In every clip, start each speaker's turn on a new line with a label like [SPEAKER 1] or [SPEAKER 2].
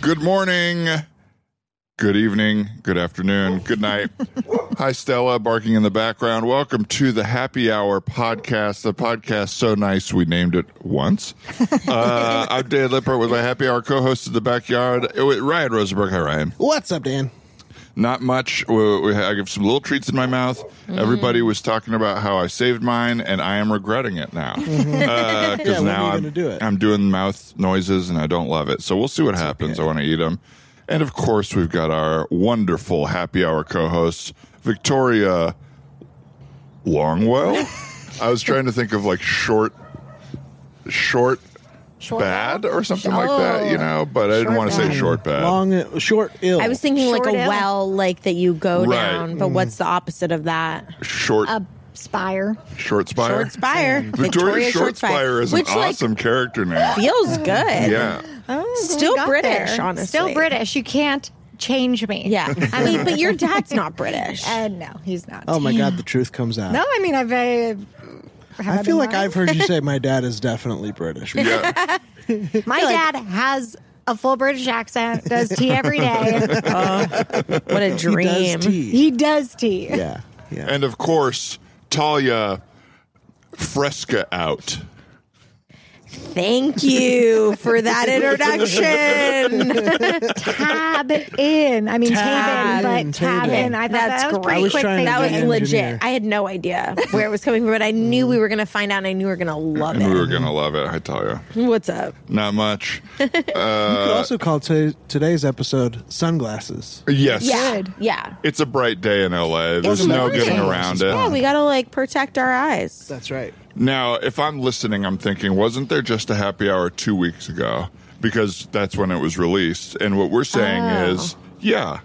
[SPEAKER 1] Good morning. Good evening. Good afternoon. Good night. Hi, Stella, barking in the background. Welcome to the Happy Hour podcast. The podcast so nice we named it once. Uh, I'm Dan Lippert with my Happy Hour co-host in the backyard, uh, with Ryan Rosenberg. Hi, Ryan.
[SPEAKER 2] What's up, Dan?
[SPEAKER 1] Not much. We, we, I have some little treats in my mouth. Everybody was talking about how I saved mine, and I am regretting it now because
[SPEAKER 2] Yeah, when
[SPEAKER 1] now
[SPEAKER 2] are you
[SPEAKER 1] I'm,
[SPEAKER 2] gonna do it?
[SPEAKER 1] I'm doing mouth noises, and I don't love it. So we'll see what happens. I want to eat them, and of course we've got our wonderful happy hour co-host Victoria Longwell. I was trying to think of like short, short.
[SPEAKER 3] Short
[SPEAKER 1] bad or something like
[SPEAKER 3] Oh.
[SPEAKER 1] that, you know, but I didn't
[SPEAKER 3] Short
[SPEAKER 1] want to say
[SPEAKER 3] bad.
[SPEAKER 1] short bad.
[SPEAKER 2] Long, short, ill.
[SPEAKER 3] I was thinking like
[SPEAKER 4] Short
[SPEAKER 3] a
[SPEAKER 4] L.
[SPEAKER 3] well, like that you go
[SPEAKER 1] Right.
[SPEAKER 3] down. But what's the opposite of that?
[SPEAKER 1] short
[SPEAKER 3] A spire.
[SPEAKER 1] short spire.
[SPEAKER 3] Short spire.
[SPEAKER 1] Mm. Victoria, Short
[SPEAKER 3] Shortspire,
[SPEAKER 1] Spire is
[SPEAKER 3] which
[SPEAKER 1] an awesome character name.
[SPEAKER 3] like feels good.
[SPEAKER 1] Yeah.
[SPEAKER 3] Still
[SPEAKER 4] Mm, We got
[SPEAKER 3] British,
[SPEAKER 4] there.
[SPEAKER 3] honestly.
[SPEAKER 4] Still British. You can't change me.
[SPEAKER 3] Yeah. I mean, but your dad's not British.
[SPEAKER 4] Uh, no, he's not.
[SPEAKER 2] oh my god, the truth comes out.
[SPEAKER 4] No, I mean, I've. uh, I,
[SPEAKER 2] I feel like
[SPEAKER 4] mine.
[SPEAKER 2] I've heard you say my dad is definitely British.
[SPEAKER 1] Yeah.
[SPEAKER 4] My dad has a full British accent, does tea every day.
[SPEAKER 3] what a
[SPEAKER 2] He does
[SPEAKER 3] dream.
[SPEAKER 2] tea.
[SPEAKER 4] he does tea.
[SPEAKER 2] Yeah, yeah.
[SPEAKER 1] and of course, Talia Fresca out.
[SPEAKER 3] Thank you for that introduction.
[SPEAKER 4] Tab in. I mean,
[SPEAKER 2] Tab
[SPEAKER 4] tab
[SPEAKER 2] in,
[SPEAKER 4] in,
[SPEAKER 2] tab
[SPEAKER 4] but tab
[SPEAKER 2] in.
[SPEAKER 4] in. I thought
[SPEAKER 3] That's
[SPEAKER 4] that was
[SPEAKER 3] great.
[SPEAKER 4] pretty
[SPEAKER 3] I was
[SPEAKER 4] quick
[SPEAKER 2] trying to
[SPEAKER 3] that was
[SPEAKER 2] Engineer.
[SPEAKER 3] legit. I had no idea where it was coming from, but I knew we were going to find out and I knew we were going to love
[SPEAKER 1] And we were
[SPEAKER 3] it.
[SPEAKER 1] going to love it. Hi, Talia.
[SPEAKER 3] What's up?
[SPEAKER 1] Not much. Uh,
[SPEAKER 2] you could also call to today's episode sunglasses.
[SPEAKER 1] Yes.
[SPEAKER 3] Yeah.
[SPEAKER 4] Good.
[SPEAKER 3] Yeah.
[SPEAKER 1] It's a bright day in LA. There's no
[SPEAKER 3] amazing.
[SPEAKER 1] getting around it.
[SPEAKER 3] Yeah, we got to like protect our eyes.
[SPEAKER 2] That's right.
[SPEAKER 1] Now, if I'm listening, I'm thinking, wasn't there just a happy hour two weeks ago? Because that's when it was released. And what we're saying
[SPEAKER 3] Oh.
[SPEAKER 1] is, yeah,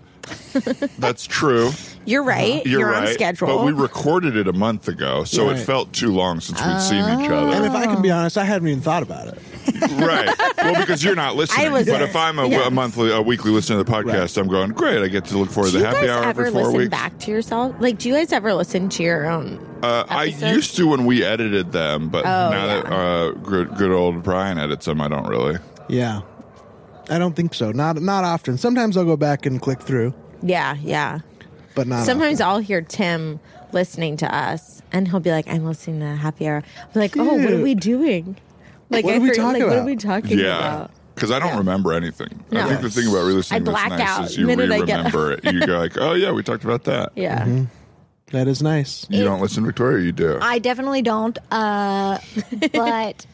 [SPEAKER 1] that's true.
[SPEAKER 3] You're right. You're,
[SPEAKER 1] You're, right.
[SPEAKER 3] on schedule.
[SPEAKER 1] But we recorded it a month ago, so
[SPEAKER 2] Right.
[SPEAKER 1] it felt too long since we'd seen each other.
[SPEAKER 3] Oh.
[SPEAKER 2] And if I can be honest, I hadn't even thought about it.
[SPEAKER 1] right. Well, because you're not listening.
[SPEAKER 3] I wasn't.
[SPEAKER 1] But if I'm a,
[SPEAKER 3] Yeah.
[SPEAKER 1] a monthly, a weekly listener to the podcast, I'm going great. I get to look forward
[SPEAKER 3] do
[SPEAKER 1] to
[SPEAKER 3] you
[SPEAKER 1] the
[SPEAKER 3] guys
[SPEAKER 1] happy hour
[SPEAKER 3] ever
[SPEAKER 1] every four
[SPEAKER 3] listen
[SPEAKER 1] weeks.
[SPEAKER 3] back to yourself? Like, do you guys ever listen to your own?
[SPEAKER 1] Uh, I
[SPEAKER 3] episodes? Oh,
[SPEAKER 1] used to when we edited them, but now
[SPEAKER 3] yeah.
[SPEAKER 1] that uh, good, good old Brian edits them, I don't really.
[SPEAKER 2] Yeah, I don't think so. Not not often. Sometimes I'll go back and click through,
[SPEAKER 3] Yeah, yeah.
[SPEAKER 2] but not
[SPEAKER 3] Sometimes I'll hear Tim listening to us, and he'll be like, "I'm listening to Happy Hour." I'm like, "Oh, what are
[SPEAKER 2] Cute.
[SPEAKER 3] we doing? Like,
[SPEAKER 2] What
[SPEAKER 3] I
[SPEAKER 2] are we
[SPEAKER 3] forget-
[SPEAKER 2] talking
[SPEAKER 3] like, What
[SPEAKER 2] about?
[SPEAKER 3] are we talking
[SPEAKER 1] Yeah.
[SPEAKER 3] about?"
[SPEAKER 1] Because I don't remember anything. I
[SPEAKER 3] uh, No.
[SPEAKER 1] think the thing about
[SPEAKER 3] I
[SPEAKER 1] re-listening
[SPEAKER 3] black
[SPEAKER 1] that's nice
[SPEAKER 3] out
[SPEAKER 1] is
[SPEAKER 3] the
[SPEAKER 1] you
[SPEAKER 3] minute I get
[SPEAKER 1] re-remember it. You go like, oh yeah, we talked about that.
[SPEAKER 3] Yeah.
[SPEAKER 2] Mm-hmm. often. That is nice.
[SPEAKER 1] You don't listen, Victoria. You do.
[SPEAKER 4] I definitely don't. Uh, but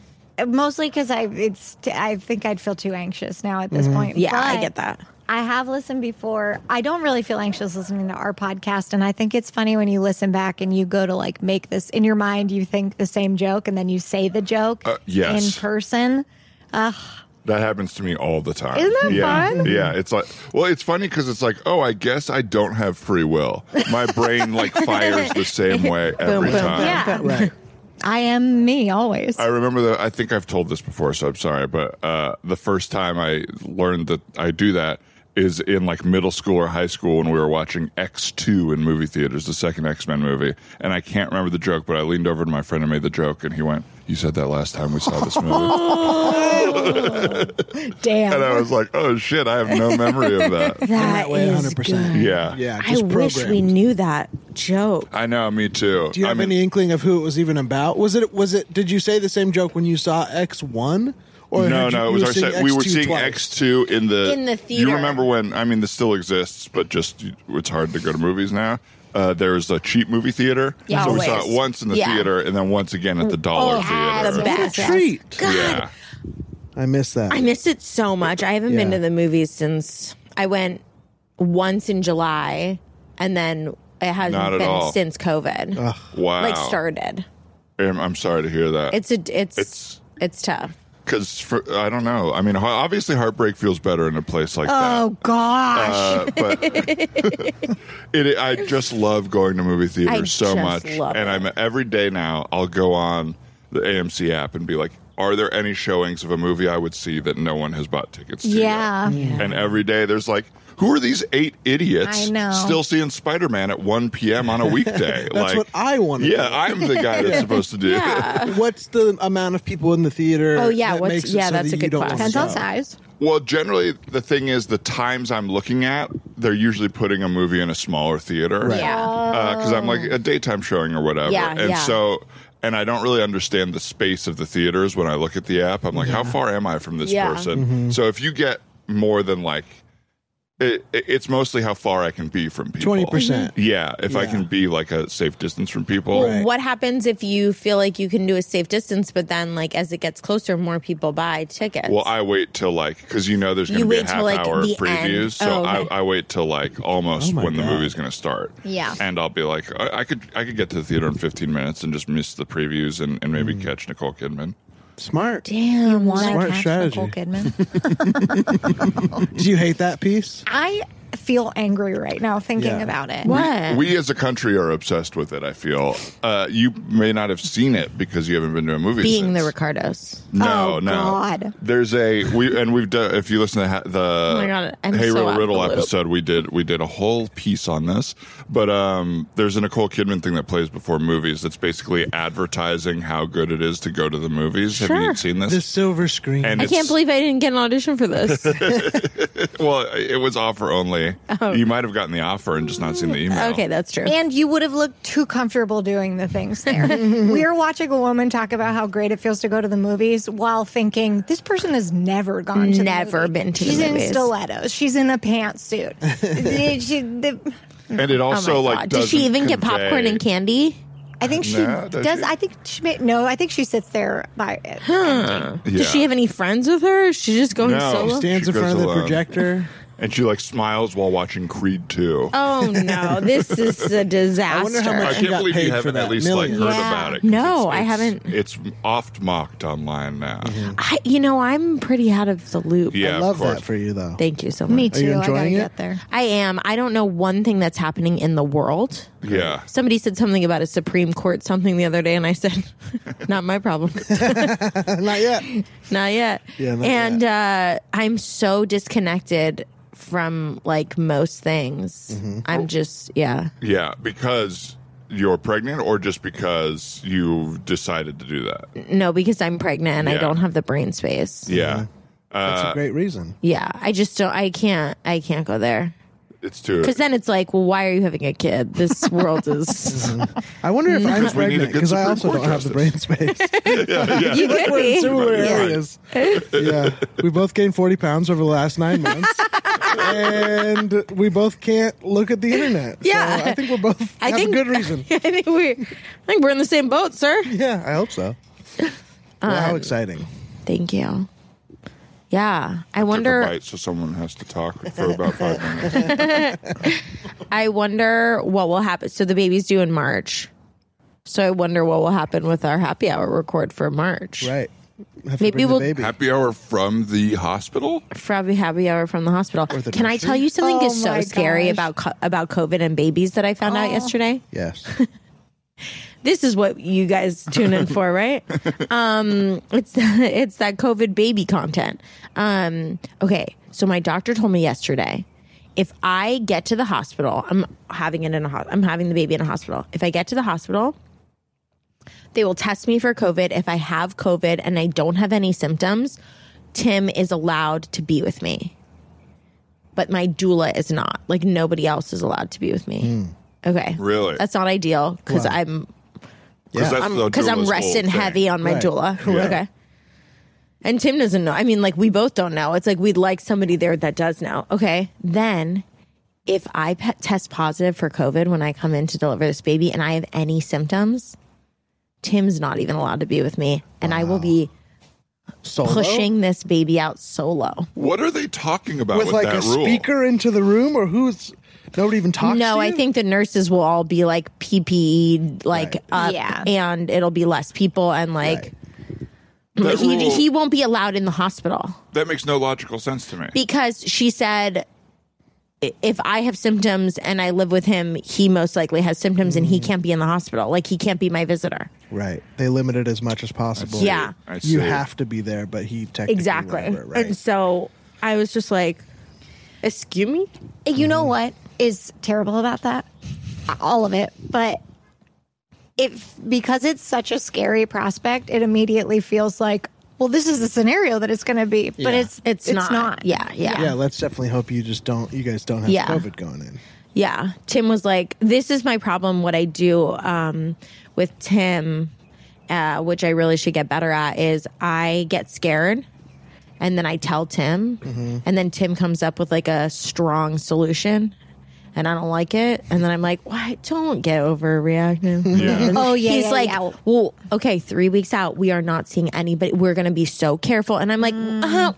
[SPEAKER 4] mostly because I it's I think I'd feel too anxious now at this point.
[SPEAKER 3] Yeah, I
[SPEAKER 4] But
[SPEAKER 3] get that.
[SPEAKER 4] I have listened before. I don't really feel anxious listening to our podcast, and I think it's funny when you listen back and you go to like make this in your mind. You think the same joke, and then you say the joke
[SPEAKER 1] Uh, yes.
[SPEAKER 4] in person.
[SPEAKER 1] That happens to me all the time.
[SPEAKER 4] Isn't that
[SPEAKER 1] yeah.
[SPEAKER 4] fun?
[SPEAKER 1] Yeah, it's like, well, it's funny because it's like, oh, I guess I don't have free will. My brain like fires the same way every
[SPEAKER 3] boom,
[SPEAKER 1] time.
[SPEAKER 3] boom.
[SPEAKER 4] Yeah,
[SPEAKER 2] Right.
[SPEAKER 4] I am me always.
[SPEAKER 1] Uh, I remember that. I think I've told this before, so I'm sorry. But uh, the first time I learned that I do that is in like middle school or high school when we were watching X2 in movie theaters, the second X Men movie. And I can't remember the joke, but I leaned over to my friend and made the joke, and he went, You said that last time we saw this movie. and I
[SPEAKER 4] Damn.
[SPEAKER 1] was like, Oh shit, I have no memory of that.
[SPEAKER 2] that way, 100%.
[SPEAKER 3] good.
[SPEAKER 1] Yeah.
[SPEAKER 2] Yeah.
[SPEAKER 3] I
[SPEAKER 2] Just
[SPEAKER 3] wish we
[SPEAKER 2] programmed.
[SPEAKER 3] knew that joke.
[SPEAKER 1] I know, me too.
[SPEAKER 2] Do you
[SPEAKER 1] I
[SPEAKER 2] have any inkling of who it was even about? Was it was it? Did you say the same joke when you saw X one? Or
[SPEAKER 1] no,
[SPEAKER 2] had you-
[SPEAKER 1] no,
[SPEAKER 2] you
[SPEAKER 1] it was
[SPEAKER 2] were
[SPEAKER 1] our
[SPEAKER 2] seeing
[SPEAKER 1] set. We were
[SPEAKER 2] X2
[SPEAKER 1] seeing
[SPEAKER 2] twice?
[SPEAKER 1] X two in the
[SPEAKER 3] In the
[SPEAKER 1] You
[SPEAKER 3] theater.
[SPEAKER 1] remember when? I mean, this still exists, but just it's hard to go to movies now. Uh, there was a cheap movie theater,
[SPEAKER 3] Yeah,
[SPEAKER 1] so we saw it
[SPEAKER 3] always.
[SPEAKER 1] once in the
[SPEAKER 3] Yeah.
[SPEAKER 1] theater and then once again at the dollar
[SPEAKER 3] yes,
[SPEAKER 1] theater.
[SPEAKER 3] the best.
[SPEAKER 2] What a treat!
[SPEAKER 1] Yeah,
[SPEAKER 2] I missed that.
[SPEAKER 3] I missed it so much. I haven't been
[SPEAKER 2] Yeah.
[SPEAKER 3] to the movies since I went once in July, and then it hasn't
[SPEAKER 1] Not at
[SPEAKER 3] been
[SPEAKER 1] all.
[SPEAKER 3] since COVID.
[SPEAKER 1] wow.
[SPEAKER 3] Like started.
[SPEAKER 1] I'm, I'm sorry to hear that.
[SPEAKER 3] It's a it's
[SPEAKER 1] It's-
[SPEAKER 3] it's, tough.
[SPEAKER 1] because I don't know. I mean, ho- obviously, heartbreak feels better in a place like that.
[SPEAKER 4] Oh gosh.
[SPEAKER 1] Uh, but it, I just love going to movie theaters
[SPEAKER 3] I
[SPEAKER 1] so
[SPEAKER 3] just
[SPEAKER 1] much,
[SPEAKER 3] love
[SPEAKER 1] and
[SPEAKER 3] it.
[SPEAKER 1] I'm every day now. I'll go on the AMC app and be like, "Are there any showings of a movie I would see that no one has bought tickets to?" yet?"
[SPEAKER 4] yeah.
[SPEAKER 1] And every day there's like who are these eight idiots
[SPEAKER 4] I know.
[SPEAKER 1] still seeing Spider Man at 1 p.m. on a weekday?
[SPEAKER 2] That's what I wanted.
[SPEAKER 1] Yeah, I'm the guy that's supposed to do it.
[SPEAKER 2] What's the amount of people in the theater?
[SPEAKER 3] Oh, yeah,
[SPEAKER 2] that
[SPEAKER 3] what's-
[SPEAKER 2] makes it
[SPEAKER 3] yeah,
[SPEAKER 2] so
[SPEAKER 3] that's
[SPEAKER 2] that
[SPEAKER 3] a
[SPEAKER 2] you
[SPEAKER 3] good
[SPEAKER 2] don't
[SPEAKER 1] Uh,
[SPEAKER 3] question.
[SPEAKER 2] wanna
[SPEAKER 4] Depends on
[SPEAKER 2] go?
[SPEAKER 4] size.
[SPEAKER 1] Well, generally, the thing is, the times I'm looking at, they're usually putting a movie in a smaller theater.
[SPEAKER 2] Right.
[SPEAKER 3] Yeah.
[SPEAKER 1] Because I'm like a daytime showing or whatever.
[SPEAKER 3] Yeah,
[SPEAKER 1] and
[SPEAKER 3] yeah.
[SPEAKER 1] so, and I don't really understand the space of the theaters when I look at the app. I'm like, how far am I from this
[SPEAKER 3] Yeah.
[SPEAKER 1] person?
[SPEAKER 2] Mm-hmm.
[SPEAKER 1] So if you get more than like, it, it- it's mostly how far I can be from people.
[SPEAKER 2] 20%.
[SPEAKER 1] Yeah. If I
[SPEAKER 2] Yeah.
[SPEAKER 1] can be like a safe distance from people.
[SPEAKER 2] Right.
[SPEAKER 3] What happens if you feel like you can do a safe distance, but then like as it gets closer, more people buy tickets?
[SPEAKER 1] Well, I wait till like because you know there's going
[SPEAKER 3] You
[SPEAKER 1] to be a
[SPEAKER 3] wait till,
[SPEAKER 1] half
[SPEAKER 3] like,
[SPEAKER 1] hour
[SPEAKER 3] the
[SPEAKER 1] previews,
[SPEAKER 3] end.
[SPEAKER 1] so
[SPEAKER 3] Oh, okay.
[SPEAKER 1] I, I wait till like almost
[SPEAKER 2] Oh my
[SPEAKER 1] when the
[SPEAKER 2] God.
[SPEAKER 1] movie's going to start.
[SPEAKER 3] Yeah.
[SPEAKER 1] and I'll be like, I, I could I could get to the theater in 15 minutes and just miss the previews and, and maybe
[SPEAKER 2] Mm.
[SPEAKER 1] catch Nicole Kidman.
[SPEAKER 2] Smart. Do
[SPEAKER 4] Damn, you want
[SPEAKER 2] Smart strategy.
[SPEAKER 4] Kidman.
[SPEAKER 2] you hate that piece?
[SPEAKER 4] I feel angry right now thinking
[SPEAKER 2] Yeah.
[SPEAKER 4] about it.
[SPEAKER 3] what?
[SPEAKER 1] We as a country are obsessed with it. I feel uh, you may not have seen it because you haven't been to a movie.
[SPEAKER 3] Being
[SPEAKER 1] since.
[SPEAKER 3] the Ricardos.
[SPEAKER 1] No,
[SPEAKER 4] Oh,
[SPEAKER 1] no.
[SPEAKER 4] God.
[SPEAKER 1] There's a we and we've done. If you listen to ha- the
[SPEAKER 3] Oh my God, I'm
[SPEAKER 1] Hey
[SPEAKER 3] so out
[SPEAKER 1] Real
[SPEAKER 3] of
[SPEAKER 1] Riddle
[SPEAKER 3] the loop.
[SPEAKER 1] episode, we did we did a whole piece on this. But um, there's a Nicole Kidman thing that plays before movies. That's basically advertising how good it is to go to the movies. Have you
[SPEAKER 3] Sure.
[SPEAKER 1] seen this?
[SPEAKER 2] The silver screen.
[SPEAKER 1] and
[SPEAKER 3] I
[SPEAKER 1] it's-
[SPEAKER 3] can't believe I didn't get an audition for this.
[SPEAKER 1] Well, it was offer only. You might have gotten the offer and just not seen the email.
[SPEAKER 3] Oh. okay, that's true.
[SPEAKER 4] And you would have looked too comfortable doing the things there. we were watching a woman talk about how great it feels to go to the movies while thinking, this person has never gone to the
[SPEAKER 3] Never
[SPEAKER 4] movie.
[SPEAKER 3] been to the
[SPEAKER 4] She's
[SPEAKER 3] movies."
[SPEAKER 4] in stilettos. She's in a pantsuit. Did she- the-
[SPEAKER 1] and it
[SPEAKER 3] oh my
[SPEAKER 1] also like
[SPEAKER 3] god! Did she
[SPEAKER 1] doesn't
[SPEAKER 3] even get
[SPEAKER 1] convey-
[SPEAKER 3] popcorn and candy?
[SPEAKER 4] I think she
[SPEAKER 1] No, does
[SPEAKER 4] does.
[SPEAKER 1] she?
[SPEAKER 4] I think she may, no. I think she sits there by it.
[SPEAKER 1] Yeah.
[SPEAKER 3] Does she have any friends with her? Is she just going
[SPEAKER 1] No.
[SPEAKER 3] solo?
[SPEAKER 2] Stands
[SPEAKER 1] She
[SPEAKER 2] in front
[SPEAKER 1] goes
[SPEAKER 2] of the
[SPEAKER 1] alone.
[SPEAKER 2] projector.
[SPEAKER 1] and she like smiles while watching Creed 2.
[SPEAKER 3] Oh no! This is a disaster.
[SPEAKER 2] wonder how much-
[SPEAKER 1] I
[SPEAKER 2] She
[SPEAKER 1] can't
[SPEAKER 2] got
[SPEAKER 1] believe you
[SPEAKER 2] paid for
[SPEAKER 1] haven't at
[SPEAKER 2] that.
[SPEAKER 1] least
[SPEAKER 2] Millions.
[SPEAKER 1] like heard
[SPEAKER 3] Yeah.
[SPEAKER 1] about it. 'cause
[SPEAKER 3] No,
[SPEAKER 1] it's-
[SPEAKER 3] I
[SPEAKER 1] it's-
[SPEAKER 3] haven't.
[SPEAKER 1] It's oft mocked online now.
[SPEAKER 2] Mm-hmm.
[SPEAKER 3] I, you know, I'm pretty out of the loop.
[SPEAKER 1] Yeah,
[SPEAKER 2] I
[SPEAKER 1] of
[SPEAKER 2] love
[SPEAKER 1] course.
[SPEAKER 2] that for you, though.
[SPEAKER 3] Thank you so much.
[SPEAKER 4] Me too.
[SPEAKER 2] you
[SPEAKER 4] I gotta
[SPEAKER 2] enjoying it?
[SPEAKER 4] get there.
[SPEAKER 3] I am. I don't know one thing that's happening in the world.
[SPEAKER 1] Yeah.
[SPEAKER 3] Somebody said something about a Supreme Court something the other day, and I said, "Not my problem,
[SPEAKER 2] Not yet.
[SPEAKER 3] not yet."
[SPEAKER 2] Yeah, not
[SPEAKER 3] and Uh, I'm so disconnected from like most things.
[SPEAKER 2] Mm-hmm. Oh.
[SPEAKER 3] I'm just yeah.
[SPEAKER 1] Yeah, because you're pregnant or just because you decided to do that.
[SPEAKER 2] Mm-hmm.
[SPEAKER 3] No, because I'm pregnant and I
[SPEAKER 1] Yeah.
[SPEAKER 3] don't have the brain space. Yeah.
[SPEAKER 1] Yeah. Uh,
[SPEAKER 2] That's a great reason.
[SPEAKER 3] I just don't. I can't. I can't go there.
[SPEAKER 1] It's too
[SPEAKER 3] Because then it's like, well, why are you having a kid? This world is.
[SPEAKER 2] I wonder if
[SPEAKER 3] Mm-hmm.
[SPEAKER 2] I'm
[SPEAKER 1] we need a good
[SPEAKER 2] pregnant because I
[SPEAKER 1] Supreme
[SPEAKER 2] also
[SPEAKER 1] Court
[SPEAKER 2] don't have the brain space.
[SPEAKER 3] you could
[SPEAKER 2] We're in
[SPEAKER 3] be.
[SPEAKER 2] similar
[SPEAKER 1] Yeah.
[SPEAKER 2] areas. Yeah, we both gained forty pounds over the last nine months, and we both can't look at the internet. So
[SPEAKER 3] Yeah.
[SPEAKER 2] I think we're both.
[SPEAKER 3] I
[SPEAKER 2] have
[SPEAKER 3] think
[SPEAKER 2] a good reason.
[SPEAKER 3] I think we. I think we're in the same boat, sir.
[SPEAKER 2] Yeah, I hope so. well,
[SPEAKER 3] Um,
[SPEAKER 2] how exciting!
[SPEAKER 3] Thank you. Yeah, I
[SPEAKER 1] Took a
[SPEAKER 3] wonder.
[SPEAKER 1] bite, so someone has to talk for about five minutes.
[SPEAKER 3] I wonder what will happen. So the baby's due in March. So I wonder what will happen with our happy hour record for March.
[SPEAKER 2] Right? Have to
[SPEAKER 3] Maybe
[SPEAKER 2] bring the
[SPEAKER 3] we'll-
[SPEAKER 2] baby.
[SPEAKER 1] Happy hour from the hospital?
[SPEAKER 3] For happy happy hour from the hospital.
[SPEAKER 2] the
[SPEAKER 3] Can I
[SPEAKER 2] nursery?
[SPEAKER 3] tell you something
[SPEAKER 4] Oh
[SPEAKER 3] is so
[SPEAKER 4] my
[SPEAKER 3] scary
[SPEAKER 4] gosh. Oh.
[SPEAKER 3] about co- about COVID and babies that I found out yesterday?
[SPEAKER 2] Yes.
[SPEAKER 3] This is what you guys tune in for, right? um, it's it's that COVID baby content. Um, okay, so my doctor told me yesterday, if I get to the hospital, I'm having it in a ho- I'm having the baby in a hospital. If I get to the hospital, they will test me for COVID. If I have COVID and I don't have any symptoms, Tim is allowed to be with me. But my doula is not. Like nobody else is allowed to be with me. Okay.
[SPEAKER 1] Really?
[SPEAKER 3] That's not ideal because
[SPEAKER 2] Wow.
[SPEAKER 3] I'm
[SPEAKER 1] that's
[SPEAKER 2] Yeah.
[SPEAKER 1] the
[SPEAKER 3] because I'm
[SPEAKER 1] doula's whole
[SPEAKER 3] resting
[SPEAKER 1] thing.
[SPEAKER 3] heavy on my
[SPEAKER 2] Right.
[SPEAKER 3] doula.
[SPEAKER 1] Yeah.
[SPEAKER 3] Okay. And Tim doesn't know. I mean, like, we both don't know. It's like we'd like somebody there that does know. Okay. Then if I pe- test positive for COVID when I come in to deliver this baby and I have any symptoms, Tim's not even allowed to be with me. And I will be
[SPEAKER 2] Solo?
[SPEAKER 3] pushing this baby out solo.
[SPEAKER 1] What are they talking about with,
[SPEAKER 2] with like
[SPEAKER 1] that
[SPEAKER 2] a
[SPEAKER 1] rule?
[SPEAKER 2] speaker into the room, or who's nobody even talks.
[SPEAKER 3] no,
[SPEAKER 2] to
[SPEAKER 3] I
[SPEAKER 2] you?
[SPEAKER 3] think the nurses will all be like PPE, like up,
[SPEAKER 4] Yeah.
[SPEAKER 3] and it'll be less people. And like,
[SPEAKER 1] That
[SPEAKER 3] he,
[SPEAKER 1] rule-
[SPEAKER 3] he won't be allowed in the hospital.
[SPEAKER 1] That makes no logical sense to me.
[SPEAKER 3] because she said "I- if I have symptoms and I live with him, he most likely has symptoms and he can't be in the hospital. Like he can't be my visitor.
[SPEAKER 2] Right. They limit it as much as possible.
[SPEAKER 3] see. Yeah.
[SPEAKER 1] I
[SPEAKER 2] You
[SPEAKER 1] see.
[SPEAKER 2] have to be there, but he technically
[SPEAKER 3] Exactly.
[SPEAKER 2] whatever, right?
[SPEAKER 3] And so I was just like, Excuse me?
[SPEAKER 4] You know what is terrible about that? All of it, but if because it's such a scary prospect, it immediately feels like, well, this is the scenario that it's going to be, but
[SPEAKER 2] Yeah.
[SPEAKER 4] it's
[SPEAKER 3] It's, not. Yeah, yeah.
[SPEAKER 2] Yeah, let's definitely hope you just don't. You guys don't have
[SPEAKER 3] Yeah.
[SPEAKER 2] COVID going in.
[SPEAKER 3] Yeah. Tim was like, this is my problem. What I do um, with Tim, uh, which I really should get better at, is I get scared and then I tell Tim. And then Tim comes up with like a strong solution. And I don't like it. And then I'm like, why? Don't get overreactive.
[SPEAKER 1] Yeah.
[SPEAKER 4] Oh, yeah,
[SPEAKER 3] He's
[SPEAKER 4] yeah,
[SPEAKER 3] like,
[SPEAKER 4] yeah.
[SPEAKER 3] well, okay, three weeks out, we are not seeing anybody. We're going to be so careful. And I'm like,
[SPEAKER 4] Mm.
[SPEAKER 3] uh-huh.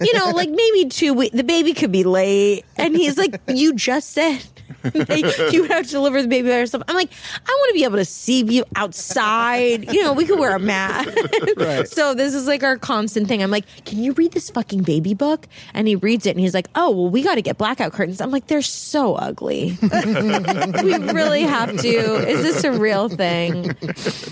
[SPEAKER 3] you know, like maybe two weeks. The baby could be late. And he's like, you just said that you would have to deliver the baby by yourself. I'm like, I want to be able to see you outside. You know, we could wear a mask. So this is like our constant thing. I'm like, can you read this fucking baby book? And he reads it and he's like, oh, well, we got to get blackout curtains. I'm like, they're so ugly we really have to. Is this a real thing?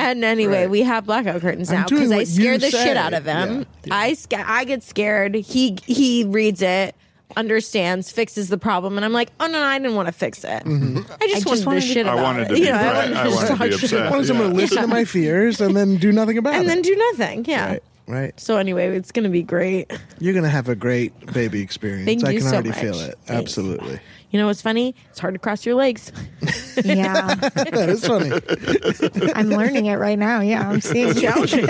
[SPEAKER 3] And anyway, we have blackout curtains now
[SPEAKER 2] doing
[SPEAKER 3] because I
[SPEAKER 2] what you
[SPEAKER 3] scared the
[SPEAKER 2] say.
[SPEAKER 3] shit out of him.
[SPEAKER 2] Yeah,
[SPEAKER 3] I sca- I get scared. He he reads it, understands, fixes the problem, and I'm like, oh no, no, I didn't want to fix it.
[SPEAKER 2] Mm-hmm.
[SPEAKER 3] I just wanted
[SPEAKER 4] wanted
[SPEAKER 3] to
[SPEAKER 4] to-
[SPEAKER 3] shit
[SPEAKER 1] I
[SPEAKER 3] about
[SPEAKER 1] wanted
[SPEAKER 3] it.
[SPEAKER 1] to be
[SPEAKER 3] You know, I
[SPEAKER 1] right.
[SPEAKER 3] wanted to
[SPEAKER 1] I wanted to
[SPEAKER 3] talk
[SPEAKER 1] be
[SPEAKER 3] shit
[SPEAKER 1] upset.
[SPEAKER 3] about
[SPEAKER 2] One
[SPEAKER 3] it.
[SPEAKER 2] is I'm gonna
[SPEAKER 1] Yeah.
[SPEAKER 2] listen to my fears and then do nothing about
[SPEAKER 3] and
[SPEAKER 2] it.
[SPEAKER 3] then do nothing. Yeah.
[SPEAKER 2] right, right.
[SPEAKER 3] So anyway, it's gonna be great.
[SPEAKER 2] You're gonna have a great baby experience.
[SPEAKER 3] Thank
[SPEAKER 2] I
[SPEAKER 3] you
[SPEAKER 2] can
[SPEAKER 3] so
[SPEAKER 2] already
[SPEAKER 3] much.
[SPEAKER 2] feel it.
[SPEAKER 3] Thanks.
[SPEAKER 2] Absolutely.
[SPEAKER 3] You know what's funny? It's hard to cross your legs.
[SPEAKER 4] yeah.
[SPEAKER 2] that is funny.
[SPEAKER 4] I'm learning it right now. Yeah, I'm seeing
[SPEAKER 3] Challenging.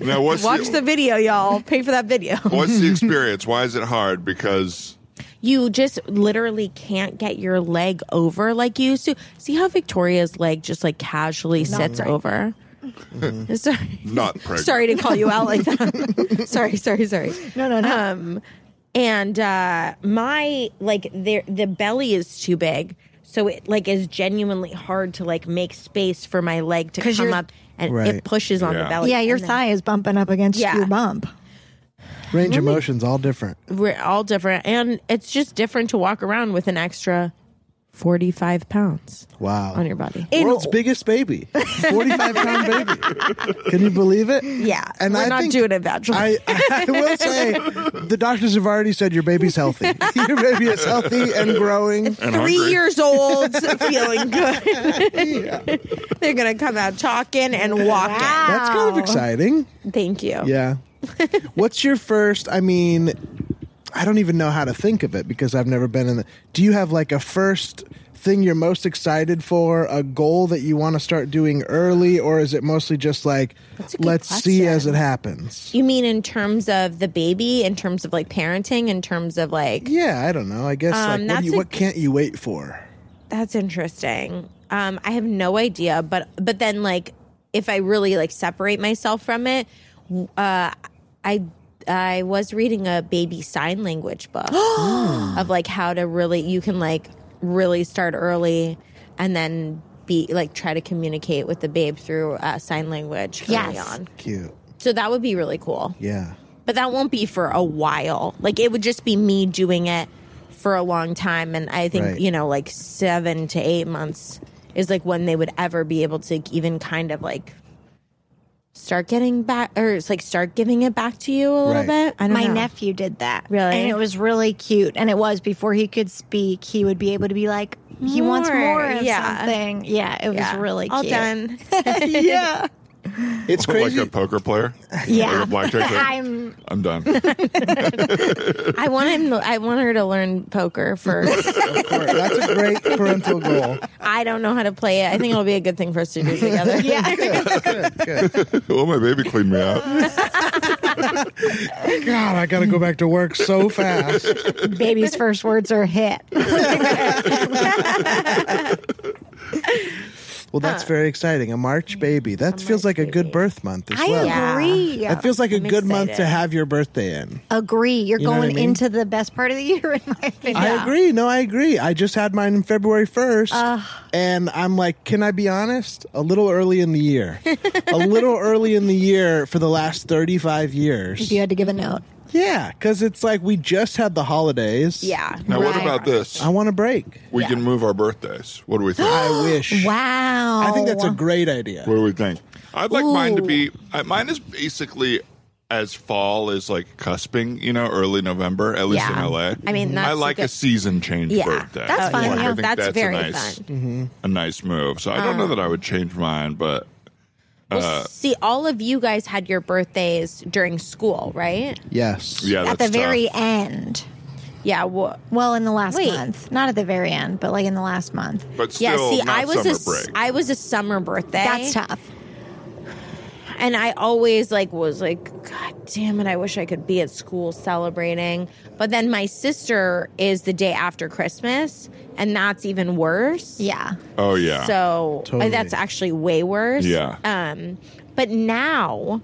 [SPEAKER 1] Now, what's
[SPEAKER 3] Watch the video, y'all. Pay for that video.
[SPEAKER 1] what's the experience? Why is it hard? Because
[SPEAKER 3] you just literally can't get your leg over like you used to. See how Victoria's leg just like casually sits
[SPEAKER 4] pregnant.
[SPEAKER 3] over. Sorry.
[SPEAKER 1] Mm-hmm. not pregnant.
[SPEAKER 3] sorry to call you out like that. sorry, sorry, sorry.
[SPEAKER 4] No, no, no.
[SPEAKER 3] Um, and uh, my like there the belly is too big, so it like is genuinely hard to like make space for my leg to
[SPEAKER 4] 'Cause
[SPEAKER 3] come
[SPEAKER 4] you're-
[SPEAKER 3] up, and
[SPEAKER 2] Right.
[SPEAKER 3] it pushes on the
[SPEAKER 1] Yeah.
[SPEAKER 3] belly.
[SPEAKER 4] yeah, your
[SPEAKER 3] and then-
[SPEAKER 4] thigh is bumping up against
[SPEAKER 3] Yeah.
[SPEAKER 4] your bump.
[SPEAKER 2] Range of motion's all different.
[SPEAKER 3] we're all different, and it's just different to walk around with an extra forty five pounds
[SPEAKER 2] Wow.
[SPEAKER 3] on your body.
[SPEAKER 2] World's biggest baby, forty-five pound baby. Can you believe it?
[SPEAKER 3] Yeah,
[SPEAKER 2] And
[SPEAKER 3] we're
[SPEAKER 2] I
[SPEAKER 3] not
[SPEAKER 2] think
[SPEAKER 3] doing it vaginally.
[SPEAKER 2] I, I will say the doctors have already said your baby's healthy. your baby is healthy and growing.
[SPEAKER 1] And
[SPEAKER 3] Three
[SPEAKER 1] hungry.
[SPEAKER 3] years old, feeling good.
[SPEAKER 2] Yeah.
[SPEAKER 3] They're gonna come out talking and walking.
[SPEAKER 2] That's kind of exciting.
[SPEAKER 3] Thank you.
[SPEAKER 2] Yeah. What's your first? I mean, I don't even know how to think of it because I've never been in the. Do you have like a first thing you're most excited for, a goal that you want to start doing early, or is it mostly just like,
[SPEAKER 3] That's a good
[SPEAKER 2] let's see
[SPEAKER 3] question.
[SPEAKER 2] as it happens?
[SPEAKER 3] You mean in terms of the baby, in terms of like parenting, in terms of like
[SPEAKER 2] Yeah, I don't know. I guess
[SPEAKER 3] Um,
[SPEAKER 2] like, what,
[SPEAKER 3] that's
[SPEAKER 2] do you,
[SPEAKER 3] a-
[SPEAKER 2] what can't you wait for?
[SPEAKER 3] That's interesting. Um, I have no idea, but but then like if I really like separate myself from it, w- uh, I I was reading a baby sign language book of like how to really you can like really start early and then be like try to communicate with the babe through uh, sign language early
[SPEAKER 4] Yes.
[SPEAKER 3] on.
[SPEAKER 2] Cute.
[SPEAKER 3] So that would be really cool.
[SPEAKER 2] Yeah.
[SPEAKER 3] But that won't be for a while. Like it would just be me doing it for a long time. And I think,
[SPEAKER 2] Right.
[SPEAKER 3] you know, like seven to eight months is like when they would ever be able to even kind of like start getting back or it's like start giving it back to you a little
[SPEAKER 2] Right.
[SPEAKER 3] bit. I don't
[SPEAKER 4] My
[SPEAKER 3] know.
[SPEAKER 4] nephew did that.
[SPEAKER 3] Really?
[SPEAKER 4] And it was really cute. And it was before he could speak, he would be able to be like, he wants
[SPEAKER 3] More,
[SPEAKER 4] more of
[SPEAKER 3] yeah.
[SPEAKER 4] something. Yeah, it was
[SPEAKER 3] Yeah.
[SPEAKER 4] really cute.
[SPEAKER 3] All done.
[SPEAKER 4] yeah.
[SPEAKER 2] It's
[SPEAKER 1] like
[SPEAKER 2] crazy.
[SPEAKER 1] a poker player. Like
[SPEAKER 4] Yeah.
[SPEAKER 1] a blackjack player.
[SPEAKER 4] I'm
[SPEAKER 1] I'm done.
[SPEAKER 3] I want him I want her to learn poker first.
[SPEAKER 2] That's a great parental goal.
[SPEAKER 3] I don't know how to play it. I think it'll be a good thing for us to do together.
[SPEAKER 4] yeah.
[SPEAKER 1] oh, my baby cleaned me out.
[SPEAKER 2] God, I got to go back to work so fast.
[SPEAKER 4] Baby's first words are hit.
[SPEAKER 2] Well, that's very exciting. A March baby. That feels
[SPEAKER 3] March
[SPEAKER 2] like a good
[SPEAKER 3] baby.
[SPEAKER 2] birth month as
[SPEAKER 4] I
[SPEAKER 2] well.
[SPEAKER 3] Yeah.
[SPEAKER 4] agree.
[SPEAKER 2] That feels like a
[SPEAKER 3] I'm
[SPEAKER 2] good month to
[SPEAKER 3] excited.
[SPEAKER 2] have your birthday in.
[SPEAKER 4] agree. You're
[SPEAKER 2] know what I
[SPEAKER 4] going
[SPEAKER 2] mean?
[SPEAKER 4] into the best part of the year in my opinion.
[SPEAKER 2] I agree. No, I agree. I just had mine on February 1st. and I'm like, can I be honest? A little early in the year. a little early in the year for the last 35 years.
[SPEAKER 4] You had to give a note.
[SPEAKER 2] Yeah, because it's like we just had the holidays.
[SPEAKER 3] yeah.
[SPEAKER 1] Now, what
[SPEAKER 4] Right.
[SPEAKER 1] about this?
[SPEAKER 2] I want a break.
[SPEAKER 1] We
[SPEAKER 3] Yeah.
[SPEAKER 1] can move our birthdays. What do we think?
[SPEAKER 2] I wish.
[SPEAKER 4] Wow.
[SPEAKER 2] I think that's a great idea.
[SPEAKER 1] What do we think? I'd like mine to
[SPEAKER 3] Ooh.
[SPEAKER 1] be. I, mine is basically as fall is like cusping, you know, early November, at least
[SPEAKER 3] Yeah.
[SPEAKER 1] in LA.
[SPEAKER 3] I mean, that's
[SPEAKER 1] I
[SPEAKER 3] a
[SPEAKER 1] like
[SPEAKER 3] good-
[SPEAKER 1] a season change
[SPEAKER 3] Yeah,
[SPEAKER 1] birthday.
[SPEAKER 4] that's fun,
[SPEAKER 1] Like, I
[SPEAKER 4] yeah.
[SPEAKER 1] think
[SPEAKER 3] That's
[SPEAKER 1] that's,
[SPEAKER 3] very
[SPEAKER 1] a nice,
[SPEAKER 3] fun.
[SPEAKER 2] Mm-hmm.
[SPEAKER 3] Ah.
[SPEAKER 1] a nice move. So I don't know that I would change mine, but
[SPEAKER 3] Well, see, all of you guys had your birthdays during school, right?
[SPEAKER 2] Yes.
[SPEAKER 1] yeah,
[SPEAKER 4] at
[SPEAKER 1] that's
[SPEAKER 4] the very
[SPEAKER 1] tough.
[SPEAKER 4] end.
[SPEAKER 3] Yeah. Well,
[SPEAKER 4] Well, in the last
[SPEAKER 3] Wait.
[SPEAKER 4] month, not at the very end, but like in the last month.
[SPEAKER 1] But still,
[SPEAKER 3] yeah. See,
[SPEAKER 1] not
[SPEAKER 3] I was a
[SPEAKER 1] summer
[SPEAKER 3] s-
[SPEAKER 1] break.
[SPEAKER 3] I was a summer birthday.
[SPEAKER 4] That's tough.
[SPEAKER 3] and I always like was like, God damn it! I wish I could be at school celebrating. But then my sister is the day after Christmas, and that's even worse.
[SPEAKER 4] Yeah.
[SPEAKER 1] oh yeah,
[SPEAKER 3] So uh,
[SPEAKER 2] Totally.
[SPEAKER 3] that's actually way worse.
[SPEAKER 1] Yeah.
[SPEAKER 3] Um, but now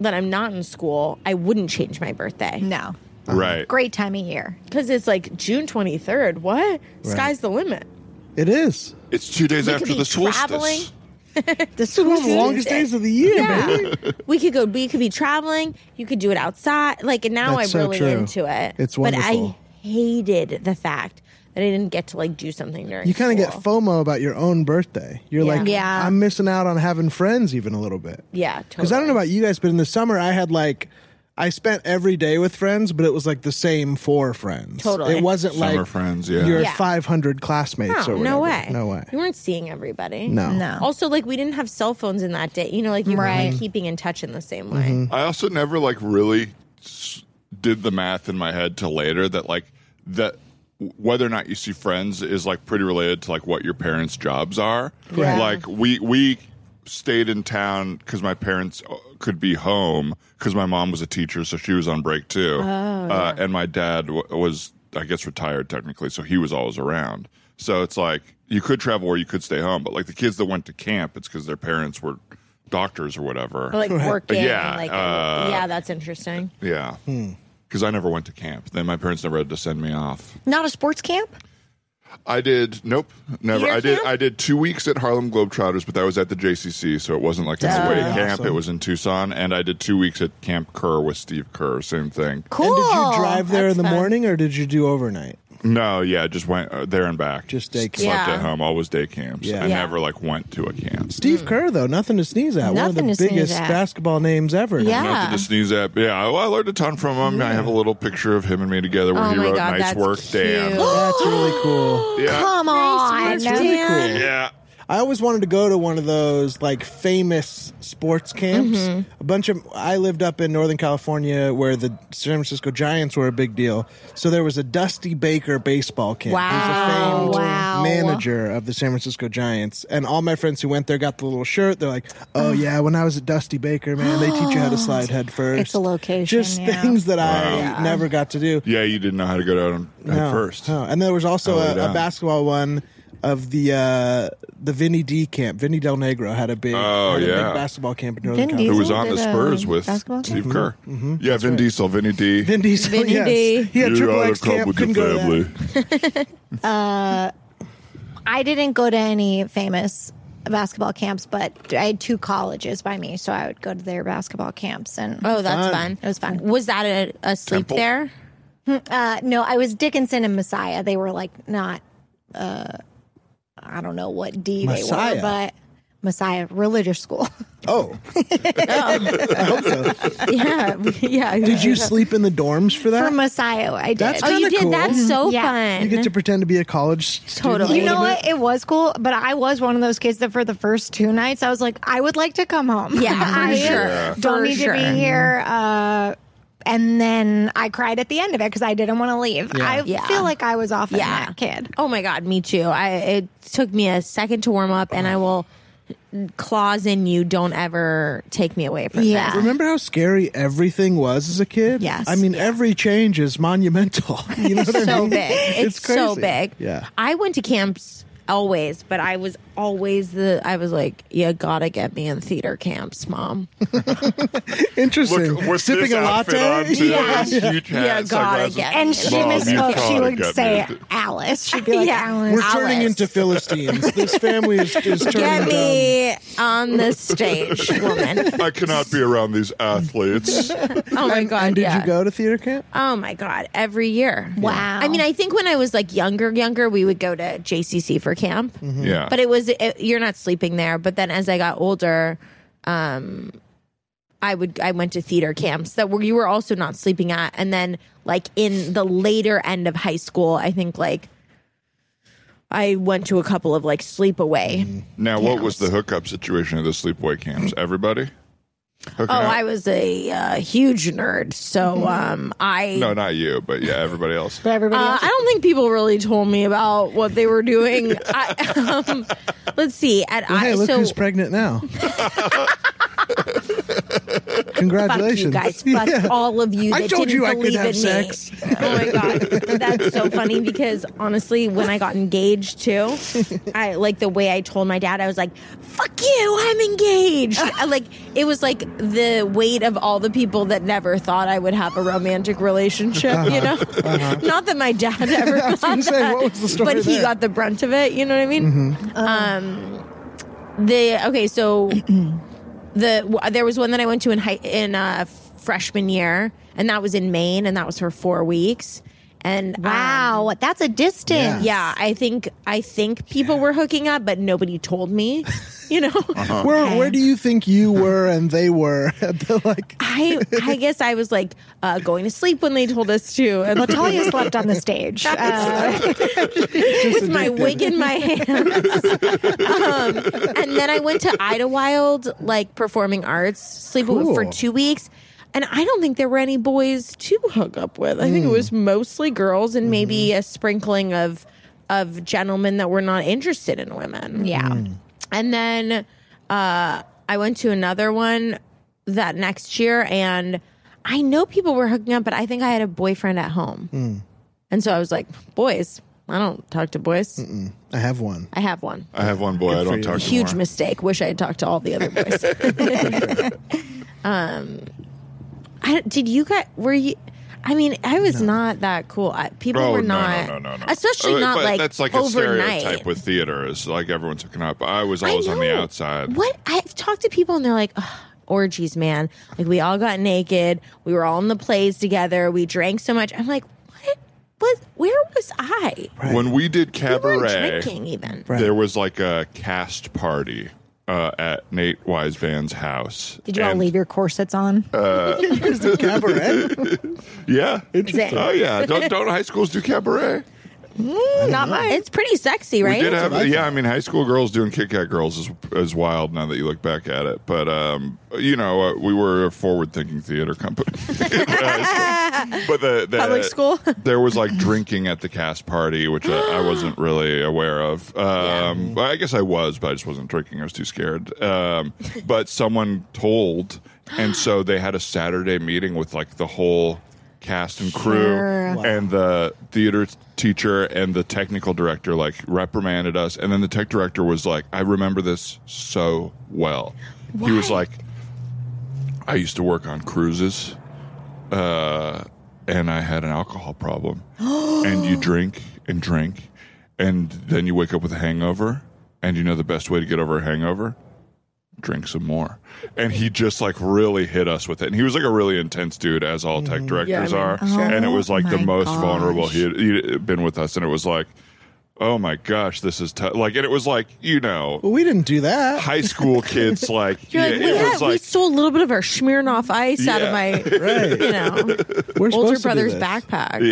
[SPEAKER 3] that I'm not in school, I wouldn't change my birthday
[SPEAKER 4] No.
[SPEAKER 1] right.
[SPEAKER 4] Great time of year.
[SPEAKER 3] because it's like June 23rd. What? Sky's the limit.
[SPEAKER 2] It is.
[SPEAKER 1] It's two days
[SPEAKER 3] We could
[SPEAKER 1] after
[SPEAKER 3] be
[SPEAKER 1] the solstice.
[SPEAKER 3] traveling.
[SPEAKER 2] This is one of the longest days of the year, baby.
[SPEAKER 3] Yeah. we could go. We could be traveling. You could do it outside. Like and now
[SPEAKER 2] That's
[SPEAKER 3] I'm
[SPEAKER 2] so
[SPEAKER 3] really
[SPEAKER 2] true.
[SPEAKER 3] into it.
[SPEAKER 2] It's
[SPEAKER 3] But
[SPEAKER 2] wonderful.
[SPEAKER 3] I hated the fact that I didn't get to like do something during.
[SPEAKER 2] You kind of get
[SPEAKER 3] school.
[SPEAKER 2] FOMO about your own birthday. You're
[SPEAKER 3] Yeah.
[SPEAKER 2] like,
[SPEAKER 4] Yeah.
[SPEAKER 2] I'm missing out on having friends even a little bit.
[SPEAKER 3] Yeah,
[SPEAKER 2] Because I don't know about you guys, but in the summer, I had like, I spent every day with friends, but it was like the same four friends.
[SPEAKER 3] Totally.
[SPEAKER 2] It wasn't
[SPEAKER 1] Summer
[SPEAKER 2] like
[SPEAKER 1] friends, yeah.
[SPEAKER 2] your
[SPEAKER 3] Yeah.
[SPEAKER 2] 500 classmates
[SPEAKER 3] No,
[SPEAKER 2] or whatever.
[SPEAKER 3] no way.
[SPEAKER 2] No way.
[SPEAKER 3] You weren't seeing everybody.
[SPEAKER 2] No.
[SPEAKER 4] No.
[SPEAKER 3] Also, like we didn't have cell phones in that day. You know, like you weren't
[SPEAKER 4] Right.
[SPEAKER 3] like, keeping in touch in the same way.
[SPEAKER 2] Mm-hmm.
[SPEAKER 1] I also never like really s- did the math in my head till later that like that whether or not you see friends is like pretty related to like what your parents' jobs are.
[SPEAKER 3] Yeah.
[SPEAKER 1] Like we we stayed in town because my parents uh, could be home because my mom was a teacher, so she was on break too, uh, and my dad w- was I guess retired technically, so he was always around. So it's like you could travel or you could stay home, but like the kids that went to camp, it's because their parents were doctors or whatever.
[SPEAKER 3] Or like working.
[SPEAKER 1] Yeah,
[SPEAKER 3] and, like
[SPEAKER 1] uh,
[SPEAKER 3] yeah, that's interesting.
[SPEAKER 1] Yeah.
[SPEAKER 2] Hmm.
[SPEAKER 1] Because I never went to camp. Then my parents never had to send me off.
[SPEAKER 4] Not a sports camp?
[SPEAKER 1] I did. Nope. Never.
[SPEAKER 3] Theater
[SPEAKER 1] I did.
[SPEAKER 3] camp?
[SPEAKER 1] I did two weeks at Harlem Globetrotters, but that was at the JCC, so it wasn't like an away
[SPEAKER 2] Duh.
[SPEAKER 1] camp.
[SPEAKER 2] Awesome.
[SPEAKER 1] It was in Tucson, and I did two weeks at Camp Kerr with Steve Kerr. Same thing.
[SPEAKER 4] Cool.
[SPEAKER 2] And did you drive there in the
[SPEAKER 3] That's fun.
[SPEAKER 2] morning or did you do overnight?
[SPEAKER 1] No. Yeah. Just went uh, there and back.
[SPEAKER 2] Just day camp.
[SPEAKER 1] Slept
[SPEAKER 3] Yeah.
[SPEAKER 1] at home. Always day camps.
[SPEAKER 2] Yeah.
[SPEAKER 1] I
[SPEAKER 3] Yeah.
[SPEAKER 1] never like went to a camp.
[SPEAKER 2] Steve
[SPEAKER 3] Mm.
[SPEAKER 2] Kerr, though, nothing to sneeze at. One of the
[SPEAKER 4] Nothing to sneeze
[SPEAKER 2] biggest
[SPEAKER 4] at.
[SPEAKER 2] basketball names ever.
[SPEAKER 4] Yeah.
[SPEAKER 1] Nothing to sneeze at. Yeah. I- Well, I learned a ton from him. I have a little picture of him and me together where
[SPEAKER 3] Oh
[SPEAKER 1] he
[SPEAKER 3] my
[SPEAKER 1] wrote
[SPEAKER 3] God,
[SPEAKER 1] "Nice
[SPEAKER 3] that's
[SPEAKER 1] Work, Dan."
[SPEAKER 3] cute.
[SPEAKER 2] That's really cool.
[SPEAKER 1] Yeah.
[SPEAKER 4] Come on.
[SPEAKER 2] That's really cool.
[SPEAKER 1] Yeah.
[SPEAKER 2] I always wanted to go to one of those like famous sports camps.
[SPEAKER 4] Mm-hmm.
[SPEAKER 2] A bunch of I lived up in Northern California where the San Francisco Giants were a big deal. So there was a Dusty Baker baseball camp.
[SPEAKER 3] Wow.
[SPEAKER 2] He was a famed
[SPEAKER 4] Wow.
[SPEAKER 2] manager of the San Francisco Giants. And all my friends who went there got the little shirt. They're like, "Oh yeah, when I was at Dusty Baker, man, they teach you how to slide head first.
[SPEAKER 4] It's a location,
[SPEAKER 2] Just
[SPEAKER 4] yeah.
[SPEAKER 2] things that I
[SPEAKER 1] Wow.
[SPEAKER 2] never got to do.
[SPEAKER 1] Yeah. You didn't know how to go down
[SPEAKER 2] No,
[SPEAKER 1] at first.
[SPEAKER 2] no. And there was also
[SPEAKER 1] Oh,
[SPEAKER 2] a,
[SPEAKER 1] yeah.
[SPEAKER 2] a basketball one of the uh, the Vinny D camp. Vinny Del Negro had a big,
[SPEAKER 1] Oh,
[SPEAKER 2] had a
[SPEAKER 1] yeah.
[SPEAKER 2] big basketball camp in Northern
[SPEAKER 4] Vin
[SPEAKER 1] who
[SPEAKER 2] California.
[SPEAKER 1] was
[SPEAKER 4] Diesel
[SPEAKER 1] on the
[SPEAKER 4] did a
[SPEAKER 1] Spurs with
[SPEAKER 4] basketball team?
[SPEAKER 1] Steve Kerr.
[SPEAKER 2] Mm-hmm.
[SPEAKER 1] Yeah, Vin Diesel, Vinny D.
[SPEAKER 2] Vin Diesel,
[SPEAKER 3] Vinny
[SPEAKER 2] yes.
[SPEAKER 3] D.
[SPEAKER 2] He had triple X camp. Couldn't go to that.
[SPEAKER 4] I didn't go to any famous basketball camps, but I had two colleges by me, so I would go to their basketball camps. And
[SPEAKER 3] Oh, that's
[SPEAKER 2] Fun.
[SPEAKER 3] fun.
[SPEAKER 4] It was fun.
[SPEAKER 3] Was that a, a sleep
[SPEAKER 1] Temple.
[SPEAKER 3] there?
[SPEAKER 4] uh, no, I was Dickinson and Messiah. They were like not, uh, I don't know what D they
[SPEAKER 2] Messiah?
[SPEAKER 4] were, but Messiah religious school.
[SPEAKER 2] Oh,
[SPEAKER 3] yeah, yeah.
[SPEAKER 2] did you sleep in the dorms for that?
[SPEAKER 4] For Messiah, I did.
[SPEAKER 2] That's
[SPEAKER 3] Oh,
[SPEAKER 2] Kinda
[SPEAKER 3] you did.
[SPEAKER 2] cool.
[SPEAKER 3] That's so
[SPEAKER 4] Yeah.
[SPEAKER 3] fun.
[SPEAKER 2] you get to pretend to be a college student.
[SPEAKER 3] Totally.
[SPEAKER 4] You know what? It was cool, but I was one of those kids that for the first two nights, I was like, I would like to come home.
[SPEAKER 3] Yeah, for
[SPEAKER 4] I
[SPEAKER 3] sure.
[SPEAKER 4] don't
[SPEAKER 3] For
[SPEAKER 4] need
[SPEAKER 3] sure.
[SPEAKER 4] to be here. Uh, and then I cried at the end of it because I didn't want to leave. I
[SPEAKER 3] Yeah.
[SPEAKER 4] feel like I was off
[SPEAKER 3] yeah.
[SPEAKER 4] that kid.
[SPEAKER 3] Oh my god, me too. I it took me a second to warm up, and I will claws in you. Don't ever take me away from
[SPEAKER 4] Yeah.
[SPEAKER 3] this.
[SPEAKER 2] Remember how scary everything was as a kid?
[SPEAKER 4] Yes.
[SPEAKER 2] I mean, every change is monumental. You know what I
[SPEAKER 3] so
[SPEAKER 2] mean?
[SPEAKER 3] big. It's, so
[SPEAKER 2] crazy.
[SPEAKER 3] big.
[SPEAKER 2] Yeah.
[SPEAKER 3] I went to camps always, but I was always the I was like, you gotta get me in theater camps, mom.
[SPEAKER 2] Interesting.
[SPEAKER 1] Look, with
[SPEAKER 2] Sipping
[SPEAKER 1] this
[SPEAKER 2] a
[SPEAKER 1] outfit
[SPEAKER 2] latte.
[SPEAKER 1] on, too,
[SPEAKER 3] Yeah.
[SPEAKER 1] these huge
[SPEAKER 3] Yeah,
[SPEAKER 1] hats,
[SPEAKER 3] gotta
[SPEAKER 1] sunglasses.
[SPEAKER 3] get
[SPEAKER 4] And she
[SPEAKER 1] Mom, you
[SPEAKER 4] misspoke. She
[SPEAKER 1] gotta
[SPEAKER 4] would
[SPEAKER 1] get
[SPEAKER 4] say
[SPEAKER 1] me.
[SPEAKER 4] Alice. She'd be like,
[SPEAKER 3] Yeah.
[SPEAKER 4] Alice.
[SPEAKER 2] We're turning
[SPEAKER 3] Alice.
[SPEAKER 2] into Philistines. This family is, is turning
[SPEAKER 3] Get
[SPEAKER 2] dumb.
[SPEAKER 3] me on the stage, woman.
[SPEAKER 1] I cannot be around these athletes.
[SPEAKER 3] Oh my god.
[SPEAKER 2] And did
[SPEAKER 3] yeah.
[SPEAKER 2] you go to theater camp?
[SPEAKER 3] Oh my god, every year.
[SPEAKER 4] Wow.
[SPEAKER 3] I mean, I think when I was like younger, younger, we would go to JCC for camp.
[SPEAKER 1] yeah.
[SPEAKER 3] But it was it, you're not sleeping there. But then as I got older, um, I would I went to theater camps that were you were also not sleeping at, and then like in the later end of high school, I think like I went to a couple of like sleepaway.
[SPEAKER 1] Now, what was the hookup situation of the sleepaway camps? Everybody? Hooking
[SPEAKER 3] Oh,
[SPEAKER 1] up?
[SPEAKER 3] I was a uh, huge nerd, so um, I
[SPEAKER 1] No, not you, but yeah, everybody else.
[SPEAKER 4] But everybody
[SPEAKER 3] Uh,
[SPEAKER 4] else
[SPEAKER 3] I don't think people really told me about what they were doing. I, um, let's see. At I,
[SPEAKER 2] hey, look
[SPEAKER 3] so
[SPEAKER 2] who's pregnant now.
[SPEAKER 3] fuck
[SPEAKER 2] Congratulations.
[SPEAKER 3] you guys, fuck
[SPEAKER 2] Yeah.
[SPEAKER 3] all of you.
[SPEAKER 2] I
[SPEAKER 3] that
[SPEAKER 2] told
[SPEAKER 3] didn't
[SPEAKER 2] you I could
[SPEAKER 3] believe
[SPEAKER 2] have
[SPEAKER 3] in
[SPEAKER 2] sex.
[SPEAKER 3] Me. Oh my god, that's so funny because honestly, when I got engaged too, I like the way I told my dad. I was like, "Fuck you, I'm engaged." I, like it was like the weight of all the people that never thought I would have a romantic relationship. You know, not that my dad ever.
[SPEAKER 2] Uh-huh. I was gonna
[SPEAKER 3] thought
[SPEAKER 2] say,
[SPEAKER 3] that,
[SPEAKER 2] what was the story
[SPEAKER 3] But he
[SPEAKER 2] there? Mm-hmm.
[SPEAKER 3] got the brunt of it. You know what I mean? Um, the okay, so the w- there was one that I went to in high, in uh, freshman year, and that was in Maine, and that was for four weeks. And um,
[SPEAKER 4] Wow, that's a distance.
[SPEAKER 3] yeah, I think I think people were hooking up, but nobody told me. You know,
[SPEAKER 2] Where, where do you think you were and they were? They're like,
[SPEAKER 3] I I guess I was like uh, going to sleep when they told us to, and
[SPEAKER 4] Latoya slept on the stage. Uh,
[SPEAKER 3] with my wig in my hands. um, and then I went to Idlewild, like performing arts, sleep
[SPEAKER 2] Cool.
[SPEAKER 3] for two weeks. And I don't think there were any boys to hook up with. I think it was mostly girls and maybe a sprinkling of of gentlemen that were not interested in women.
[SPEAKER 4] yeah.
[SPEAKER 3] And then uh, I went to another one that next year, and I know people were hooking up, but I think I had a boyfriend at home. And so I was like, boys, I don't talk to boys.
[SPEAKER 2] I have one.
[SPEAKER 3] I have one.
[SPEAKER 1] I have one boy. I don't talk to
[SPEAKER 3] Huge
[SPEAKER 1] more.
[SPEAKER 3] mistake. Wish I had talked to all the other boys. um, I, did you guys, were you, I mean, I was not that cool. I, people
[SPEAKER 1] Oh,
[SPEAKER 3] were
[SPEAKER 1] no,
[SPEAKER 3] not,
[SPEAKER 1] no, no, no, no.
[SPEAKER 3] especially
[SPEAKER 1] Uh,
[SPEAKER 3] not
[SPEAKER 1] but
[SPEAKER 3] like,
[SPEAKER 1] that's like
[SPEAKER 3] overnight.
[SPEAKER 1] a stereotype with theater is like everyone's hooking up. I was
[SPEAKER 3] I
[SPEAKER 1] always on the
[SPEAKER 3] know.
[SPEAKER 1] outside.
[SPEAKER 3] What I've talked to people and they're like, "Ugh, orgies, man. Like we all got naked. We were all in the plays together. We drank so much. I'm like, what? Was where was I?
[SPEAKER 1] When we did
[SPEAKER 3] We weren't
[SPEAKER 1] cabaret,
[SPEAKER 3] drinking even.
[SPEAKER 2] Right.
[SPEAKER 1] there was like a cast party uh, at Nate Weisband's house.
[SPEAKER 4] Did you all
[SPEAKER 1] And-
[SPEAKER 4] leave your corsets on?
[SPEAKER 2] Here's the cabaret.
[SPEAKER 1] Yeah. Oh yeah. Don't don't high schools do cabaret?
[SPEAKER 3] Not mine. It's pretty sexy, right?
[SPEAKER 1] We did have, yeah. I mean, high school girls doing Kit Kat girls is is wild now that you look back at it. But um, you know, uh, we were a forward thinking theater company. in high school. but the, the
[SPEAKER 3] Public school?
[SPEAKER 1] there was like drinking at the cast party, which I, I wasn't really aware of. Um, well, I guess I was, but I just wasn't drinking. I was too scared. Um, but someone told, and so they had a Saturday meeting with like the whole cast and crew
[SPEAKER 4] Sure.
[SPEAKER 1] and the theater teacher and the technical director like reprimanded us and then the tech director was like i remember this so well he was
[SPEAKER 3] Why?
[SPEAKER 1] like i used to work on cruises uh, and i had an alcohol problem and you drink and drink and then you wake up with a hangover and you know the best way to get over a hangover drink some more and he just like really hit us with it and he was like a really intense dude as all tech directors
[SPEAKER 3] Mm. I mean, oh
[SPEAKER 1] are and it was like the
[SPEAKER 4] my
[SPEAKER 1] most
[SPEAKER 4] gosh.
[SPEAKER 1] vulnerable he had, he'd been with us and it was like oh my gosh this is tough like and it was like you know
[SPEAKER 2] Well, we didn't do that.
[SPEAKER 1] high school kids like,
[SPEAKER 3] You're
[SPEAKER 1] yeah,
[SPEAKER 3] like, we,
[SPEAKER 1] it
[SPEAKER 3] had,
[SPEAKER 1] was
[SPEAKER 3] we
[SPEAKER 1] like
[SPEAKER 3] stole a little bit of our Smirnoff ice out of
[SPEAKER 1] Yeah.
[SPEAKER 3] my,
[SPEAKER 2] Right.
[SPEAKER 3] you know,
[SPEAKER 2] We're supposed
[SPEAKER 3] older
[SPEAKER 2] to do
[SPEAKER 3] brother's
[SPEAKER 2] this.
[SPEAKER 3] backpack.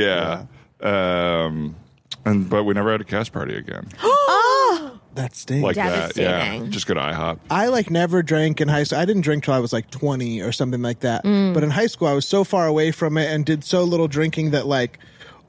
[SPEAKER 1] yeah um and but we never had a cast party again
[SPEAKER 3] Oh,
[SPEAKER 2] That stinks.
[SPEAKER 1] like that yeah
[SPEAKER 3] Devastating.
[SPEAKER 1] just go to ihop
[SPEAKER 2] I like never drank in high school. I didn't drink till I was like 20 or something like that.
[SPEAKER 4] Mm.
[SPEAKER 2] But in high school, I was so far away from it and did so little drinking that like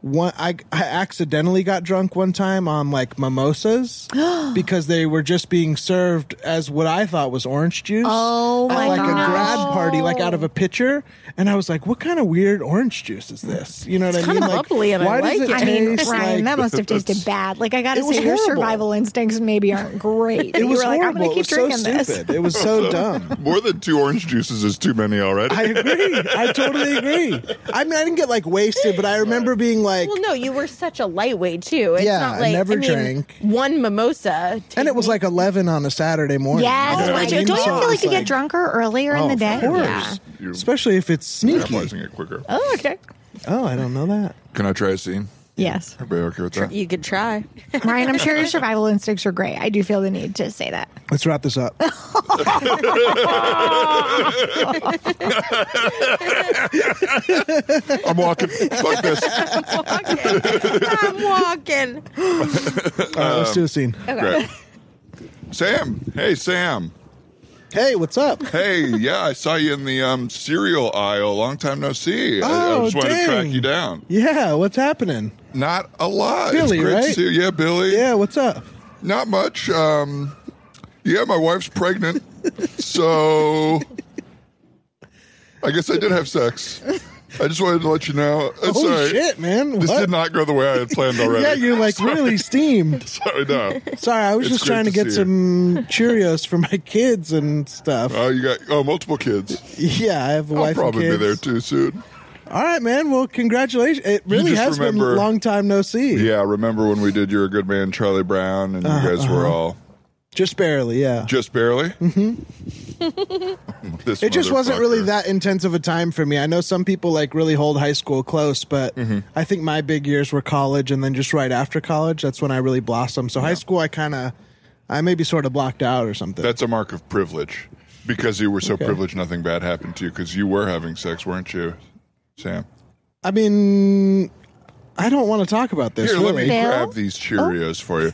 [SPEAKER 2] one I, I accidentally got drunk one time on like mimosas because they were just being served as what I thought was orange juice.
[SPEAKER 4] Oh
[SPEAKER 2] at,
[SPEAKER 4] my
[SPEAKER 2] like a
[SPEAKER 4] gosh.
[SPEAKER 2] grad party, like out of a pitcher, and I was like, "What kind of weird orange juice is this?" You know what I mean?
[SPEAKER 3] kinda
[SPEAKER 2] like,
[SPEAKER 3] bubbly and I
[SPEAKER 2] why
[SPEAKER 3] like
[SPEAKER 2] does
[SPEAKER 3] it.
[SPEAKER 2] it
[SPEAKER 4] I mean,
[SPEAKER 2] taste
[SPEAKER 4] Ryan,
[SPEAKER 2] like-
[SPEAKER 4] that must have tasted bad. Like I gotta
[SPEAKER 2] It was
[SPEAKER 4] say, your
[SPEAKER 2] horrible.
[SPEAKER 4] survival instincts maybe aren't great.
[SPEAKER 2] it
[SPEAKER 4] you
[SPEAKER 2] was
[SPEAKER 4] were like,
[SPEAKER 2] horrible.
[SPEAKER 4] I'm
[SPEAKER 2] it
[SPEAKER 4] gonna keep
[SPEAKER 2] was so
[SPEAKER 4] drinking
[SPEAKER 2] stupid.
[SPEAKER 4] this.
[SPEAKER 2] It was so dumb.
[SPEAKER 1] more than two orange juices is too many already
[SPEAKER 2] I agree. I totally agree. I mean, I didn't get like wasted, but I remember being like,
[SPEAKER 3] Well, no, you were such a lightweight too. It's
[SPEAKER 2] Yeah,
[SPEAKER 3] not
[SPEAKER 2] I
[SPEAKER 3] like,
[SPEAKER 2] never
[SPEAKER 3] mean,
[SPEAKER 2] drank.
[SPEAKER 3] one mimosa,
[SPEAKER 2] and it was like 11 on a Saturday morning. You
[SPEAKER 4] Yes,
[SPEAKER 2] know
[SPEAKER 4] my
[SPEAKER 2] what I
[SPEAKER 4] God.
[SPEAKER 2] mean?
[SPEAKER 4] don't you
[SPEAKER 2] So
[SPEAKER 4] feel
[SPEAKER 2] it's
[SPEAKER 4] like you get drunker earlier
[SPEAKER 2] oh,
[SPEAKER 4] in the
[SPEAKER 2] of
[SPEAKER 4] day?
[SPEAKER 2] course.
[SPEAKER 3] Yeah.
[SPEAKER 1] You're
[SPEAKER 2] Especially if it's sneaky.
[SPEAKER 1] metabolizing it quicker
[SPEAKER 4] Oh, okay.
[SPEAKER 2] Oh, I don't know that.
[SPEAKER 1] can i try a scene
[SPEAKER 4] Yes.
[SPEAKER 1] Everybody okay with that?
[SPEAKER 3] You could try.
[SPEAKER 4] Ryan, I'm sure your survival instincts are great. I do feel the need to say that.
[SPEAKER 2] Let's wrap this up.
[SPEAKER 1] I'm walking. Fuck this.
[SPEAKER 3] I'm walking.
[SPEAKER 2] All right, let's do a scene.
[SPEAKER 1] Great. Sam. Hey, Sam.
[SPEAKER 2] Hey, what's up?
[SPEAKER 1] Hey, yeah, I saw you in the um, cereal aisle. Long time no see. I- I,
[SPEAKER 2] Oh,
[SPEAKER 1] just wanted to track
[SPEAKER 2] dang.
[SPEAKER 1] you down.
[SPEAKER 2] Yeah, what's happening?
[SPEAKER 1] Not a lot.
[SPEAKER 2] Billy,
[SPEAKER 1] it's great to
[SPEAKER 2] right?
[SPEAKER 1] see you. Yeah, Billy.
[SPEAKER 2] Yeah, what's up?
[SPEAKER 1] Not much. Um, yeah, my wife's pregnant, so I guess I did have sex. I just wanted to let you know. Uh,
[SPEAKER 2] Holy
[SPEAKER 1] sorry.
[SPEAKER 2] shit, man.
[SPEAKER 1] This
[SPEAKER 2] What?
[SPEAKER 1] did not go the way I had planned already.
[SPEAKER 2] Yeah, you're like really steamed.
[SPEAKER 1] sorry, no.
[SPEAKER 2] Sorry, I was
[SPEAKER 1] It's
[SPEAKER 2] just
[SPEAKER 1] great
[SPEAKER 2] trying to
[SPEAKER 1] to
[SPEAKER 2] get
[SPEAKER 1] see you.
[SPEAKER 2] some Cheerios for my kids and stuff.
[SPEAKER 1] Oh, you got oh multiple kids.
[SPEAKER 2] yeah, I have a
[SPEAKER 1] I'll
[SPEAKER 2] wife and
[SPEAKER 1] probably
[SPEAKER 2] kids.
[SPEAKER 1] be there too soon.
[SPEAKER 2] All right, man. Well, congratulations. It really
[SPEAKER 1] just
[SPEAKER 2] has
[SPEAKER 1] remember-
[SPEAKER 2] been long time no see.
[SPEAKER 1] Yeah, remember when we did "You're a Good Man," Charlie Brown, and
[SPEAKER 2] Uh-huh.
[SPEAKER 1] you guys were all
[SPEAKER 2] Just barely, yeah.
[SPEAKER 1] just barely. Mm-hmm. this
[SPEAKER 2] Mm-hmm. it just wasn't
[SPEAKER 1] motherfucker.
[SPEAKER 2] really that intense of a time for me. I know some people like really hold high school close, but
[SPEAKER 1] Mm-hmm.
[SPEAKER 2] I think my big years were college and then just right after college, that's when I really blossomed. So high school I kind of I maybe sort of blocked out or something.
[SPEAKER 1] That's a mark of privilege, because you were so privileged, nothing bad happened to you. Because you were having sex, weren't you, Sam?
[SPEAKER 2] I mean, I don't want to talk about this
[SPEAKER 1] Here, let me
[SPEAKER 2] really.
[SPEAKER 4] Bill?
[SPEAKER 1] grab these Cheerios for you.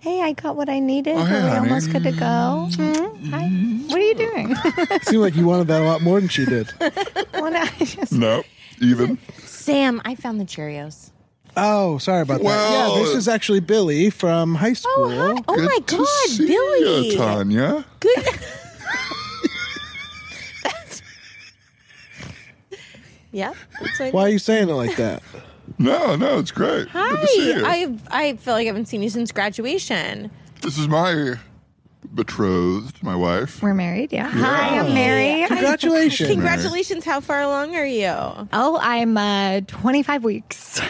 [SPEAKER 4] Hey, I got what I needed.
[SPEAKER 3] Oh,
[SPEAKER 1] hey,
[SPEAKER 4] Are we
[SPEAKER 1] honey.
[SPEAKER 4] almost good to go? Hi. What are you doing?
[SPEAKER 2] It seemed like you wanted that a lot more than she did.
[SPEAKER 4] Wanna- I just-
[SPEAKER 1] No, Oh, even
[SPEAKER 3] Sam, I found the Cheerios.
[SPEAKER 2] Oh, sorry about that.
[SPEAKER 1] Well-
[SPEAKER 2] Yeah, this is actually Billy from high school.
[SPEAKER 3] Oh, hi. oh my
[SPEAKER 1] Good to
[SPEAKER 3] God,
[SPEAKER 1] see
[SPEAKER 3] Billy.
[SPEAKER 1] ya, Tanya.
[SPEAKER 3] Good. yep. That's what I
[SPEAKER 2] Why are you saying it like that?
[SPEAKER 1] No, no, it's great. Good to see
[SPEAKER 3] Hi.
[SPEAKER 1] you.
[SPEAKER 3] I I feel like I haven't seen you since graduation.
[SPEAKER 1] This is my betrothed, my wife.
[SPEAKER 4] We're married, yeah. Hi, I'm Mary.
[SPEAKER 2] Congratulations.
[SPEAKER 3] Congratulations. How far along are you?
[SPEAKER 4] Oh, I'm uh, 25 weeks.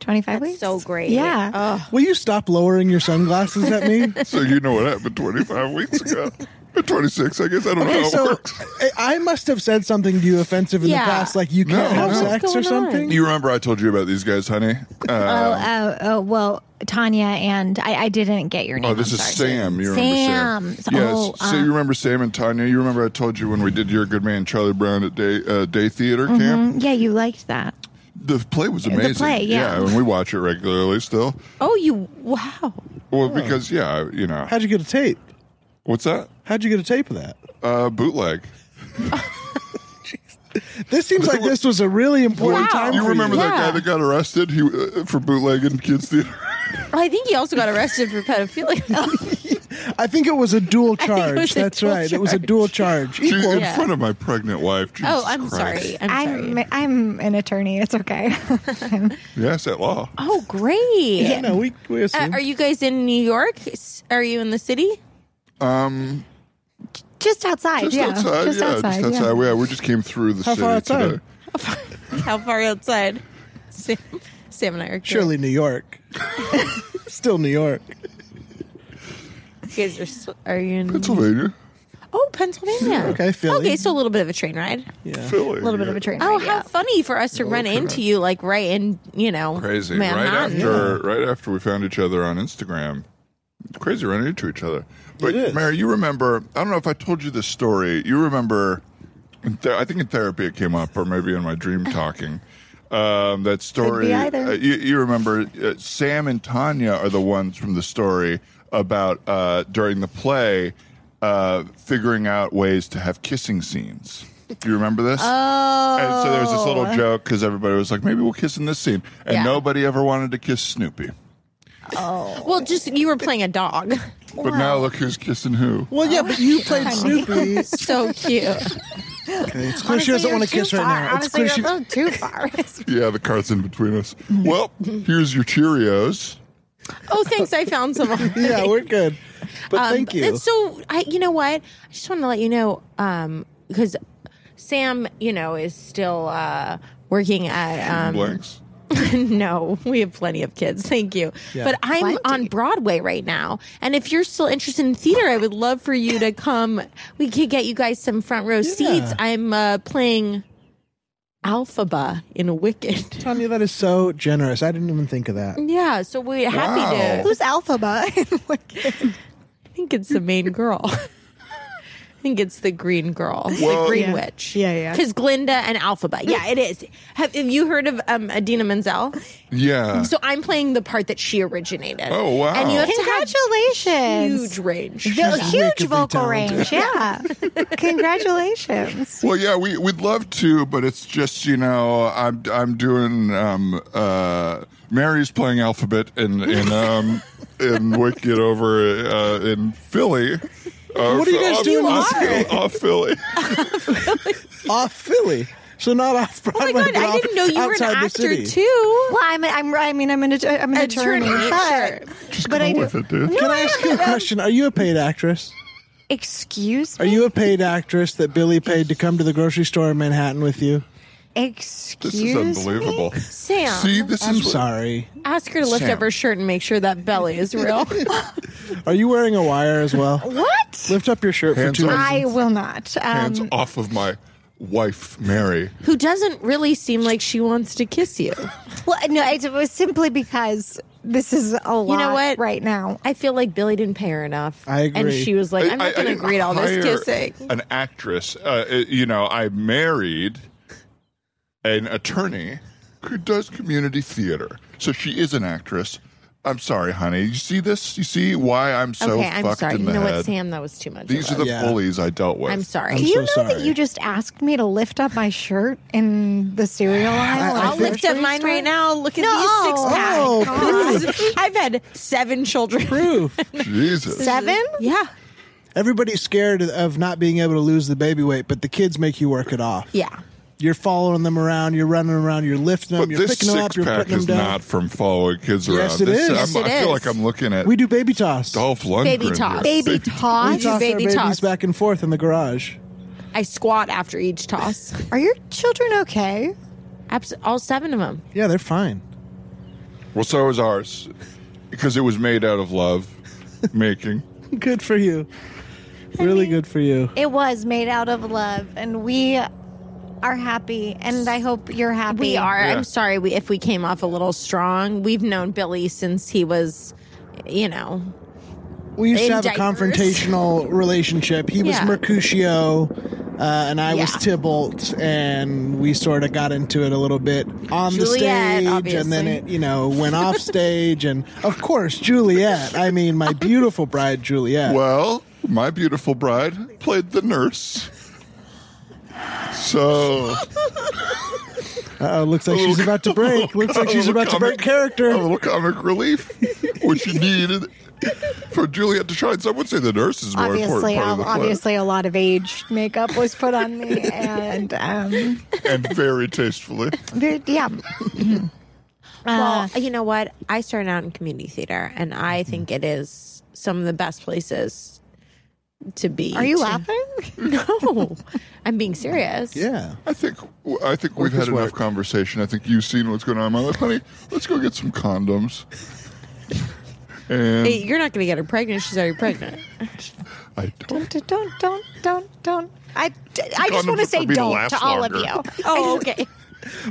[SPEAKER 4] 25 weeks?
[SPEAKER 3] So great.
[SPEAKER 4] Yeah.
[SPEAKER 3] Oh,
[SPEAKER 2] Will you stop lowering your sunglasses at me?
[SPEAKER 1] So you know what happened 25 weeks ago. Or 26, I guess. I don't know
[SPEAKER 2] Okay,
[SPEAKER 1] how it
[SPEAKER 2] so
[SPEAKER 1] works.
[SPEAKER 2] I I must have said something to you offensive in
[SPEAKER 3] Yeah.
[SPEAKER 2] the past, like you can't
[SPEAKER 1] No,
[SPEAKER 2] have
[SPEAKER 1] no.
[SPEAKER 2] sex
[SPEAKER 3] What's
[SPEAKER 2] or
[SPEAKER 3] going on?
[SPEAKER 2] something.
[SPEAKER 1] You remember I told you about these guys, honey?
[SPEAKER 4] oh,
[SPEAKER 1] Uh,
[SPEAKER 4] oh, oh, well, Tanya and I, I didn't get your name.
[SPEAKER 1] oh, this
[SPEAKER 4] I'm
[SPEAKER 1] is
[SPEAKER 4] sorry.
[SPEAKER 1] Sam. You remember Sam?
[SPEAKER 4] Sam.
[SPEAKER 1] Yes.
[SPEAKER 4] Oh,
[SPEAKER 1] so
[SPEAKER 4] uh,
[SPEAKER 1] you remember Sam and Tanya? You remember I told you when we did "You're a Good Man," Charlie Brown at day uh, day theater
[SPEAKER 4] Mm-hmm.
[SPEAKER 1] camp.
[SPEAKER 4] um, Yeah, you liked that.
[SPEAKER 1] The play was amazing.
[SPEAKER 4] play, yeah.
[SPEAKER 1] and we watch it regularly still.
[SPEAKER 3] oh you wow.
[SPEAKER 1] Well, because yeah, you know,
[SPEAKER 2] How'd you get a tape?
[SPEAKER 1] what's that?
[SPEAKER 2] How'd you get a tape of that?
[SPEAKER 1] Uh, bootleg.
[SPEAKER 2] This seems like this was a really important
[SPEAKER 3] Wow.
[SPEAKER 2] time.
[SPEAKER 1] You
[SPEAKER 4] Oh,
[SPEAKER 2] for
[SPEAKER 1] remember that
[SPEAKER 3] Yeah.
[SPEAKER 1] guy that got arrested? He uh, for bootlegging kids theater.
[SPEAKER 3] I think he also got arrested for
[SPEAKER 2] Oh,
[SPEAKER 3] pedophilia.
[SPEAKER 2] I think it was a dual
[SPEAKER 3] think it
[SPEAKER 2] charge.
[SPEAKER 3] was a
[SPEAKER 2] That's
[SPEAKER 3] dual
[SPEAKER 2] right. It was a
[SPEAKER 3] charge.
[SPEAKER 2] dual charge.
[SPEAKER 1] Gee,
[SPEAKER 2] Equal.
[SPEAKER 1] in
[SPEAKER 3] Yeah.
[SPEAKER 1] front of my pregnant wife. Jesus
[SPEAKER 3] oh, I'm
[SPEAKER 1] Christ.
[SPEAKER 3] sorry. I'm, sorry.
[SPEAKER 4] I'm, I'm an attorney. It's okay.
[SPEAKER 1] Yes, at law.
[SPEAKER 3] oh, great.
[SPEAKER 2] Yeah, no, we, we
[SPEAKER 3] Uh,
[SPEAKER 2] assume.
[SPEAKER 3] are you guys in New York? S- Are you in the city?
[SPEAKER 1] Um,
[SPEAKER 4] just outside.
[SPEAKER 1] just
[SPEAKER 4] yeah.
[SPEAKER 1] outside.
[SPEAKER 4] just
[SPEAKER 1] yeah,
[SPEAKER 4] outside.
[SPEAKER 1] just outside.
[SPEAKER 4] Yeah.
[SPEAKER 1] Yeah. we just came through the
[SPEAKER 2] How
[SPEAKER 1] city
[SPEAKER 2] far outside?
[SPEAKER 1] today.
[SPEAKER 3] How far outside? Sam, Sam and I are
[SPEAKER 2] Surely New York. Still New York.
[SPEAKER 3] You guys are, s- are you in?
[SPEAKER 1] Pennsylvania,
[SPEAKER 3] Oh, Pennsylvania.
[SPEAKER 2] Okay, Philly.
[SPEAKER 3] Okay, so a little bit of a train ride.
[SPEAKER 2] Yeah.
[SPEAKER 1] Philly.
[SPEAKER 4] A little bit of a train.
[SPEAKER 3] Oh,
[SPEAKER 4] ride,
[SPEAKER 3] how
[SPEAKER 4] yeah.
[SPEAKER 3] funny for us to run
[SPEAKER 1] Okay.
[SPEAKER 3] into you, like right in, you know,
[SPEAKER 1] Crazy. Right
[SPEAKER 3] Manhattan.
[SPEAKER 1] after, right after we found each other on Instagram. It's crazy running into each other. But
[SPEAKER 2] It is.
[SPEAKER 1] Mary, you remember? I don't know if I told you this story. You remember? in ther- I think in therapy it came up, or maybe in my dream talking. Um, that story.
[SPEAKER 4] be either.
[SPEAKER 1] uh, you, you remember? Uh, Sam and Tanya are the ones from the story about uh, during the play uh, figuring out ways to have kissing scenes. Do you remember this?
[SPEAKER 4] Oh,
[SPEAKER 1] And so there was this little joke because everybody was like, maybe we'll kiss in this scene. And
[SPEAKER 3] Yeah.
[SPEAKER 1] nobody ever wanted to kiss Snoopy.
[SPEAKER 3] Well, just you were playing a dog.
[SPEAKER 1] But now look who's kissing who.
[SPEAKER 2] Well, yeah, but you played Snoopy.
[SPEAKER 3] so cute.
[SPEAKER 2] Okay, It's clear she doesn't want to kiss right now. It's
[SPEAKER 4] Honestly,
[SPEAKER 2] clear
[SPEAKER 4] you're
[SPEAKER 2] she.
[SPEAKER 4] a little too far.
[SPEAKER 1] Yeah, the cart's in between us. Well, here's your Cheerios.
[SPEAKER 3] Oh, thanks. I found someone.
[SPEAKER 2] Yeah, we're good. But
[SPEAKER 3] Um,
[SPEAKER 2] thank you.
[SPEAKER 3] It's so I you know what? I just want to let you know um cuz Sam, you know, is still uh working at um
[SPEAKER 1] Blanks.
[SPEAKER 3] no, we have plenty of kids. Thank you.
[SPEAKER 2] Yeah.
[SPEAKER 3] But I'm
[SPEAKER 4] Plenty.
[SPEAKER 3] on Broadway right now. And if you're still interested in theater, I would love for you to come. We could get you guys some front row seats. I'm uh playing Alphaba in Wicked.
[SPEAKER 2] Tanya, that is so generous. I didn't even think of that.
[SPEAKER 3] Yeah, so we're happy
[SPEAKER 1] Wow.
[SPEAKER 3] to.
[SPEAKER 4] Who's Alphaba?
[SPEAKER 3] I think it's the main girl. I think it's the green girl,
[SPEAKER 1] Well-
[SPEAKER 3] the green
[SPEAKER 4] Yeah.
[SPEAKER 3] witch.
[SPEAKER 4] Yeah, yeah.
[SPEAKER 3] Because Glinda and Alphaba. Yeah, it is. Have, have you heard of um, Adina Menzel?
[SPEAKER 1] Yeah.
[SPEAKER 3] So I'm playing the part that she originated.
[SPEAKER 1] Oh, wow.
[SPEAKER 3] And you have to have
[SPEAKER 4] Congratulations.
[SPEAKER 3] huge range.
[SPEAKER 4] The
[SPEAKER 2] She's
[SPEAKER 4] huge
[SPEAKER 2] wickedly
[SPEAKER 4] vocal
[SPEAKER 2] talented.
[SPEAKER 4] range. Yeah. Congratulations.
[SPEAKER 1] well, yeah, we we'd love to, but it's just you know I'm I'm doing um uh Mary's playing alphabet in in um in Wicked over uh, in Philly. Uh,
[SPEAKER 2] What are you guys
[SPEAKER 1] off-
[SPEAKER 2] doing in
[SPEAKER 1] off,
[SPEAKER 2] Philly?
[SPEAKER 1] Phil- off Philly?
[SPEAKER 2] off Philly. So not off
[SPEAKER 3] Oh
[SPEAKER 2] Broadway.
[SPEAKER 3] my god,
[SPEAKER 2] but
[SPEAKER 3] I
[SPEAKER 2] off-
[SPEAKER 3] didn't know you were an
[SPEAKER 2] outside the
[SPEAKER 3] actor
[SPEAKER 2] city.
[SPEAKER 3] too.
[SPEAKER 4] Well, I'm, I'm, I mean, I'm an, att- I'm an attorney,
[SPEAKER 3] Attorney, sure.
[SPEAKER 4] but, but I
[SPEAKER 1] Go
[SPEAKER 4] do.
[SPEAKER 1] with it, dude.
[SPEAKER 3] Oh
[SPEAKER 2] Can I ask you a question? Are you a paid actress?
[SPEAKER 4] Excuse
[SPEAKER 2] Are
[SPEAKER 4] me.
[SPEAKER 2] you a paid actress that Billy paid to come to the grocery store in Manhattan with you?
[SPEAKER 4] Excuse
[SPEAKER 1] This is unbelievable.
[SPEAKER 3] Sam,
[SPEAKER 1] See, this
[SPEAKER 2] I'm
[SPEAKER 1] is what-
[SPEAKER 2] sorry.
[SPEAKER 3] ask her to lift
[SPEAKER 1] Sam.
[SPEAKER 3] up her shirt and make sure that belly is real.
[SPEAKER 2] Are you wearing a wire as well?
[SPEAKER 4] me. What?
[SPEAKER 2] Lift up your shirt
[SPEAKER 1] Hands
[SPEAKER 2] for two
[SPEAKER 1] up.
[SPEAKER 2] reasons.
[SPEAKER 4] I will not.
[SPEAKER 1] hands
[SPEAKER 4] Um,
[SPEAKER 1] off of my wife, Mary.
[SPEAKER 3] Who doesn't really seem like she wants to kiss you.
[SPEAKER 4] well, no, it was simply because this is a lot
[SPEAKER 3] know what?
[SPEAKER 4] right now.
[SPEAKER 3] I feel like Billy didn't pay her enough.
[SPEAKER 2] I
[SPEAKER 3] And
[SPEAKER 2] agree.
[SPEAKER 3] she was like, I'm
[SPEAKER 1] I- I
[SPEAKER 3] not going to
[SPEAKER 1] didn't
[SPEAKER 3] agree to all this
[SPEAKER 1] hire
[SPEAKER 3] kissing.
[SPEAKER 1] An actress, uh, it- you know, I married an attorney who does community theater, so she is an actress. I'm sorry, honey. You see this? You see why I'm so
[SPEAKER 3] okay, I'm
[SPEAKER 1] fucked
[SPEAKER 3] sorry.
[SPEAKER 1] in
[SPEAKER 3] You
[SPEAKER 1] the
[SPEAKER 3] know
[SPEAKER 1] head?
[SPEAKER 3] what, Sam? That was too much.
[SPEAKER 1] These are
[SPEAKER 3] of
[SPEAKER 1] the
[SPEAKER 3] us.
[SPEAKER 2] Yeah.
[SPEAKER 1] bullies I dealt with.
[SPEAKER 3] I'm sorry.
[SPEAKER 2] I'm
[SPEAKER 4] Do you know
[SPEAKER 2] so
[SPEAKER 4] that
[SPEAKER 2] sorry.
[SPEAKER 4] you just asked me to lift up my shirt in the cereal aisle?
[SPEAKER 2] I- I
[SPEAKER 4] at
[SPEAKER 3] I'll
[SPEAKER 4] the
[SPEAKER 2] think-
[SPEAKER 3] lift up
[SPEAKER 4] grocery
[SPEAKER 3] mine
[SPEAKER 4] store?
[SPEAKER 3] right now. Look at
[SPEAKER 4] No.
[SPEAKER 3] these six pack.
[SPEAKER 2] Oh,
[SPEAKER 3] I've had seven children.
[SPEAKER 2] Proof.
[SPEAKER 1] Jesus.
[SPEAKER 4] Seven?
[SPEAKER 3] Yeah.
[SPEAKER 2] Everybody's scared of not being able to lose the baby weight, but the kids make you work it off.
[SPEAKER 3] Yeah.
[SPEAKER 2] You're following them around. You're running around. You're lifting them.
[SPEAKER 1] But
[SPEAKER 2] you're
[SPEAKER 1] this
[SPEAKER 2] picking them up.
[SPEAKER 1] six
[SPEAKER 2] You're
[SPEAKER 1] pack
[SPEAKER 2] putting them
[SPEAKER 1] is
[SPEAKER 2] down.
[SPEAKER 1] not from following kids around.
[SPEAKER 2] Yes, it
[SPEAKER 1] this,
[SPEAKER 2] is.
[SPEAKER 1] I'm-
[SPEAKER 2] Yes,
[SPEAKER 3] it
[SPEAKER 1] I feel
[SPEAKER 3] is.
[SPEAKER 1] like I'm looking at
[SPEAKER 2] we do baby toss.
[SPEAKER 1] Dolph Lundgren.
[SPEAKER 3] Baby
[SPEAKER 1] here.
[SPEAKER 3] toss.
[SPEAKER 4] Baby
[SPEAKER 2] we
[SPEAKER 4] toss?
[SPEAKER 2] toss
[SPEAKER 3] baby
[SPEAKER 2] our babies
[SPEAKER 3] toss.
[SPEAKER 2] back and forth in the garage.
[SPEAKER 3] I squat after each toss.
[SPEAKER 4] Are your children okay?
[SPEAKER 3] Abs- all seven of them.
[SPEAKER 2] Yeah, they're fine.
[SPEAKER 1] Well, so is ours because it was made out of love making.
[SPEAKER 2] Good for you. Really good for you.
[SPEAKER 4] It was made out of love, and we are happy, and I hope you're happy.
[SPEAKER 3] We are.
[SPEAKER 1] Yeah.
[SPEAKER 3] I'm sorry we, if we came off a little strong. We've known Billy since he was, you know,
[SPEAKER 2] We used to have a
[SPEAKER 3] In diapers.
[SPEAKER 2] confrontational relationship. He was
[SPEAKER 3] Yeah.
[SPEAKER 2] Mercutio, uh, and I was
[SPEAKER 3] Yeah.
[SPEAKER 2] Tybalt, and we sort of got into it a little bit on
[SPEAKER 3] Juliet,
[SPEAKER 2] the stage, and then
[SPEAKER 3] obviously.
[SPEAKER 2] it, you know, went off stage, and of course, Juliet. I mean, my beautiful bride, Juliet.
[SPEAKER 1] Well, my beautiful bride played the nurse. So
[SPEAKER 2] Uh, looks like she's about to break. Looks like she's about to break
[SPEAKER 1] a
[SPEAKER 2] character.
[SPEAKER 1] little comic relief, which you needed for Juliet to shine. So I would say the nurse is more
[SPEAKER 4] Obviously,
[SPEAKER 1] important part
[SPEAKER 4] um,
[SPEAKER 1] of the play,
[SPEAKER 4] obviously, a lot of age makeup was put on me, and um,
[SPEAKER 1] and very tastefully.
[SPEAKER 4] there- yeah.
[SPEAKER 3] Well,
[SPEAKER 4] Uh,
[SPEAKER 3] you know what? I started out in community theater, and I
[SPEAKER 4] Mm-hmm.
[SPEAKER 3] think it is some of the best places to be.
[SPEAKER 4] are you
[SPEAKER 3] to-
[SPEAKER 4] laughing?
[SPEAKER 3] No, I'm being serious.
[SPEAKER 2] Yeah.
[SPEAKER 1] I think I think we've
[SPEAKER 2] Work
[SPEAKER 1] had
[SPEAKER 2] is
[SPEAKER 1] enough
[SPEAKER 2] work.
[SPEAKER 1] conversation. I think you've seen what's going on in my life, honey. Let's go get some condoms. And
[SPEAKER 3] Hey, you're not going to get her pregnant. She's already pregnant.
[SPEAKER 1] I don't.
[SPEAKER 4] Don't, don't, don't, don't, don't. I, I just
[SPEAKER 1] Condom
[SPEAKER 4] want to
[SPEAKER 1] for
[SPEAKER 4] say
[SPEAKER 1] me to
[SPEAKER 4] don't
[SPEAKER 1] laugh
[SPEAKER 4] to all of
[SPEAKER 1] longer.
[SPEAKER 4] you.
[SPEAKER 3] Oh, okay.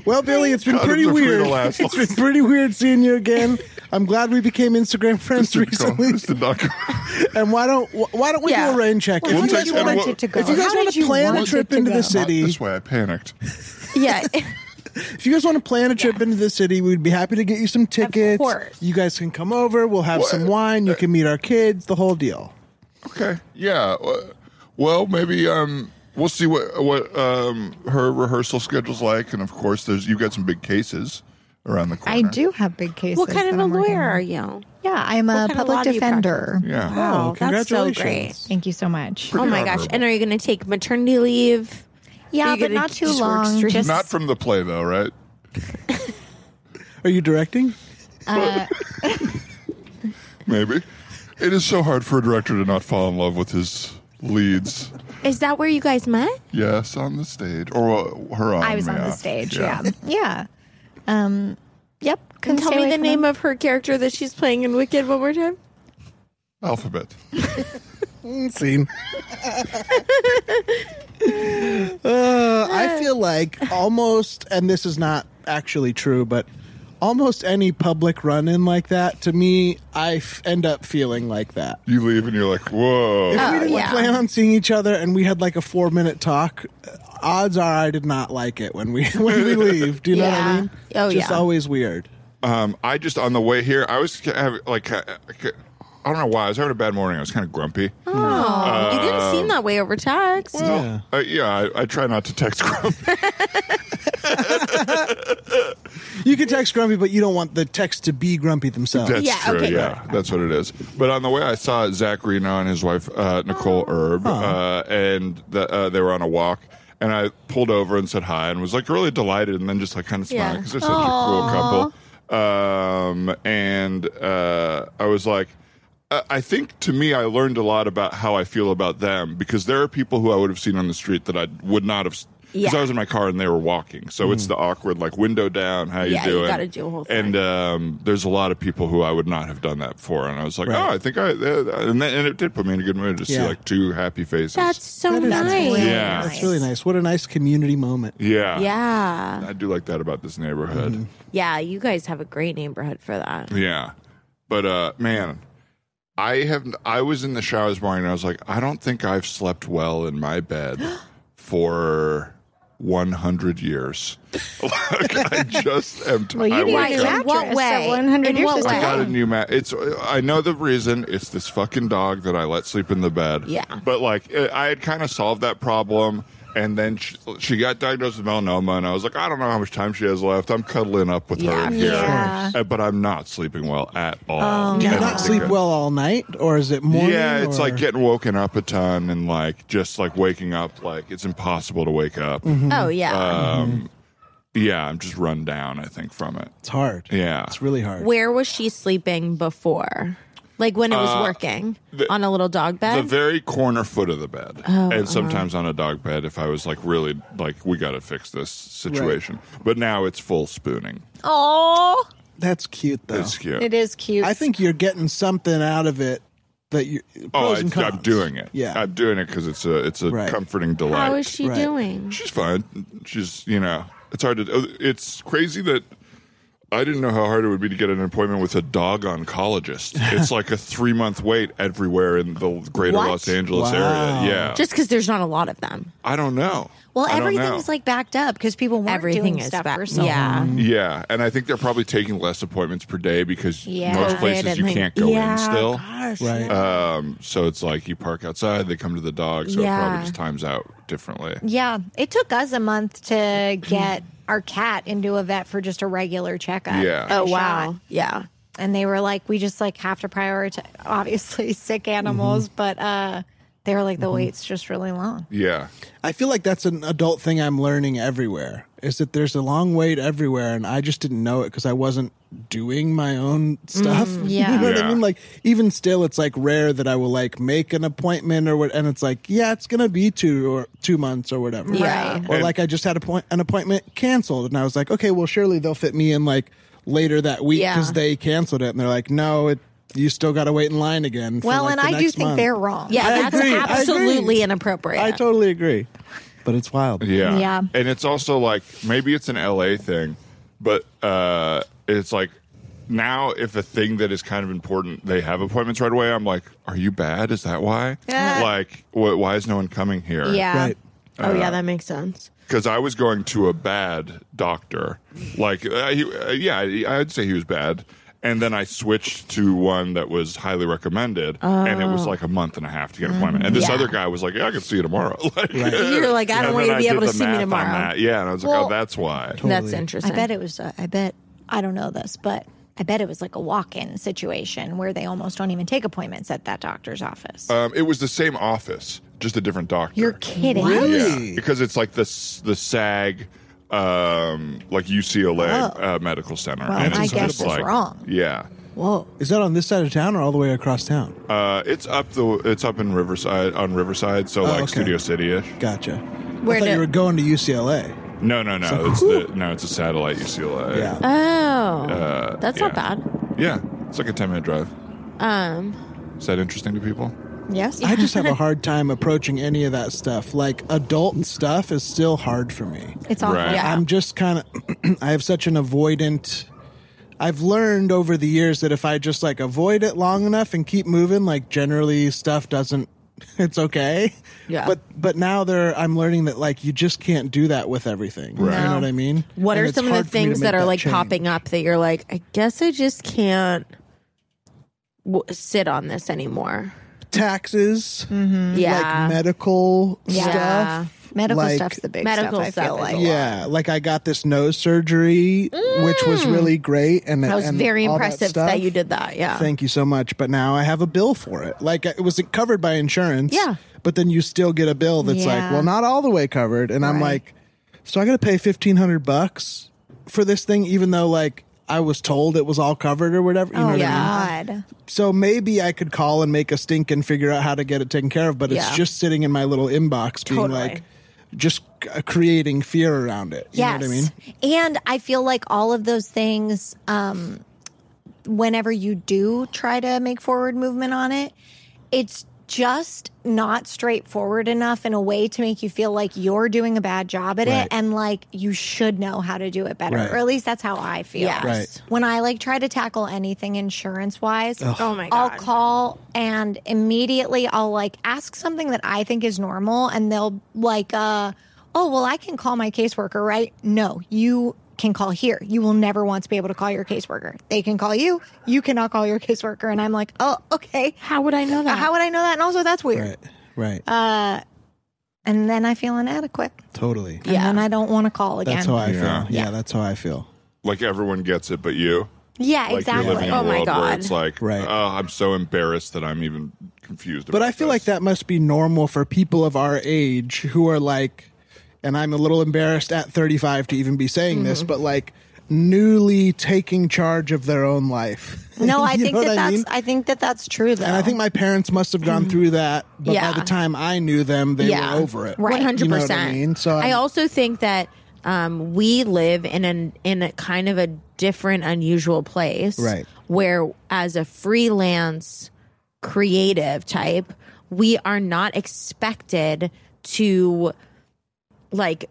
[SPEAKER 2] Well, Billy, it's been
[SPEAKER 1] God,
[SPEAKER 2] pretty
[SPEAKER 1] it's a free to
[SPEAKER 2] weird.
[SPEAKER 1] last.
[SPEAKER 2] It's been pretty weird seeing you again. I'm glad we became Instagram friends
[SPEAKER 1] Did go-
[SPEAKER 2] recently.
[SPEAKER 1] this did not go-
[SPEAKER 2] And why don't wh- why don't we
[SPEAKER 3] Yeah.
[SPEAKER 2] do a rain check?
[SPEAKER 1] We'll
[SPEAKER 2] If you
[SPEAKER 1] take
[SPEAKER 2] guys
[SPEAKER 1] and
[SPEAKER 2] want
[SPEAKER 1] we'll-
[SPEAKER 2] to, if you guys
[SPEAKER 4] How
[SPEAKER 2] want
[SPEAKER 4] did
[SPEAKER 2] to
[SPEAKER 4] you
[SPEAKER 2] plan a
[SPEAKER 4] want
[SPEAKER 2] trip
[SPEAKER 4] it to
[SPEAKER 2] into
[SPEAKER 4] go?
[SPEAKER 2] the city,
[SPEAKER 1] This way, I panicked.
[SPEAKER 3] Yeah.
[SPEAKER 2] if you guys want to plan a trip into the city, we'd be happy to get you some tickets.
[SPEAKER 3] course.
[SPEAKER 2] You guys can come over. We'll have
[SPEAKER 1] What?
[SPEAKER 2] some wine. You can meet our kids. The whole deal.
[SPEAKER 1] Okay. Yeah. w- Well, maybe um, we'll see what what um, her rehearsal schedule's like, and of course, there's you've got some big cases around the corner.
[SPEAKER 4] I do have big cases.
[SPEAKER 3] what kind of
[SPEAKER 4] that
[SPEAKER 3] a
[SPEAKER 4] I'm working
[SPEAKER 3] lawyer
[SPEAKER 4] on.
[SPEAKER 3] are you?
[SPEAKER 4] Yeah, I'm
[SPEAKER 3] What
[SPEAKER 4] a
[SPEAKER 3] kind of law
[SPEAKER 4] public
[SPEAKER 3] do you practice?
[SPEAKER 4] defender.
[SPEAKER 1] Yeah.
[SPEAKER 3] Wow, Oh, that's so
[SPEAKER 2] Oh, congratulations.
[SPEAKER 3] great.
[SPEAKER 4] Thank you so much.
[SPEAKER 3] Oh my gosh! And are you going to take maternity leave? Are
[SPEAKER 4] Yeah,
[SPEAKER 3] you
[SPEAKER 4] but
[SPEAKER 3] gonna
[SPEAKER 4] not too
[SPEAKER 3] just work
[SPEAKER 4] long.
[SPEAKER 3] straight-
[SPEAKER 4] Just
[SPEAKER 1] Not from the play though, right?
[SPEAKER 2] Are you directing?
[SPEAKER 4] uh,
[SPEAKER 1] Maybe. It is so hard for a director to not fall in love with his leads.
[SPEAKER 3] Is that where you guys met?
[SPEAKER 1] Yes, on the stage, or uh, her on.
[SPEAKER 4] I was
[SPEAKER 1] me
[SPEAKER 4] on the
[SPEAKER 1] off.
[SPEAKER 4] stage. Yeah, yeah. Um, yep.
[SPEAKER 3] And
[SPEAKER 4] Couldn't
[SPEAKER 3] tell
[SPEAKER 4] stay
[SPEAKER 3] me
[SPEAKER 4] away
[SPEAKER 3] the
[SPEAKER 4] from
[SPEAKER 3] name
[SPEAKER 4] them.
[SPEAKER 3] of her character that she's playing in Wicked one more time.
[SPEAKER 1] Alphabet.
[SPEAKER 2] Scene. uh, I feel like almost, and this is not actually true, but almost any public run in like that, to me, I f- end up feeling like that.
[SPEAKER 1] You leave and you're like, whoa.
[SPEAKER 2] If we
[SPEAKER 3] Oh,
[SPEAKER 2] didn't
[SPEAKER 3] yeah.
[SPEAKER 2] plan on seeing each other and we had like a four minute talk, odds are I did not like it when we when we leave. Do you know what
[SPEAKER 3] Yeah.
[SPEAKER 2] I mean?
[SPEAKER 3] Oh,
[SPEAKER 2] Just
[SPEAKER 3] yeah.
[SPEAKER 2] always weird.
[SPEAKER 1] Um, I just on the way here, I was ca- have, like, ca- ca- I don't know why. I was having a bad morning. I was kind of grumpy.
[SPEAKER 3] Oh. you didn't seem that way over text.
[SPEAKER 1] Well, uh, yeah, I, I try not to text grumpy.
[SPEAKER 2] You can text grumpy, but you don't want the text to be grumpy themselves.
[SPEAKER 1] That's
[SPEAKER 3] Yeah,
[SPEAKER 1] true.
[SPEAKER 3] okay.
[SPEAKER 1] Yeah, that's what it is. But on the way, I saw Zach Reno and his wife uh, Nicole Erb, uh, and the, uh, they were on a walk. And I pulled over and said hi, and was like really delighted, and then just like kind of smiled
[SPEAKER 3] Yeah.
[SPEAKER 1] because they're such a cool couple. Um, and uh, I was like, I I think to me, I learned a lot about how I feel about them because there are people who I would have seen on the street that I would not have. Because
[SPEAKER 3] Yeah. Mm.
[SPEAKER 1] I was in my car and they were walking, so it's the awkward like window down, how you
[SPEAKER 3] Yeah, you
[SPEAKER 1] doing?
[SPEAKER 3] gotta do a whole thing.
[SPEAKER 1] And um, there's a lot of people who I would not have done that for, and I was like,
[SPEAKER 2] Right.
[SPEAKER 1] oh, I think I, uh, and, that, and it did put me in a good mood to see
[SPEAKER 2] Yeah.
[SPEAKER 1] like two happy faces.
[SPEAKER 3] That's so
[SPEAKER 2] That is
[SPEAKER 3] nice.
[SPEAKER 2] really
[SPEAKER 1] Yeah.
[SPEAKER 2] That's really nice. What a nice community moment.
[SPEAKER 1] yeah,
[SPEAKER 3] Yeah.
[SPEAKER 1] I do like that about this neighborhood.
[SPEAKER 2] Mm-hmm.
[SPEAKER 3] Yeah, you guys have a great neighborhood for that.
[SPEAKER 1] Yeah, but uh, man, I have. I was in the shower this morning, and I was like, I don't think I've slept well in my bed for. 100 years. like, I just am tired.
[SPEAKER 4] Well, you need
[SPEAKER 3] wake
[SPEAKER 4] a
[SPEAKER 3] up-
[SPEAKER 4] new
[SPEAKER 3] In what
[SPEAKER 4] mattress. so
[SPEAKER 3] way?
[SPEAKER 4] 100
[SPEAKER 3] In
[SPEAKER 4] years
[SPEAKER 3] what
[SPEAKER 4] is
[SPEAKER 3] way?
[SPEAKER 4] too
[SPEAKER 1] I got a
[SPEAKER 4] long.
[SPEAKER 1] new mat. It's I know the reason. It's this fucking dog that I let sleep in the bed.
[SPEAKER 3] Yeah.
[SPEAKER 1] But like I I had kind of solved that problem, and then she, she got diagnosed with melanoma, and I was like, I don't know how much time she has left. I'm cuddling up with
[SPEAKER 3] Yeah,
[SPEAKER 1] her
[SPEAKER 3] of
[SPEAKER 1] here,
[SPEAKER 4] course.
[SPEAKER 1] Uh, but I'm not sleeping well at all.
[SPEAKER 2] Do Oh,
[SPEAKER 1] And
[SPEAKER 2] you
[SPEAKER 1] I
[SPEAKER 2] not
[SPEAKER 1] think
[SPEAKER 2] sleep
[SPEAKER 1] I-
[SPEAKER 2] well all night, or is it morning?
[SPEAKER 1] yeah, it's
[SPEAKER 2] or-
[SPEAKER 1] like getting woken up a ton, and like just like waking up, like it's impossible to wake up.
[SPEAKER 2] Mm-hmm.
[SPEAKER 3] Oh yeah.
[SPEAKER 1] Um, yeah, I'm just run down. I think from it.
[SPEAKER 2] it's hard.
[SPEAKER 1] Yeah.
[SPEAKER 2] it's really hard.
[SPEAKER 3] Where was she sleeping before? Like when it was working
[SPEAKER 1] Uh, the-
[SPEAKER 3] on a little dog bed?
[SPEAKER 1] the very corner foot of the bed and sometimes on a dog bed if i was like really like we gotta fix this situation but now it's full spooning
[SPEAKER 3] oh,
[SPEAKER 2] That's cute though.
[SPEAKER 1] it's cute
[SPEAKER 4] It is cute.
[SPEAKER 2] I think you're getting something out of it that you. Pros
[SPEAKER 1] oh
[SPEAKER 2] and
[SPEAKER 1] I,
[SPEAKER 2] cons.
[SPEAKER 1] am doing it
[SPEAKER 2] Yeah.
[SPEAKER 1] i'm doing it because it's a it's a
[SPEAKER 2] Right.
[SPEAKER 1] comforting delight
[SPEAKER 3] how is she
[SPEAKER 2] Right.
[SPEAKER 3] doing?
[SPEAKER 1] she's fine she's you know it's hard to oh, it's crazy that I didn't know how hard it would be to get an appointment with a dog oncologist. It's like a three month wait everywhere in the greater
[SPEAKER 3] What?
[SPEAKER 1] Los Angeles
[SPEAKER 2] Wow.
[SPEAKER 1] area. Yeah.
[SPEAKER 3] Just because there's not a lot of them.
[SPEAKER 1] I don't know.
[SPEAKER 4] well,
[SPEAKER 1] I don't know.
[SPEAKER 4] everything's like backed up because people weren't
[SPEAKER 3] Everything
[SPEAKER 4] doing
[SPEAKER 3] is
[SPEAKER 4] stuff
[SPEAKER 3] back.
[SPEAKER 4] for so long.
[SPEAKER 3] yeah.
[SPEAKER 1] Yeah, and I think they're probably taking less appointments per day because
[SPEAKER 4] Yeah.
[SPEAKER 1] most
[SPEAKER 4] COVID
[SPEAKER 1] places
[SPEAKER 3] and
[SPEAKER 1] you
[SPEAKER 3] thing-
[SPEAKER 1] can't go
[SPEAKER 3] yeah,
[SPEAKER 1] in still.
[SPEAKER 3] gosh,
[SPEAKER 2] Right.
[SPEAKER 3] yeah.
[SPEAKER 1] Um, so it's like you park outside, they come to the dog, so it
[SPEAKER 3] Yeah.
[SPEAKER 1] probably just times out differently.
[SPEAKER 4] Yeah, it took us a month to get our cat into a vet for just a regular checkup.
[SPEAKER 1] Yeah.
[SPEAKER 3] oh
[SPEAKER 4] A shot.
[SPEAKER 3] wow. Yeah.
[SPEAKER 4] And they were like, we just like have to prioritize, obviously, sick animals,
[SPEAKER 1] Mm-hmm.
[SPEAKER 4] but uh they were like, the wait's just really long.
[SPEAKER 1] Yeah,
[SPEAKER 2] I feel like that's an adult thing I'm learning everywhere. Is that there's a long wait everywhere, and I just didn't know it because I wasn't doing my own stuff.
[SPEAKER 4] yeah.
[SPEAKER 2] you know what
[SPEAKER 1] Yeah.
[SPEAKER 2] I mean. Like even still, it's like rare that I will like make an appointment or what, and it's like yeah, it's gonna be two or two months or whatever.
[SPEAKER 3] Yeah.
[SPEAKER 4] Right.
[SPEAKER 2] Or
[SPEAKER 1] And-
[SPEAKER 2] like I just had a point, an appointment canceled, and I was like, okay, well surely they'll fit me in like later that week
[SPEAKER 3] Yeah.
[SPEAKER 2] because they canceled it, and they're like, no, it you still got to wait in line again. for,
[SPEAKER 4] Well,
[SPEAKER 2] like,
[SPEAKER 4] and
[SPEAKER 2] the
[SPEAKER 4] I do
[SPEAKER 2] next
[SPEAKER 4] think
[SPEAKER 2] month.
[SPEAKER 4] they're wrong.
[SPEAKER 3] Yeah,
[SPEAKER 2] I
[SPEAKER 3] that's
[SPEAKER 2] agree, I agree.
[SPEAKER 3] absolutely inappropriate.
[SPEAKER 2] I totally agree, but it's wild.
[SPEAKER 1] yeah,
[SPEAKER 4] Yeah.
[SPEAKER 1] And it's also like maybe it's an LA thing, but uh, it's like now if a thing that is kind of important, they have appointments right away. I'm like, are you bad? Is that why?
[SPEAKER 4] Yeah.
[SPEAKER 1] Like, wh- why is no one coming here?
[SPEAKER 4] Yeah.
[SPEAKER 2] Right.
[SPEAKER 3] oh
[SPEAKER 1] Uh,
[SPEAKER 3] yeah, that makes sense.
[SPEAKER 1] because I was going to a bad doctor. Like, uh, he, uh, yeah, I- I'd say he was bad. And then I switched to one that was highly recommended, and it was like a month and a half to get an appointment. And this
[SPEAKER 3] Oh. Mm, Yeah.
[SPEAKER 1] other guy was like, "Yeah, I can see you tomorrow." like,
[SPEAKER 3] You're like, I don't
[SPEAKER 1] and
[SPEAKER 3] want
[SPEAKER 1] then
[SPEAKER 3] you to be
[SPEAKER 1] did
[SPEAKER 3] able to
[SPEAKER 1] the
[SPEAKER 3] see me
[SPEAKER 1] math on
[SPEAKER 3] tomorrow.
[SPEAKER 1] that. Yeah, and I was like,
[SPEAKER 4] Well-
[SPEAKER 1] "Oh, that's why."
[SPEAKER 3] That's interesting.
[SPEAKER 4] I bet it was, uh, I bet, I don't know this, but I bet it was like a walk in situation where they almost don't even take appointments at that doctor's office.
[SPEAKER 1] Um, it was the same office, just a different doctor.
[SPEAKER 4] You're kidding.
[SPEAKER 2] Really?
[SPEAKER 1] Yeah, because it's like the s- the SAG, um, like UCLA
[SPEAKER 3] Oh.
[SPEAKER 1] uh, Medical Center.
[SPEAKER 4] Well,
[SPEAKER 1] and
[SPEAKER 4] my
[SPEAKER 1] it's
[SPEAKER 4] guess
[SPEAKER 1] just
[SPEAKER 4] is
[SPEAKER 1] like,
[SPEAKER 4] wrong.
[SPEAKER 1] Yeah.
[SPEAKER 3] Whoa.
[SPEAKER 2] Is that on this side of town or all the way across town?
[SPEAKER 1] Uh, it's up the it's up in Riverside on Riverside, so like
[SPEAKER 2] Oh, okay.
[SPEAKER 1] Studio City ish.
[SPEAKER 2] Gotcha.
[SPEAKER 3] Where
[SPEAKER 2] I thought
[SPEAKER 3] to-
[SPEAKER 2] you were going to UCLA.
[SPEAKER 1] No, no, no. it's the no, it's a satellite UCLA.
[SPEAKER 2] Yeah.
[SPEAKER 3] Oh.
[SPEAKER 1] Uh,
[SPEAKER 3] that's not
[SPEAKER 1] yeah.
[SPEAKER 3] bad.
[SPEAKER 1] Yeah, it's like a ten minute drive.
[SPEAKER 3] Um
[SPEAKER 1] Is that interesting to people?
[SPEAKER 4] Yes.
[SPEAKER 2] I just have a hard time approaching any of that stuff. Like adult stuff is still hard for me.
[SPEAKER 4] It's awful.
[SPEAKER 1] Right.
[SPEAKER 3] Yeah.
[SPEAKER 2] I'm just kind of I have such an avoidant I've learned over the years that if I just like avoid it long enough and keep moving, like generally stuff doesn't it's okay.
[SPEAKER 3] Yeah.
[SPEAKER 2] But but now there I'm learning that like you just can't do that with everything.
[SPEAKER 1] Right.
[SPEAKER 2] You know
[SPEAKER 1] No.
[SPEAKER 2] what I mean?
[SPEAKER 3] What
[SPEAKER 2] And
[SPEAKER 3] are
[SPEAKER 2] it's
[SPEAKER 3] some of the
[SPEAKER 2] hard for me to
[SPEAKER 3] things
[SPEAKER 2] make
[SPEAKER 3] that are like
[SPEAKER 2] change.
[SPEAKER 3] popping up that you're like, I guess I just can't w- sit on this anymore?
[SPEAKER 2] Taxes,
[SPEAKER 3] Mm-hmm. Yeah.
[SPEAKER 2] like medical
[SPEAKER 3] Yeah.
[SPEAKER 2] stuff.
[SPEAKER 4] Medical
[SPEAKER 2] Like-
[SPEAKER 4] stuff. stuff's the big
[SPEAKER 3] Medical
[SPEAKER 4] stuff. I
[SPEAKER 3] stuff
[SPEAKER 4] feel
[SPEAKER 3] is
[SPEAKER 4] like.
[SPEAKER 3] a lot.
[SPEAKER 2] Yeah, like I got this nose surgery, which was really great, and
[SPEAKER 3] Mm. that was
[SPEAKER 2] and
[SPEAKER 3] very
[SPEAKER 2] all that
[SPEAKER 3] impressive that,
[SPEAKER 2] stuff.
[SPEAKER 3] you did that. Yeah.
[SPEAKER 2] Thank you so much, but now I have a bill for it. Like it was covered by insurance.
[SPEAKER 3] Yeah.
[SPEAKER 2] but then you still get a bill that's like,
[SPEAKER 4] Yeah.
[SPEAKER 2] well, not all the way covered, and I'm
[SPEAKER 4] Right.
[SPEAKER 2] like, so I got to pay fifteen hundred bucks for this thing, even though like I was told it was all covered or whatever. You know
[SPEAKER 4] Oh
[SPEAKER 2] what I mean?
[SPEAKER 3] I
[SPEAKER 4] God.
[SPEAKER 2] So maybe I could call and make a stink and figure out how to get it taken care of, but
[SPEAKER 3] Yeah.
[SPEAKER 2] it's just sitting in my little inbox, being
[SPEAKER 3] Totally.
[SPEAKER 2] like, just c- uh, creating fear around it. You
[SPEAKER 4] Yes.
[SPEAKER 2] know what I mean?
[SPEAKER 4] And I feel like all of those things, um, whenever you do try to make forward movement on it, it's just not straightforward enough in a way to make you feel like you're doing a bad job at
[SPEAKER 2] Right.
[SPEAKER 4] it and like you should know how to do it better.
[SPEAKER 2] Right.
[SPEAKER 4] Or at least that's how I feel.
[SPEAKER 3] Yes.
[SPEAKER 2] Right.
[SPEAKER 4] When I like try to tackle anything insurance wise,
[SPEAKER 3] Oh my
[SPEAKER 4] I'll
[SPEAKER 3] God.
[SPEAKER 4] call and immediately I'll like ask something that I think is normal and they'll like uh oh well I can call my caseworker, right? No, you can call here. You will never once be able to call your caseworker. They can call you. You cannot call your caseworker and I'm like, "Oh, okay.
[SPEAKER 3] How would I know that?
[SPEAKER 4] How would I know that?" And also that's weird.
[SPEAKER 2] Right. Right.
[SPEAKER 4] Uh, And then I feel inadequate.
[SPEAKER 2] totally.
[SPEAKER 4] And
[SPEAKER 3] Yeah.
[SPEAKER 4] then I don't want to call again.
[SPEAKER 2] That's how I
[SPEAKER 1] Yeah.
[SPEAKER 2] feel. Yeah, that's how I feel.
[SPEAKER 1] Like everyone gets it, but you.
[SPEAKER 4] yeah,
[SPEAKER 1] Like
[SPEAKER 4] exactly.
[SPEAKER 1] you're living in a
[SPEAKER 3] Oh my
[SPEAKER 1] world where
[SPEAKER 3] God.
[SPEAKER 1] it's like,
[SPEAKER 2] Right.
[SPEAKER 1] oh, I'm so embarrassed that I'm even confused.
[SPEAKER 2] But I feel like that must be normal for people of our age who are like, and I'm a little embarrassed at 35 to even be saying this,
[SPEAKER 4] Mm-hmm.
[SPEAKER 2] but like newly taking charge of their own life.
[SPEAKER 4] No, I
[SPEAKER 2] You
[SPEAKER 4] think
[SPEAKER 2] know
[SPEAKER 4] that
[SPEAKER 2] what
[SPEAKER 4] that's
[SPEAKER 2] mean?
[SPEAKER 4] I think that that's true though.
[SPEAKER 2] And I think my parents must have gone through that, but
[SPEAKER 3] Yeah.
[SPEAKER 2] by the time I knew them, they
[SPEAKER 3] yeah.
[SPEAKER 2] were over it.
[SPEAKER 3] One hundred
[SPEAKER 2] You know what I mean?
[SPEAKER 3] percent.
[SPEAKER 2] So
[SPEAKER 3] I
[SPEAKER 2] I'm-
[SPEAKER 3] also think that um, we live in an in a kind of a different, unusual place,
[SPEAKER 2] Right.
[SPEAKER 3] Where as a freelance creative type, we are not expected to like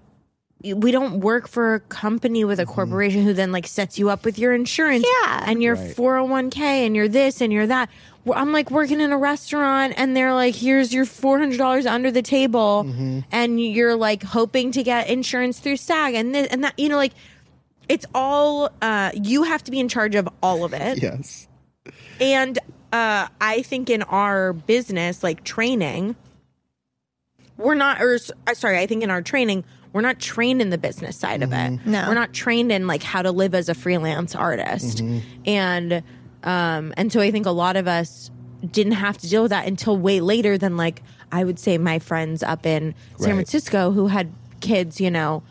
[SPEAKER 3] we don't work for a company with a corporation who then like sets you up with your insurance
[SPEAKER 4] Yeah.
[SPEAKER 3] and your
[SPEAKER 2] Right.
[SPEAKER 3] 401k and your this and your that Well, i'm like working in a restaurant and they're like here's your $400 under the table and you're like hoping to get insurance through sag and this and that you know like it's all uh, you have to be in charge of all of it
[SPEAKER 2] Yes.
[SPEAKER 3] and uh, I think in our business, like training, we're not, or s- uh, sorry, I think in our training, we're not trained in the business side of it.
[SPEAKER 4] No.
[SPEAKER 3] We're not trained in like how to live as a freelance artist. And, um, and so I think a lot of us didn't have to deal with that until way later than like, I would say my friends up in San
[SPEAKER 2] Right.
[SPEAKER 3] Francisco who had kids, you know,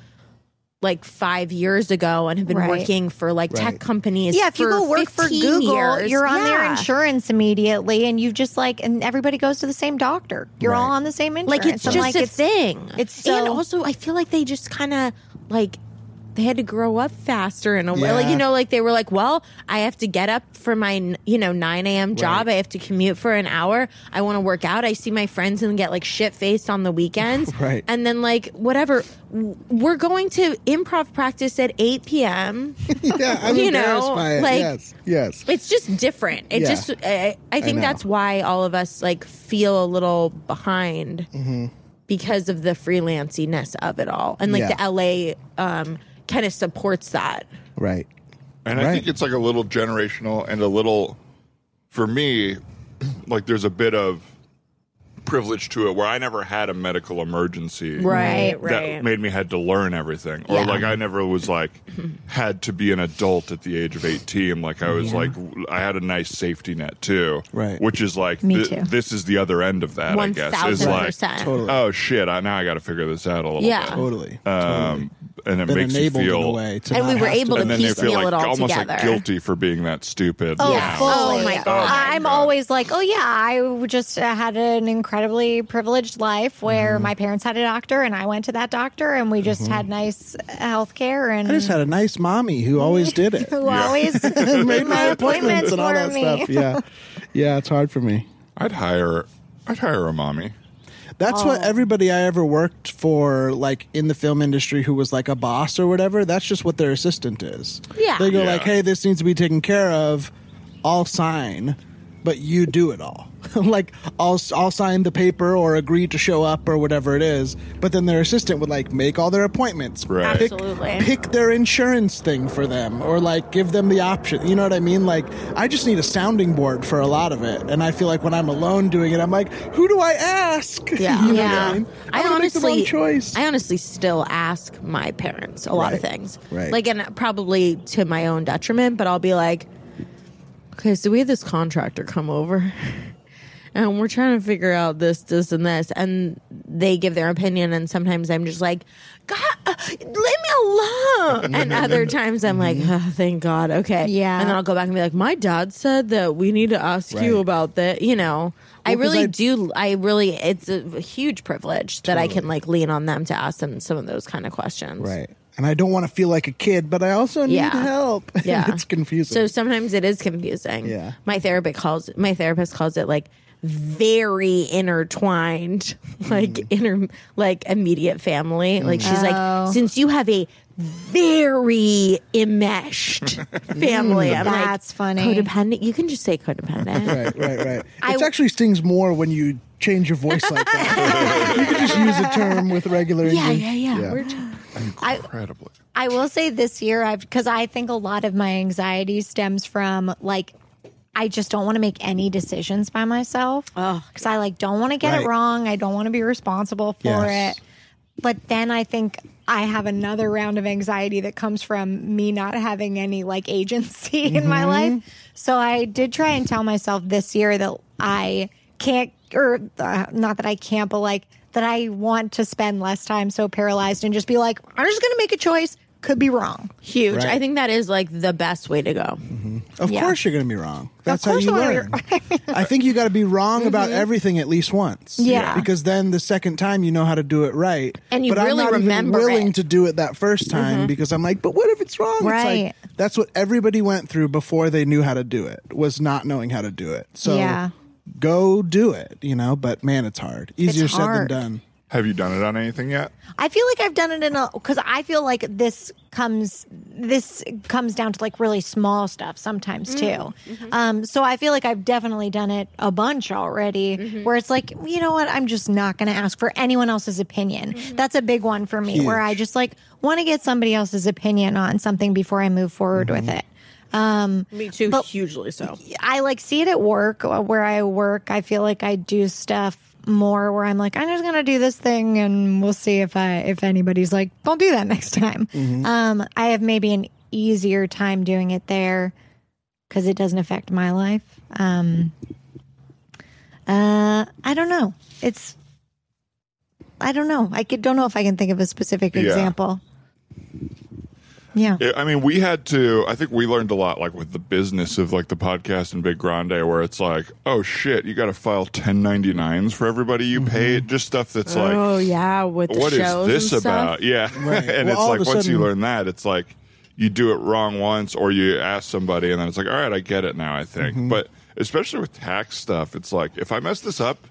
[SPEAKER 3] like five years ago and have been
[SPEAKER 4] Right.
[SPEAKER 3] working for like tech
[SPEAKER 2] Right.
[SPEAKER 3] companies.
[SPEAKER 4] Yeah, if you
[SPEAKER 3] for
[SPEAKER 4] go work for
[SPEAKER 3] 15
[SPEAKER 4] Google,
[SPEAKER 3] years.
[SPEAKER 4] you're on their
[SPEAKER 3] Yeah.
[SPEAKER 4] insurance immediately, and you just like, and everybody goes to the same doctor. You're all
[SPEAKER 2] Right.
[SPEAKER 4] on the same insurance.
[SPEAKER 3] Like it's
[SPEAKER 4] I'm
[SPEAKER 3] just
[SPEAKER 4] like,
[SPEAKER 3] a
[SPEAKER 4] it's-
[SPEAKER 3] thing.
[SPEAKER 4] it's
[SPEAKER 3] and
[SPEAKER 4] so-
[SPEAKER 3] also I feel like they just kind of like they had to grow up faster in a way. Like you
[SPEAKER 2] Yeah.
[SPEAKER 3] know, like they were like, well, I have to get up for my you know nine a.m. job. I have to commute for an hour. I want to work out. I see my friends and get like shit faced on the weekends.
[SPEAKER 2] Right.
[SPEAKER 3] And then like whatever, W- we're going to improv practice at eight p.m.
[SPEAKER 2] Yeah, I'm
[SPEAKER 3] You know,
[SPEAKER 2] embarrassed by it.
[SPEAKER 3] like-
[SPEAKER 2] yes. Yes.
[SPEAKER 3] it's just different. It
[SPEAKER 2] Yeah.
[SPEAKER 3] just I, I think
[SPEAKER 2] know.
[SPEAKER 3] that's why all of us like feel a little behind
[SPEAKER 2] Mm-hmm.
[SPEAKER 3] because of the freelanciness of it all, and like
[SPEAKER 2] Yeah.
[SPEAKER 3] the LA um, kind of supports that.
[SPEAKER 2] Right.
[SPEAKER 1] And I
[SPEAKER 2] Right.
[SPEAKER 1] think it's like a little generational and a little, for me, like there's a bit of privilege to it where I never had a medical emergency.
[SPEAKER 3] Right,
[SPEAKER 1] That made me had to learn everything, or
[SPEAKER 3] Yeah.
[SPEAKER 1] like I never was like had to be an adult at the age of eighteen. Like I was like I had a nice safety net too,
[SPEAKER 2] Right.
[SPEAKER 1] Which is like
[SPEAKER 4] Me
[SPEAKER 1] th-
[SPEAKER 4] too.
[SPEAKER 1] this is the other end of that. I
[SPEAKER 3] One
[SPEAKER 1] guess is
[SPEAKER 3] thousand
[SPEAKER 1] like
[SPEAKER 3] percent.
[SPEAKER 2] Totally.
[SPEAKER 1] oh shit, I, now I got to figure this out a little
[SPEAKER 3] Yeah.
[SPEAKER 1] bit.
[SPEAKER 2] Totally.
[SPEAKER 1] Um, and it
[SPEAKER 2] Been
[SPEAKER 1] makes you
[SPEAKER 2] enabled in a
[SPEAKER 1] feel
[SPEAKER 2] way to
[SPEAKER 3] And we
[SPEAKER 2] not
[SPEAKER 3] were
[SPEAKER 2] have to
[SPEAKER 3] able to
[SPEAKER 2] be
[SPEAKER 1] and then you feel
[SPEAKER 3] piecemeal
[SPEAKER 1] like
[SPEAKER 3] it all
[SPEAKER 1] almost like
[SPEAKER 3] together.
[SPEAKER 1] guilty for being that stupid.
[SPEAKER 4] Oh,
[SPEAKER 1] now.
[SPEAKER 4] fully.
[SPEAKER 3] Oh my God.
[SPEAKER 4] I'm
[SPEAKER 1] God.
[SPEAKER 4] always like, oh yeah, I just uh, had an incredibly privileged life where
[SPEAKER 2] Mm-hmm.
[SPEAKER 4] my parents had a doctor, and I went to that doctor, and we just had nice health care, and
[SPEAKER 2] I just had a nice mommy who always did it.
[SPEAKER 4] who always
[SPEAKER 2] And
[SPEAKER 4] made my appointments
[SPEAKER 2] and all
[SPEAKER 4] for
[SPEAKER 2] that
[SPEAKER 4] me.
[SPEAKER 2] stuff. Yeah, yeah, it's hard for me.
[SPEAKER 1] I'd hire I'd hire a mommy.
[SPEAKER 2] That's what
[SPEAKER 3] Oh.
[SPEAKER 2] everybody I ever worked for, like in the film industry, who was like a boss or whatever. That's just what their assistant is.
[SPEAKER 3] Yeah.
[SPEAKER 2] They go
[SPEAKER 1] Yeah.
[SPEAKER 2] like, "Hey, this needs to be taken care of. I'll sign, but you do it all. like, I'll I'll sign the paper or agree to show up or whatever it is. But then their assistant would like make all their appointments,
[SPEAKER 1] Right.
[SPEAKER 2] pick,
[SPEAKER 3] Absolutely.
[SPEAKER 2] pick their insurance thing for them, or like give them the option. You know what I mean? Like, I just need a sounding board for a lot of it, and I feel like when I'm alone doing it, I'm like, who do I ask?
[SPEAKER 3] Yeah.
[SPEAKER 2] You know
[SPEAKER 3] yeah.
[SPEAKER 2] what I mean? I,
[SPEAKER 3] I
[SPEAKER 2] wanna make the wrong
[SPEAKER 3] honestly,
[SPEAKER 2] choice.
[SPEAKER 3] I honestly still ask my parents a lot of
[SPEAKER 2] Right.
[SPEAKER 3] things.
[SPEAKER 2] Right.
[SPEAKER 3] Like, and probably to my own detriment, but I'll be like, okay, so we had this contractor come over and we're trying to figure out this, this, and this. And they give their opinion. And sometimes I'm just like, God, uh, leave me alone. And other times I'm like,
[SPEAKER 2] Mm-hmm.
[SPEAKER 3] oh, thank God. Okay.
[SPEAKER 4] Yeah.
[SPEAKER 3] And then I'll go back and be like, my dad said that we need to ask you
[SPEAKER 2] Right.
[SPEAKER 3] about that. You know, I
[SPEAKER 2] 'cause
[SPEAKER 3] really
[SPEAKER 2] I-
[SPEAKER 3] do. I really, it's a huge privilege that I can like lean on them to ask them some of those kind of questions.
[SPEAKER 2] right. And I don't want to feel like a kid, but I also need
[SPEAKER 3] Yeah.
[SPEAKER 2] help.
[SPEAKER 3] Yeah.
[SPEAKER 2] it's confusing.
[SPEAKER 3] So sometimes it is confusing.
[SPEAKER 2] Yeah.
[SPEAKER 3] My therapist calls my therapist calls it like very intertwined,
[SPEAKER 2] Hmm.
[SPEAKER 3] like inter like immediate family. Like she's
[SPEAKER 4] Oh.
[SPEAKER 3] like, since you have a very enmeshed family, I'm like,
[SPEAKER 4] That's funny.
[SPEAKER 3] Codependent. You can just say codependent.
[SPEAKER 2] Hmm. right, right, right.
[SPEAKER 3] I-
[SPEAKER 2] It actually stings more when you change your voice like that. you can just use a term with regular
[SPEAKER 3] Yeah,
[SPEAKER 2] English.
[SPEAKER 3] yeah, yeah.
[SPEAKER 2] Yeah.
[SPEAKER 3] We're t-
[SPEAKER 4] I-
[SPEAKER 1] Incredibly.
[SPEAKER 4] I will say this year, I've because I think a lot of my anxiety stems from like I just don't want to make any decisions by myself
[SPEAKER 3] Oh.
[SPEAKER 4] because I like don't want to get
[SPEAKER 2] Right.
[SPEAKER 4] it wrong. I don't want to be responsible for
[SPEAKER 2] Yes.
[SPEAKER 4] it. But then I think I have another round of anxiety that comes from me not having any like agency in my life. So I did try and tell myself this year that I can't, or uh, not that I can't, but like that I want to spend less time so paralyzed and just be like, I'm just going to make a choice. Could be wrong.
[SPEAKER 3] huge.
[SPEAKER 2] Right. Mm-hmm.
[SPEAKER 3] I think that is like the best way to go.
[SPEAKER 2] Of
[SPEAKER 4] Yeah.
[SPEAKER 2] course you're going to be wrong. That's how
[SPEAKER 4] course
[SPEAKER 2] you
[SPEAKER 4] I'm gonna Mm-hmm.
[SPEAKER 2] learn. I think you got to be wrong about everything at least once.
[SPEAKER 4] Yeah.
[SPEAKER 2] Because then the second time you know how to do it right.
[SPEAKER 3] And you
[SPEAKER 2] but
[SPEAKER 3] really
[SPEAKER 2] I'm not even
[SPEAKER 3] remember
[SPEAKER 2] willing
[SPEAKER 3] it.
[SPEAKER 2] to do it that first time because I'm like, but what if it's wrong?
[SPEAKER 4] Mm-hmm. Right.
[SPEAKER 2] It's like that's what everybody went through before they knew how to do it was not knowing how to do it. So
[SPEAKER 4] Yeah.
[SPEAKER 2] go do it, you know, but man, it's hard. Easier said
[SPEAKER 4] hard.
[SPEAKER 2] than done.
[SPEAKER 1] Have you done it on anything yet?
[SPEAKER 4] I feel like I've done it in a because I feel like this comes this comes down to like really small stuff sometimes too. Um, so I feel like I've definitely done it a bunch already, where it's like you know what I'm just not going to ask for anyone else's opinion. That's a big one for me, where I just like want to get somebody else's opinion on something before I move forward with it.
[SPEAKER 3] Me too,
[SPEAKER 4] But-
[SPEAKER 3] hugely so.
[SPEAKER 4] I like see it at work uh, where I work. I feel like I do stuff more where I'm like, I'm just gonna do this thing, and we'll see if I if anybody's like, don't do that next time. Um, I have maybe an easier time doing it there because it doesn't affect my life. Um, uh, I don't know. It's I don't know. I could, don't know if I can think of a specific
[SPEAKER 1] Yeah.
[SPEAKER 4] example. Yeah.
[SPEAKER 1] Yeah, I mean, we had to. I think we learned a lot, like with the business of like the podcast and Big Grande, where it's like, oh shit, you got to file 1099s for everybody you paid, just stuff that's
[SPEAKER 3] Mm-hmm. oh
[SPEAKER 1] like,
[SPEAKER 3] yeah, with the
[SPEAKER 1] what is
[SPEAKER 3] shows
[SPEAKER 1] this
[SPEAKER 3] and stuff.
[SPEAKER 1] about? Yeah, and
[SPEAKER 2] Well, all of
[SPEAKER 1] it's like
[SPEAKER 2] a
[SPEAKER 1] once you
[SPEAKER 2] sudden-
[SPEAKER 1] learn that, it's like you do it wrong once, or you ask somebody, and then it's like, all right, I get it now. I think,
[SPEAKER 3] Mm-hmm.
[SPEAKER 1] but especially with tax stuff, it's like if I mess this up.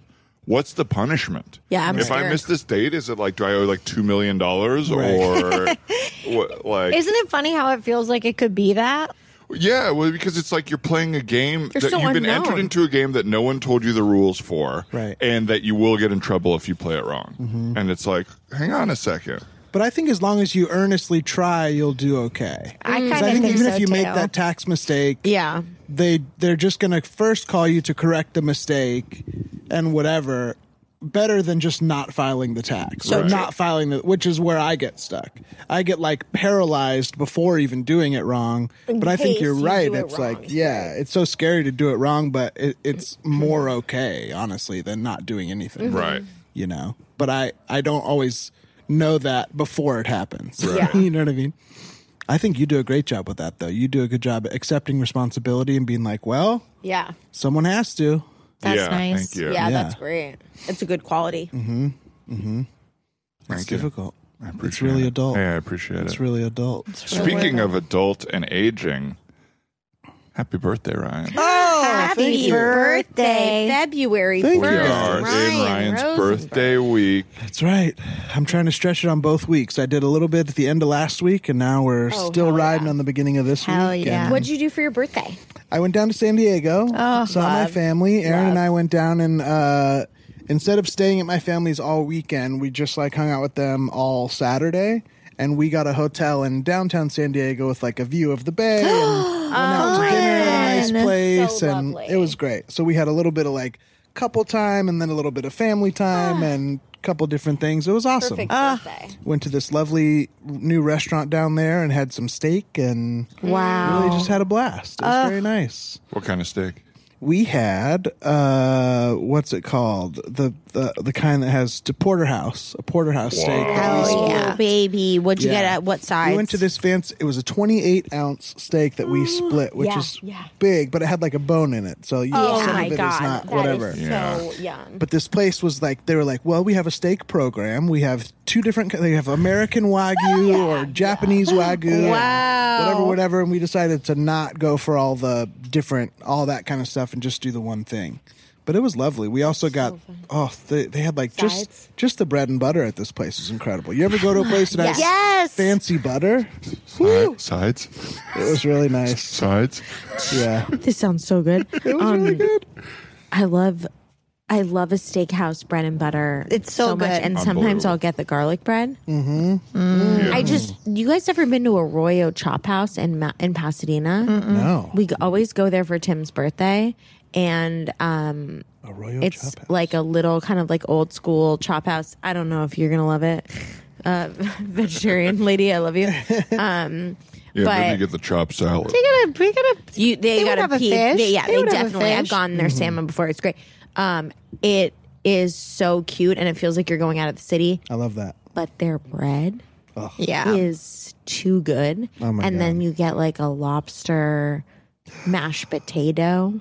[SPEAKER 1] What's the punishment?
[SPEAKER 3] Yeah, I'm
[SPEAKER 1] if I
[SPEAKER 3] scared.
[SPEAKER 1] miss this date, is it like do I owe like two million dollars
[SPEAKER 2] Right.
[SPEAKER 1] or what, like?
[SPEAKER 4] Isn't it funny how it feels like it could be that?
[SPEAKER 1] Yeah, well, because it's like you're playing a game
[SPEAKER 3] You're
[SPEAKER 1] that
[SPEAKER 3] so
[SPEAKER 1] you've been
[SPEAKER 3] unknown.
[SPEAKER 1] entered into a game that no one told you the rules for,
[SPEAKER 2] Right. Mm-hmm.
[SPEAKER 1] And that you will get in trouble if you play it wrong. And it's like, hang on a second.
[SPEAKER 2] But I think as long as you earnestly try, you'll do okay.
[SPEAKER 4] I
[SPEAKER 2] 'Cause
[SPEAKER 4] kinda think
[SPEAKER 2] even
[SPEAKER 4] so,
[SPEAKER 2] if you make
[SPEAKER 4] too.
[SPEAKER 2] that tax mistake,
[SPEAKER 3] Yeah.
[SPEAKER 2] they they're just going to first call you to correct the mistake and whatever. Better than just not filing the tax
[SPEAKER 3] So
[SPEAKER 2] or
[SPEAKER 3] true.
[SPEAKER 2] not filing the, which is where I get stuck. I get like paralyzed before even doing it wrong. But I think
[SPEAKER 3] case
[SPEAKER 2] you're
[SPEAKER 3] you
[SPEAKER 2] right.
[SPEAKER 3] do it
[SPEAKER 2] It's
[SPEAKER 3] wrong. Mm-hmm.
[SPEAKER 2] like, yeah, it's so scary to do it wrong, but it, it's more okay, honestly, than not doing anything
[SPEAKER 1] Right.
[SPEAKER 2] you know but i i don't always know that before it happens
[SPEAKER 3] Right. Yeah.
[SPEAKER 2] you know what i mean i think you do a great job with that though you do a good job at accepting responsibility and being like well
[SPEAKER 3] Yeah.
[SPEAKER 2] someone has to
[SPEAKER 4] That's
[SPEAKER 1] yeah,
[SPEAKER 4] nice.
[SPEAKER 1] Thank you.
[SPEAKER 3] Yeah,
[SPEAKER 2] Yeah. Mm-hmm.
[SPEAKER 3] that's great. It's a good quality.
[SPEAKER 1] Thank
[SPEAKER 2] it's
[SPEAKER 1] you.
[SPEAKER 2] difficult
[SPEAKER 1] I appreciate
[SPEAKER 2] it's really
[SPEAKER 1] it.
[SPEAKER 2] adult
[SPEAKER 1] Yeah, I appreciate
[SPEAKER 2] it's
[SPEAKER 1] it.
[SPEAKER 2] really adult
[SPEAKER 1] Speaking of adult and aging, happy birthday, Ryan.
[SPEAKER 2] oh
[SPEAKER 3] Happy
[SPEAKER 4] Happy
[SPEAKER 3] birthday,
[SPEAKER 4] birthday.
[SPEAKER 3] February
[SPEAKER 2] Thank you.
[SPEAKER 1] We
[SPEAKER 2] Ryan
[SPEAKER 1] are
[SPEAKER 3] 1st.
[SPEAKER 1] in Ryan's
[SPEAKER 3] Rosenberg.
[SPEAKER 1] birthday week.
[SPEAKER 2] That's right. I'm trying to stretch it on both weeks. I did a little bit at the end of last week, and now we're
[SPEAKER 3] Oh,
[SPEAKER 2] still
[SPEAKER 3] hell
[SPEAKER 2] riding
[SPEAKER 3] yeah.
[SPEAKER 2] on the beginning of this
[SPEAKER 4] Hell
[SPEAKER 2] week.
[SPEAKER 4] yeah.
[SPEAKER 2] and
[SPEAKER 3] What'd you do for your birthday?
[SPEAKER 2] I went down to San Diego, saw my
[SPEAKER 3] Oh, love,
[SPEAKER 2] family. Aaron
[SPEAKER 3] love.
[SPEAKER 2] and I went down and uh, instead of staying at my family's all weekend, we just like hung out with them all Saturday. And we got a hotel in downtown San Diego with like a view of the bay. And went out to dinner at a nice
[SPEAKER 4] Fun.
[SPEAKER 2] place,
[SPEAKER 3] Oh, So
[SPEAKER 2] and
[SPEAKER 3] lovely.
[SPEAKER 2] it was great. So we had a little bit of like couple time, and then a little bit of family time, and a couple different things. It was awesome.
[SPEAKER 3] Ah.
[SPEAKER 2] Uh,
[SPEAKER 3] Perfect birthday.
[SPEAKER 2] Went to this lovely new restaurant down there and had some steak, and
[SPEAKER 4] Wow.
[SPEAKER 2] really just had a blast. It was very nice
[SPEAKER 1] What kind of steak?
[SPEAKER 2] we had uh what's it called the the, the kind that has to porterhouse a porterhouse steak that
[SPEAKER 3] oh,
[SPEAKER 2] we
[SPEAKER 4] Hell
[SPEAKER 2] split.
[SPEAKER 4] yeah.
[SPEAKER 3] baby. What'd you
[SPEAKER 2] Yeah.
[SPEAKER 3] get at what size?
[SPEAKER 2] we went to this fancy it was a 28 ounce steak that we split which
[SPEAKER 3] yeah,
[SPEAKER 2] is
[SPEAKER 3] yeah.
[SPEAKER 2] big but it had like a bone in it so you
[SPEAKER 3] Oh
[SPEAKER 2] some
[SPEAKER 3] my
[SPEAKER 2] of it is
[SPEAKER 3] god.
[SPEAKER 2] not
[SPEAKER 3] That is
[SPEAKER 2] whatever
[SPEAKER 1] Yeah.
[SPEAKER 3] so young.
[SPEAKER 2] but this place was like they were like well we have a steak program we have two different they have american wagyu or japanese wagyu and
[SPEAKER 3] Oh, Wow.
[SPEAKER 2] whatever whatever and we decided to not go for all the different all that kind of stuff and just do the one thing but it was lovely we also got oh they, they had like
[SPEAKER 3] Sides.
[SPEAKER 2] just just the bread and butter at this place is incredible you ever go to a place that has
[SPEAKER 4] Yes.
[SPEAKER 2] fancy butter
[SPEAKER 1] Side, sides,
[SPEAKER 2] it was really nice
[SPEAKER 1] sides.
[SPEAKER 2] yeah
[SPEAKER 3] This sounds so good. Um,
[SPEAKER 2] it was really good
[SPEAKER 3] I love I love a steakhouse bread and butter.
[SPEAKER 4] It's so
[SPEAKER 3] much.
[SPEAKER 4] good.
[SPEAKER 3] And sometimes
[SPEAKER 1] Unbelievable.
[SPEAKER 3] I'll get the garlic bread.
[SPEAKER 1] Yeah.
[SPEAKER 3] Mm, I just you guys ever been to Arroyo Chop House in Ma- in Pasadena?
[SPEAKER 2] no
[SPEAKER 3] We g- always go there for Tim's birthday and um
[SPEAKER 2] Arroyo
[SPEAKER 3] it's
[SPEAKER 2] Chop House.
[SPEAKER 3] like a little kind of like old school chop house. I don't know if you're gonna love it. Uh, vegetarian lady, I love you.
[SPEAKER 1] Yeah,
[SPEAKER 3] but-
[SPEAKER 1] maybe you get the chopped salad.
[SPEAKER 4] We gotta, we gotta.
[SPEAKER 3] You they,
[SPEAKER 4] They
[SPEAKER 3] got
[SPEAKER 4] would
[SPEAKER 3] a
[SPEAKER 4] have a
[SPEAKER 3] peek.
[SPEAKER 4] fish.
[SPEAKER 3] They- yeah,
[SPEAKER 4] They
[SPEAKER 3] they,
[SPEAKER 4] would have a
[SPEAKER 3] definitely. I've
[SPEAKER 4] fish. Mm-hmm.
[SPEAKER 3] gone there salmon before. It's great. Um, it is so cute, and it feels like you're going out of the city.
[SPEAKER 2] i love that
[SPEAKER 3] But their bread
[SPEAKER 4] Yeah.
[SPEAKER 3] is too good,
[SPEAKER 2] Um, Oh my
[SPEAKER 3] and
[SPEAKER 2] God.
[SPEAKER 3] then you get like a lobster mashed potato.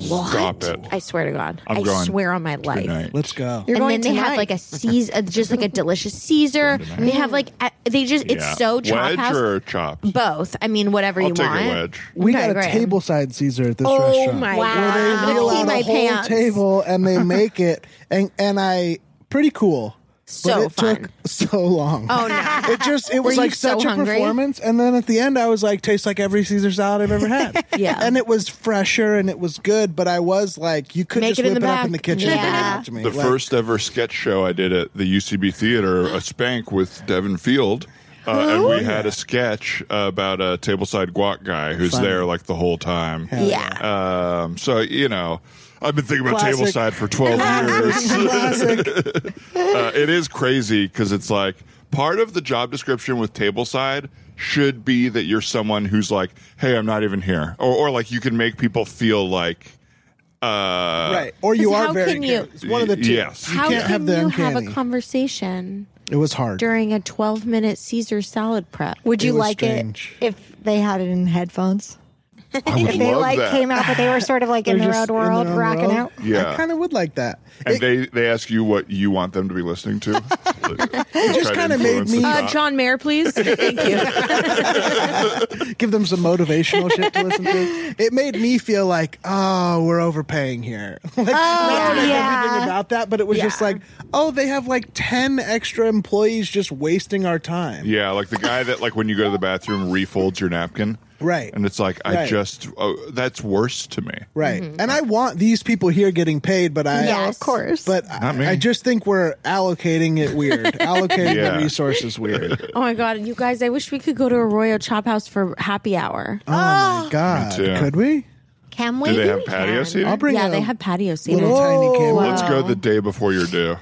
[SPEAKER 1] Stop it.
[SPEAKER 3] I swear to God,
[SPEAKER 1] I'm
[SPEAKER 3] I
[SPEAKER 1] going
[SPEAKER 3] swear on my life.
[SPEAKER 1] Tonight.
[SPEAKER 2] let's go
[SPEAKER 4] You're
[SPEAKER 3] and
[SPEAKER 4] going
[SPEAKER 3] then they have
[SPEAKER 4] tonight.
[SPEAKER 3] like a Caesar, just like a delicious Caesar. They have like a- they just it's
[SPEAKER 1] Yeah.
[SPEAKER 3] so chop
[SPEAKER 1] wedge
[SPEAKER 3] house.
[SPEAKER 1] or chopped.
[SPEAKER 3] both. I mean, whatever
[SPEAKER 1] I'll
[SPEAKER 3] you
[SPEAKER 1] take a
[SPEAKER 3] want.
[SPEAKER 1] wedge.
[SPEAKER 2] We
[SPEAKER 3] Okay,
[SPEAKER 2] got a
[SPEAKER 3] great.
[SPEAKER 2] tableside Caesar at this
[SPEAKER 3] Oh
[SPEAKER 2] restaurant.
[SPEAKER 3] my
[SPEAKER 4] Wow.
[SPEAKER 3] god!
[SPEAKER 4] Where they
[SPEAKER 3] I'm gonna
[SPEAKER 2] Wheel
[SPEAKER 3] pee
[SPEAKER 2] out
[SPEAKER 3] my
[SPEAKER 2] a whole
[SPEAKER 3] pants.
[SPEAKER 2] table and they make it, and and I pretty cool.
[SPEAKER 3] So
[SPEAKER 2] but it
[SPEAKER 3] fun.
[SPEAKER 2] took so long.
[SPEAKER 3] Oh, no.
[SPEAKER 2] It just it was
[SPEAKER 3] you
[SPEAKER 2] like
[SPEAKER 3] so
[SPEAKER 2] such a
[SPEAKER 3] hungry?
[SPEAKER 2] performance, and then at the end I was like, tastes like every Caesar salad I've ever had.
[SPEAKER 3] Yeah.
[SPEAKER 2] and it was fresher and it was good, but I was like, you could
[SPEAKER 3] Make
[SPEAKER 2] just
[SPEAKER 3] it in
[SPEAKER 2] whip it
[SPEAKER 3] the
[SPEAKER 2] up in the
[SPEAKER 3] back.
[SPEAKER 2] kitchen. and bring it
[SPEAKER 4] Yeah.
[SPEAKER 2] out to me.
[SPEAKER 1] The
[SPEAKER 2] Like,
[SPEAKER 1] first ever sketch show I did at the UCB Theater, a spank with Devin Field. Uh, and
[SPEAKER 4] Oh,
[SPEAKER 1] we had a sketch about a tableside guac guy who's
[SPEAKER 2] Funny.
[SPEAKER 1] there like the whole time.
[SPEAKER 3] Yeah.
[SPEAKER 1] Um, so, you know, I've been thinking about
[SPEAKER 2] Classic.
[SPEAKER 1] tableside for 12 years. uh, it is crazy because it's like part of the job description with tableside should be that you're someone who's like, hey, I'm not even here. Or, or like you can make people feel like. Uh,
[SPEAKER 2] right, or you
[SPEAKER 3] 'Cause
[SPEAKER 2] are
[SPEAKER 3] how
[SPEAKER 2] very
[SPEAKER 3] can
[SPEAKER 2] good.
[SPEAKER 3] you-
[SPEAKER 2] It's one of the two.
[SPEAKER 1] Yes.
[SPEAKER 2] You
[SPEAKER 3] How
[SPEAKER 2] can't
[SPEAKER 3] can
[SPEAKER 2] have the
[SPEAKER 3] you have
[SPEAKER 2] uncanny.
[SPEAKER 3] a conversation
[SPEAKER 2] it was hard.
[SPEAKER 3] during a 12 minute Caesar salad prep?
[SPEAKER 4] Would you
[SPEAKER 2] was
[SPEAKER 4] like
[SPEAKER 2] strange.
[SPEAKER 4] it if they had it in headphones?
[SPEAKER 1] I would
[SPEAKER 4] If they
[SPEAKER 1] love
[SPEAKER 4] like
[SPEAKER 1] that.
[SPEAKER 4] came out, but they were sort of like in
[SPEAKER 2] They're
[SPEAKER 4] their
[SPEAKER 2] just
[SPEAKER 4] own world,
[SPEAKER 2] their own
[SPEAKER 4] rocking
[SPEAKER 2] world.
[SPEAKER 4] out.
[SPEAKER 1] Yeah.
[SPEAKER 2] I kind of would like that.
[SPEAKER 1] and
[SPEAKER 2] It-
[SPEAKER 1] they they ask you what you want them to be listening to. it
[SPEAKER 2] just kinda made me-
[SPEAKER 3] Uh, John Mayer, please. Thank you.
[SPEAKER 2] give them some motivational shit to listen to. It made me feel like, oh, we're overpaying here. like, not that I know
[SPEAKER 4] yeah.
[SPEAKER 2] anything about that, but it was just
[SPEAKER 3] Oh, Yeah.
[SPEAKER 2] like, oh, they have like ten extra employees just wasting our time.
[SPEAKER 1] Yeah, like the guy that like when you go to the bathroom refolds your napkin.
[SPEAKER 2] Right.
[SPEAKER 1] And it's like I
[SPEAKER 2] Right.
[SPEAKER 1] just oh, that's worse to me.
[SPEAKER 2] Right. And I want these people here getting paid, but I
[SPEAKER 4] Yeah,
[SPEAKER 3] Mm-hmm. Yes.
[SPEAKER 4] of course.
[SPEAKER 2] but
[SPEAKER 1] Not me.
[SPEAKER 2] I, I just think we're allocating it weird. allocating
[SPEAKER 1] Yeah.
[SPEAKER 2] the resources weird.
[SPEAKER 3] oh my God. You guys, I wish we could go to Arroyo Chop House for happy hour.
[SPEAKER 2] Oh
[SPEAKER 3] Ah.
[SPEAKER 2] my god.
[SPEAKER 1] too.
[SPEAKER 2] Could we?
[SPEAKER 4] Can we?
[SPEAKER 1] Do they
[SPEAKER 4] do
[SPEAKER 1] have
[SPEAKER 4] we
[SPEAKER 1] patio
[SPEAKER 4] can.
[SPEAKER 1] seating?
[SPEAKER 2] I'll bring
[SPEAKER 3] yeah,
[SPEAKER 2] a
[SPEAKER 3] they have patio seating.
[SPEAKER 2] little tiny camera.
[SPEAKER 1] Let's go the day before you're due.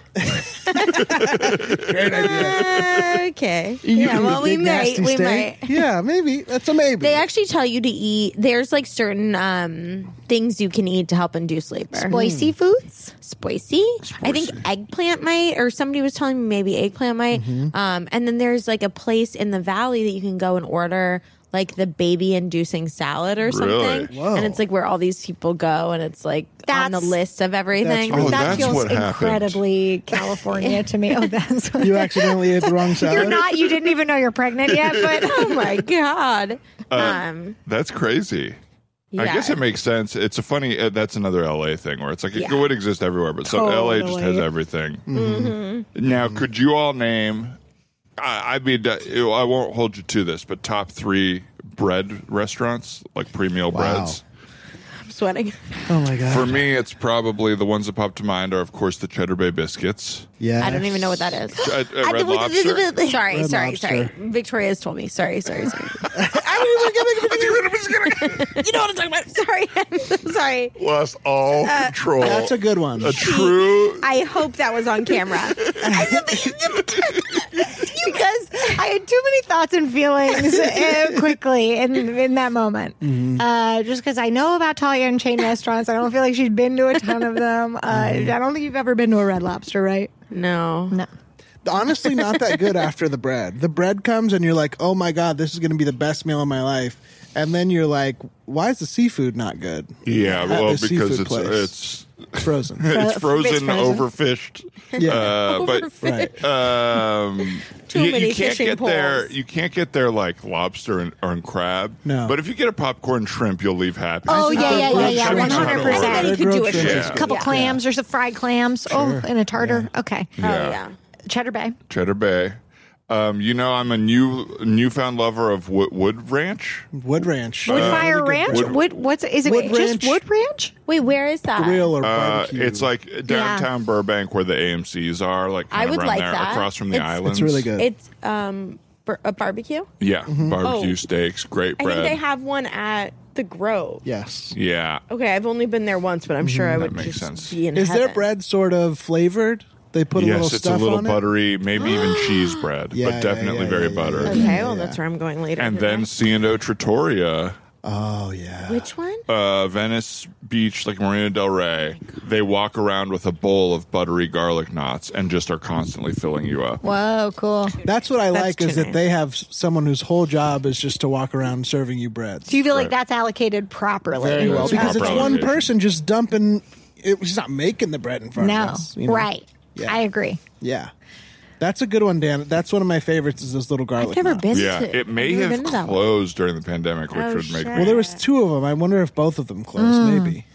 [SPEAKER 2] Great idea.
[SPEAKER 3] okay. Yeah,
[SPEAKER 2] Do the
[SPEAKER 3] well, we
[SPEAKER 2] big
[SPEAKER 3] might.
[SPEAKER 2] nasty
[SPEAKER 3] We
[SPEAKER 2] steak.
[SPEAKER 3] might.
[SPEAKER 2] Yeah, maybe. That's a maybe.
[SPEAKER 3] They actually tell you to eat. There's like certain um, things you can eat to help induce labor.
[SPEAKER 1] Hmm.
[SPEAKER 4] Spicy foods.
[SPEAKER 3] spicy. I think eggplant might, or somebody was telling me maybe eggplant might.
[SPEAKER 1] Mm-hmm.
[SPEAKER 3] Um, and then there's like a place in the valley that you can go and order like the baby inducing salad or
[SPEAKER 1] Really?
[SPEAKER 3] something.
[SPEAKER 2] Whoa.
[SPEAKER 3] And it's like where all these people go and it's like on the
[SPEAKER 4] That's-
[SPEAKER 3] list of everything.
[SPEAKER 1] Oh,
[SPEAKER 4] that
[SPEAKER 1] that's
[SPEAKER 4] feels
[SPEAKER 1] what happened.
[SPEAKER 4] incredibly California to me. Oh, that's what
[SPEAKER 2] you accidentally ate the wrong salad.
[SPEAKER 4] You're not. You didn't even know you're pregnant yet, but
[SPEAKER 3] oh my God. Oh um,
[SPEAKER 1] That's crazy. Uh, I
[SPEAKER 3] Yeah.
[SPEAKER 1] guess it makes sense. It's a funny. Uh, that's another LA thing where it's like it
[SPEAKER 3] Yeah.
[SPEAKER 1] would exist everywhere, but so LA just has
[SPEAKER 4] Totally.
[SPEAKER 1] everything. Mm-hmm. Now, could you all name? I, I mean, uh, ew, I won't hold you to this, but top three bread restaurants, like pre meal breads.
[SPEAKER 3] I'm sweating.
[SPEAKER 2] Oh my god.
[SPEAKER 1] For me, it's probably the ones that pop to mind are, of course, the Cheddar Bay biscuits.
[SPEAKER 2] yeah.
[SPEAKER 3] I don't even know what Uh, that is.
[SPEAKER 1] At, at Red Lobster.
[SPEAKER 3] Sorry,
[SPEAKER 2] Red
[SPEAKER 3] sorry,
[SPEAKER 2] Lobster.
[SPEAKER 3] sorry. Victoria's told me. Sorry, sorry, sorry. you know what I'm talking about. Sorry, I'm so sorry.
[SPEAKER 1] Lost all control.
[SPEAKER 2] That's a good one.
[SPEAKER 1] A true.
[SPEAKER 3] I hope that was on camera.
[SPEAKER 4] because I had too many thoughts and feelings uh, quickly in, in that moment. Uh, just because I know about Talia and chain restaurants, I don't feel like she's been to a ton of them. Uh, I don't think you've ever been to a Red Lobster, right?
[SPEAKER 3] No.
[SPEAKER 4] No.
[SPEAKER 2] honestly not that good after the bread. The bread comes and you're like, oh my god, this is going to be the best meal of my life. And then you're like, why is the seafood not good?
[SPEAKER 1] Yeah,
[SPEAKER 2] At
[SPEAKER 1] well,
[SPEAKER 2] the seafood
[SPEAKER 1] because it's
[SPEAKER 2] place.
[SPEAKER 1] it's
[SPEAKER 2] It's Uh, frozen.
[SPEAKER 1] it's
[SPEAKER 4] it's
[SPEAKER 1] frozen,
[SPEAKER 4] frozen.
[SPEAKER 1] overfished.
[SPEAKER 2] Yeah.
[SPEAKER 1] Uh, but
[SPEAKER 2] right.
[SPEAKER 1] um,
[SPEAKER 3] Too
[SPEAKER 1] you,
[SPEAKER 3] many
[SPEAKER 1] you can't
[SPEAKER 3] fishing
[SPEAKER 1] get there.
[SPEAKER 3] poles.
[SPEAKER 1] You can't get there like lobster and, or and crab.
[SPEAKER 2] No.
[SPEAKER 1] but if you get a popcorn shrimp, you'll leave happy.
[SPEAKER 4] Oh, yeah, yeah, yeah, yeah,
[SPEAKER 1] Shrimp is how to
[SPEAKER 4] 100%.
[SPEAKER 1] order.
[SPEAKER 3] Somebody could do it.
[SPEAKER 1] Yeah.
[SPEAKER 4] A couple
[SPEAKER 3] Yeah.
[SPEAKER 4] clams or some fried clams. Oh, and a tartar. Okay.
[SPEAKER 3] Oh,
[SPEAKER 1] Yeah.
[SPEAKER 3] yeah.
[SPEAKER 4] Cheddar Bay.
[SPEAKER 1] Cheddar Bay. Um, you know, I'm a new newfound lover of Wood, Wood Ranch.
[SPEAKER 2] Wood Ranch.
[SPEAKER 4] Wood
[SPEAKER 2] Uh,
[SPEAKER 4] Fire
[SPEAKER 2] really good
[SPEAKER 4] Ranch?
[SPEAKER 2] bread.
[SPEAKER 4] Wood, what's is it
[SPEAKER 2] Wood
[SPEAKER 4] just
[SPEAKER 2] Ranch.
[SPEAKER 4] Wood Ranch?
[SPEAKER 3] Wait, where is that?
[SPEAKER 2] Grill or
[SPEAKER 1] Uh,
[SPEAKER 2] barbecue.
[SPEAKER 1] it's like downtown Burbank where the AMC's are, like kind
[SPEAKER 3] I
[SPEAKER 1] of
[SPEAKER 3] would
[SPEAKER 1] around
[SPEAKER 3] like
[SPEAKER 1] there,
[SPEAKER 3] that.
[SPEAKER 1] across from the
[SPEAKER 3] It's-
[SPEAKER 1] islands.
[SPEAKER 2] It's really good. Mm-hmm.
[SPEAKER 3] It's um bar- a barbecue.
[SPEAKER 1] Yeah, barbecue
[SPEAKER 3] Oh.
[SPEAKER 1] steaks, great
[SPEAKER 3] I
[SPEAKER 1] bread.
[SPEAKER 3] think they have one at the Grove.
[SPEAKER 2] yes.
[SPEAKER 1] yeah,
[SPEAKER 3] Okay, I've only been there once, but I'm sure I would
[SPEAKER 1] Mm-hmm. makes
[SPEAKER 3] just
[SPEAKER 1] sense.
[SPEAKER 3] be in
[SPEAKER 2] Is
[SPEAKER 3] heaven.
[SPEAKER 2] their bread sort of flavored? They put a little
[SPEAKER 1] yes, it's a
[SPEAKER 2] stuff
[SPEAKER 1] little
[SPEAKER 2] on it.
[SPEAKER 1] buttery, maybe even cheese bread,
[SPEAKER 2] Yeah,
[SPEAKER 1] but
[SPEAKER 2] yeah,
[SPEAKER 1] definitely
[SPEAKER 2] yeah,
[SPEAKER 1] very
[SPEAKER 2] yeah, yeah,
[SPEAKER 1] buttered.
[SPEAKER 2] yeah.
[SPEAKER 3] Okay, well,
[SPEAKER 2] yeah.
[SPEAKER 3] that's where I'm going later.
[SPEAKER 1] And
[SPEAKER 3] today.
[SPEAKER 1] then C and O Trattoria,
[SPEAKER 2] Oh yeah.
[SPEAKER 3] which one?
[SPEAKER 1] uh, Venice Beach, like Marina Del Rey, they walk around with a bowl of buttery garlic knots and just are constantly filling you up.
[SPEAKER 4] Whoa, cool.
[SPEAKER 2] That's what I
[SPEAKER 3] That's
[SPEAKER 2] like is
[SPEAKER 3] too
[SPEAKER 2] that
[SPEAKER 3] nice.
[SPEAKER 2] they have s- someone whose whole job is just to walk around serving you bread.
[SPEAKER 4] Do you feel
[SPEAKER 1] Right.
[SPEAKER 4] like that's allocated properly?
[SPEAKER 1] Very well.
[SPEAKER 2] because it's
[SPEAKER 1] Proper
[SPEAKER 2] one
[SPEAKER 1] allocation.
[SPEAKER 2] person just dumping. It, he's not making the bread in front of
[SPEAKER 4] No.
[SPEAKER 2] us. you know?
[SPEAKER 4] Right.
[SPEAKER 2] Yeah.
[SPEAKER 4] I agree.
[SPEAKER 2] Yeah, that's a good one, Dan. That's one of my favorites. Is those little garlic?
[SPEAKER 3] I've never
[SPEAKER 2] knots.
[SPEAKER 3] been
[SPEAKER 1] Yeah,
[SPEAKER 3] to.
[SPEAKER 1] it may
[SPEAKER 3] I've never
[SPEAKER 1] have
[SPEAKER 3] been to that one.
[SPEAKER 1] closed during the pandemic, which
[SPEAKER 3] Oh,
[SPEAKER 1] would make
[SPEAKER 3] shit.
[SPEAKER 1] me
[SPEAKER 2] Well, there was two of them. I wonder if both of them closed.
[SPEAKER 3] Mm.
[SPEAKER 2] Maybe.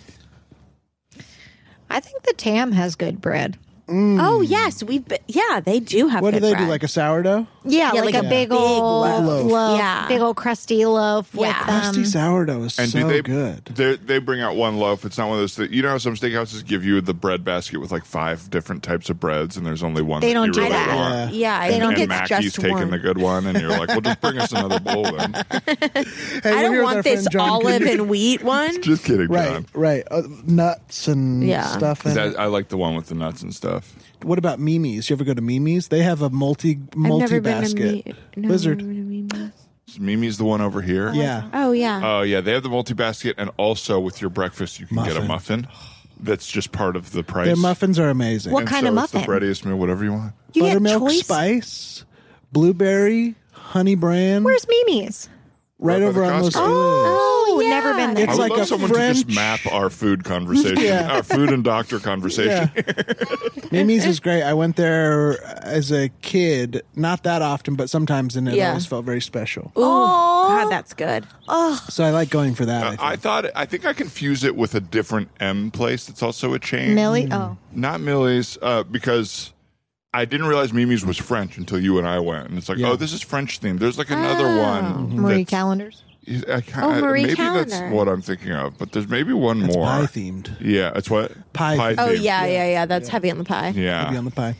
[SPEAKER 4] I think the Tam has good bread.
[SPEAKER 3] Oh yes, we've been, yeah, they do have.
[SPEAKER 2] Um, What do
[SPEAKER 3] good
[SPEAKER 2] they
[SPEAKER 3] bread.
[SPEAKER 2] do? Like a sourdough?
[SPEAKER 4] Yeah,
[SPEAKER 3] Yeah,
[SPEAKER 4] like,
[SPEAKER 3] like
[SPEAKER 4] a
[SPEAKER 3] a
[SPEAKER 4] big
[SPEAKER 3] big
[SPEAKER 4] old
[SPEAKER 3] loaf.
[SPEAKER 4] loaf,
[SPEAKER 3] Loaf. Yeah.
[SPEAKER 4] big old crusty loaf
[SPEAKER 3] Yeah.
[SPEAKER 4] with um,
[SPEAKER 2] Crusty sourdough is
[SPEAKER 1] And
[SPEAKER 2] so
[SPEAKER 1] do they
[SPEAKER 2] good.
[SPEAKER 1] they they bring out one loaf? It's not one of those. That, you know, how some steakhouses give you the bread basket with like five different types of breads, and there's only one.
[SPEAKER 4] They
[SPEAKER 1] that
[SPEAKER 4] don't
[SPEAKER 1] you
[SPEAKER 4] do
[SPEAKER 1] really
[SPEAKER 4] that.
[SPEAKER 1] want.
[SPEAKER 2] Yeah.
[SPEAKER 3] yeah, I
[SPEAKER 4] They
[SPEAKER 3] think
[SPEAKER 4] don't
[SPEAKER 1] and
[SPEAKER 3] it's
[SPEAKER 1] Mackey's
[SPEAKER 3] just
[SPEAKER 1] taking
[SPEAKER 3] one.
[SPEAKER 1] the good one, and you're like, "Well, just bring us another bowl then."
[SPEAKER 2] Hey, we're
[SPEAKER 3] I
[SPEAKER 2] here
[SPEAKER 3] don't
[SPEAKER 2] with
[SPEAKER 3] want
[SPEAKER 2] our friend
[SPEAKER 3] this
[SPEAKER 2] John
[SPEAKER 3] olive
[SPEAKER 2] Goodman.
[SPEAKER 3] and wheat one.
[SPEAKER 1] just kidding,
[SPEAKER 2] Right,
[SPEAKER 1] John.
[SPEAKER 2] right. Uh, nuts and
[SPEAKER 3] Yeah.
[SPEAKER 2] stuff. In
[SPEAKER 1] That,
[SPEAKER 2] it.
[SPEAKER 1] I like the one with the nuts and stuff.
[SPEAKER 2] What about Mimi's? You ever go to Mimi's? They have a multi multi basket lizard.
[SPEAKER 1] Is Mimi's the one over here.
[SPEAKER 2] Yeah.
[SPEAKER 3] Oh yeah.
[SPEAKER 1] Oh yeah, they have the multi basket, and also with your breakfast, you can get a muffin. That's just part of the price.
[SPEAKER 2] Their muffins are amazing.
[SPEAKER 4] What
[SPEAKER 1] And
[SPEAKER 4] kind
[SPEAKER 1] so
[SPEAKER 4] of
[SPEAKER 1] It's the
[SPEAKER 4] muffin?
[SPEAKER 1] breadiest meal, whatever you want.
[SPEAKER 4] You get
[SPEAKER 2] Buttermilk
[SPEAKER 4] choice?
[SPEAKER 2] spice, blueberry, honey bran.
[SPEAKER 4] Where's Mimi's?
[SPEAKER 2] right
[SPEAKER 1] by
[SPEAKER 2] over
[SPEAKER 1] the
[SPEAKER 2] on those.
[SPEAKER 1] Costco.
[SPEAKER 4] Oh,
[SPEAKER 3] yeah.
[SPEAKER 4] never been there.
[SPEAKER 1] I would
[SPEAKER 2] It's like
[SPEAKER 1] love
[SPEAKER 2] a
[SPEAKER 1] someone to just
[SPEAKER 2] French-
[SPEAKER 1] map our food conversation,
[SPEAKER 2] Yeah.
[SPEAKER 1] our food and doctor conversation.
[SPEAKER 2] Yeah. Mimi's is great. I went there as a kid, not that often, but sometimes, and it
[SPEAKER 3] Yeah.
[SPEAKER 2] always felt very special.
[SPEAKER 3] Oh God, that's good.
[SPEAKER 2] So I like going for that. I think.
[SPEAKER 1] I thought I think I confuse it with a different M place that's also a chain.
[SPEAKER 4] Millie. Oh,
[SPEAKER 1] Not Millie's, uh, because I didn't realize Mimi's was French until you and I went, and it's like,
[SPEAKER 2] Yeah.
[SPEAKER 1] oh, this is French themed. There's like another
[SPEAKER 3] Oh.
[SPEAKER 2] Mm,
[SPEAKER 1] one.
[SPEAKER 4] Marie
[SPEAKER 1] that's-
[SPEAKER 4] Callender's.
[SPEAKER 1] I can't,
[SPEAKER 3] Oh, Marie
[SPEAKER 1] maybe that's
[SPEAKER 3] Callender.
[SPEAKER 1] what I'm thinking of, but there's maybe one more.
[SPEAKER 2] Pie themed.
[SPEAKER 1] Yeah, it's what
[SPEAKER 2] Pie themed.
[SPEAKER 3] Oh
[SPEAKER 1] themed.
[SPEAKER 3] yeah, yeah, yeah. That's heavy on the pie.
[SPEAKER 2] Maybe
[SPEAKER 1] yeah.
[SPEAKER 2] on the pie.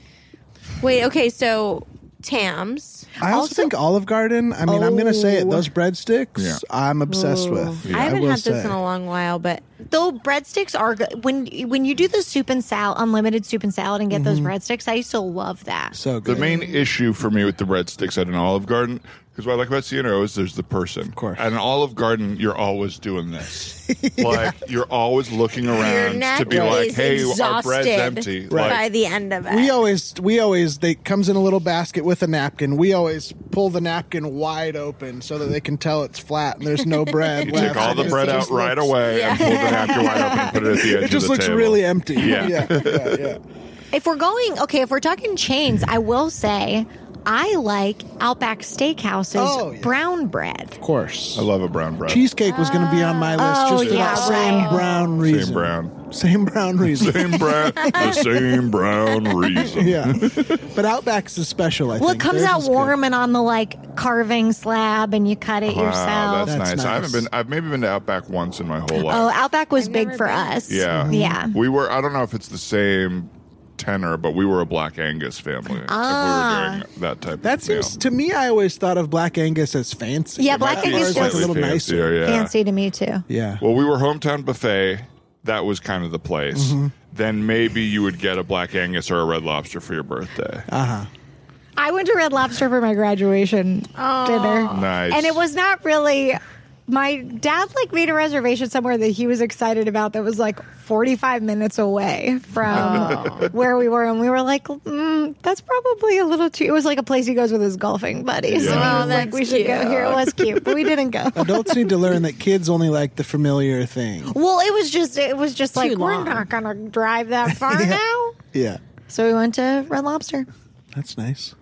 [SPEAKER 3] Wait. Okay. So Tams.
[SPEAKER 2] I also, think Olive Garden. I mean, I'm going to say it.
[SPEAKER 3] Oh.
[SPEAKER 2] Those breadsticks,
[SPEAKER 1] Yeah.
[SPEAKER 2] I'm obsessed with.
[SPEAKER 3] Ooh. I haven't
[SPEAKER 2] will
[SPEAKER 3] had this
[SPEAKER 2] say.
[SPEAKER 3] in a long while, but
[SPEAKER 4] Though breadsticks are good when when you do the soup and salad, unlimited soup and salad, and get those breadsticks. I used to love that.
[SPEAKER 2] Mm-hmm. So
[SPEAKER 1] The
[SPEAKER 2] good.
[SPEAKER 1] main issue for me with the breadsticks at an Olive Garden, because what I like about CNO is there's the person. Of
[SPEAKER 2] course.
[SPEAKER 1] At an Olive Garden, you're always doing this. like, you're always looking around
[SPEAKER 3] neck
[SPEAKER 1] to be like,
[SPEAKER 3] is
[SPEAKER 1] hey, our bread's
[SPEAKER 3] exhausted
[SPEAKER 1] empty.
[SPEAKER 2] Right.
[SPEAKER 3] by
[SPEAKER 1] Like,
[SPEAKER 3] the end of it,
[SPEAKER 2] we always, we always, they comes in a little basket with a napkin. We always pull the napkin wide open so that they can tell it's flat and there's no bread.
[SPEAKER 1] you
[SPEAKER 2] left.
[SPEAKER 1] take all the
[SPEAKER 2] It
[SPEAKER 1] bread out
[SPEAKER 2] just
[SPEAKER 1] right
[SPEAKER 2] looks-
[SPEAKER 1] away and pull the napkin wide open and put it at the edge
[SPEAKER 2] It just
[SPEAKER 1] of the
[SPEAKER 2] looks
[SPEAKER 1] table.
[SPEAKER 2] really empty.
[SPEAKER 1] Yeah.
[SPEAKER 2] yeah, yeah. yeah. Mm.
[SPEAKER 4] If we're going, okay, if we're talking chains, I will say I like Outback Steakhouse's
[SPEAKER 2] Oh, yeah.
[SPEAKER 4] brown bread.
[SPEAKER 2] Of course.
[SPEAKER 1] I love a brown bread.
[SPEAKER 2] Cheesecake was going to be on my list
[SPEAKER 4] Oh,
[SPEAKER 2] just for
[SPEAKER 4] yeah,
[SPEAKER 2] that same
[SPEAKER 4] right.
[SPEAKER 2] brown reason.
[SPEAKER 1] Same brown.
[SPEAKER 2] Same brown reason.
[SPEAKER 1] Same brown. the same brown reason.
[SPEAKER 2] yeah. But Outback's is special, I
[SPEAKER 4] Well, it
[SPEAKER 2] think.
[SPEAKER 4] comes
[SPEAKER 2] Theirs
[SPEAKER 4] out
[SPEAKER 2] is good.
[SPEAKER 4] warm and on the like carving slab, and you cut it
[SPEAKER 1] Wow,
[SPEAKER 4] yourself.
[SPEAKER 1] that's,
[SPEAKER 2] That's
[SPEAKER 1] nice. I haven't
[SPEAKER 2] nice.
[SPEAKER 1] been. I've maybe been to Outback once in my whole life.
[SPEAKER 4] oh, Outback was
[SPEAKER 3] I've
[SPEAKER 4] big
[SPEAKER 3] never
[SPEAKER 4] for
[SPEAKER 3] been.
[SPEAKER 4] us.
[SPEAKER 1] Yeah.
[SPEAKER 4] Mm-hmm.
[SPEAKER 1] Mm-hmm.
[SPEAKER 4] yeah.
[SPEAKER 1] We were, I don't know if it's the same tenor, but we were a Black Angus family.
[SPEAKER 4] Ah.
[SPEAKER 1] If we were doing that type
[SPEAKER 2] That
[SPEAKER 1] of meal.
[SPEAKER 2] seems to me. I always thought of Black Angus as fancy.
[SPEAKER 4] Yeah, Black
[SPEAKER 2] Outback
[SPEAKER 4] Angus
[SPEAKER 2] is, like a
[SPEAKER 4] does-
[SPEAKER 2] little nicer.
[SPEAKER 1] fancier, yeah.
[SPEAKER 4] Fancy to me too.
[SPEAKER 2] Yeah.
[SPEAKER 1] Well, we were hometown buffet. That was kind of the place.
[SPEAKER 2] Mm-hmm.
[SPEAKER 1] Then maybe you would get a Black Angus or a Red Lobster for your birthday.
[SPEAKER 2] Ah.
[SPEAKER 4] I went to Red Lobster for my graduation dinner.
[SPEAKER 1] Nice.
[SPEAKER 4] And it was not really my dad like made a reservation somewhere that he was excited about that was like 45 minutes away from where we were and we were like mm, that's probably a little too it was like a place he goes with his golfing buddies
[SPEAKER 1] Yeah.
[SPEAKER 4] and I
[SPEAKER 1] Oh,
[SPEAKER 4] was like
[SPEAKER 3] that's
[SPEAKER 4] we should go
[SPEAKER 3] cute.
[SPEAKER 4] here it was cute but we didn't go
[SPEAKER 2] Adults need to learn that kids only like the familiar thing.
[SPEAKER 4] well it was just it was just like
[SPEAKER 3] long.
[SPEAKER 4] we're not gonna drive that far now
[SPEAKER 2] Yeah,
[SPEAKER 4] so we went to Red Lobster
[SPEAKER 2] that's nice.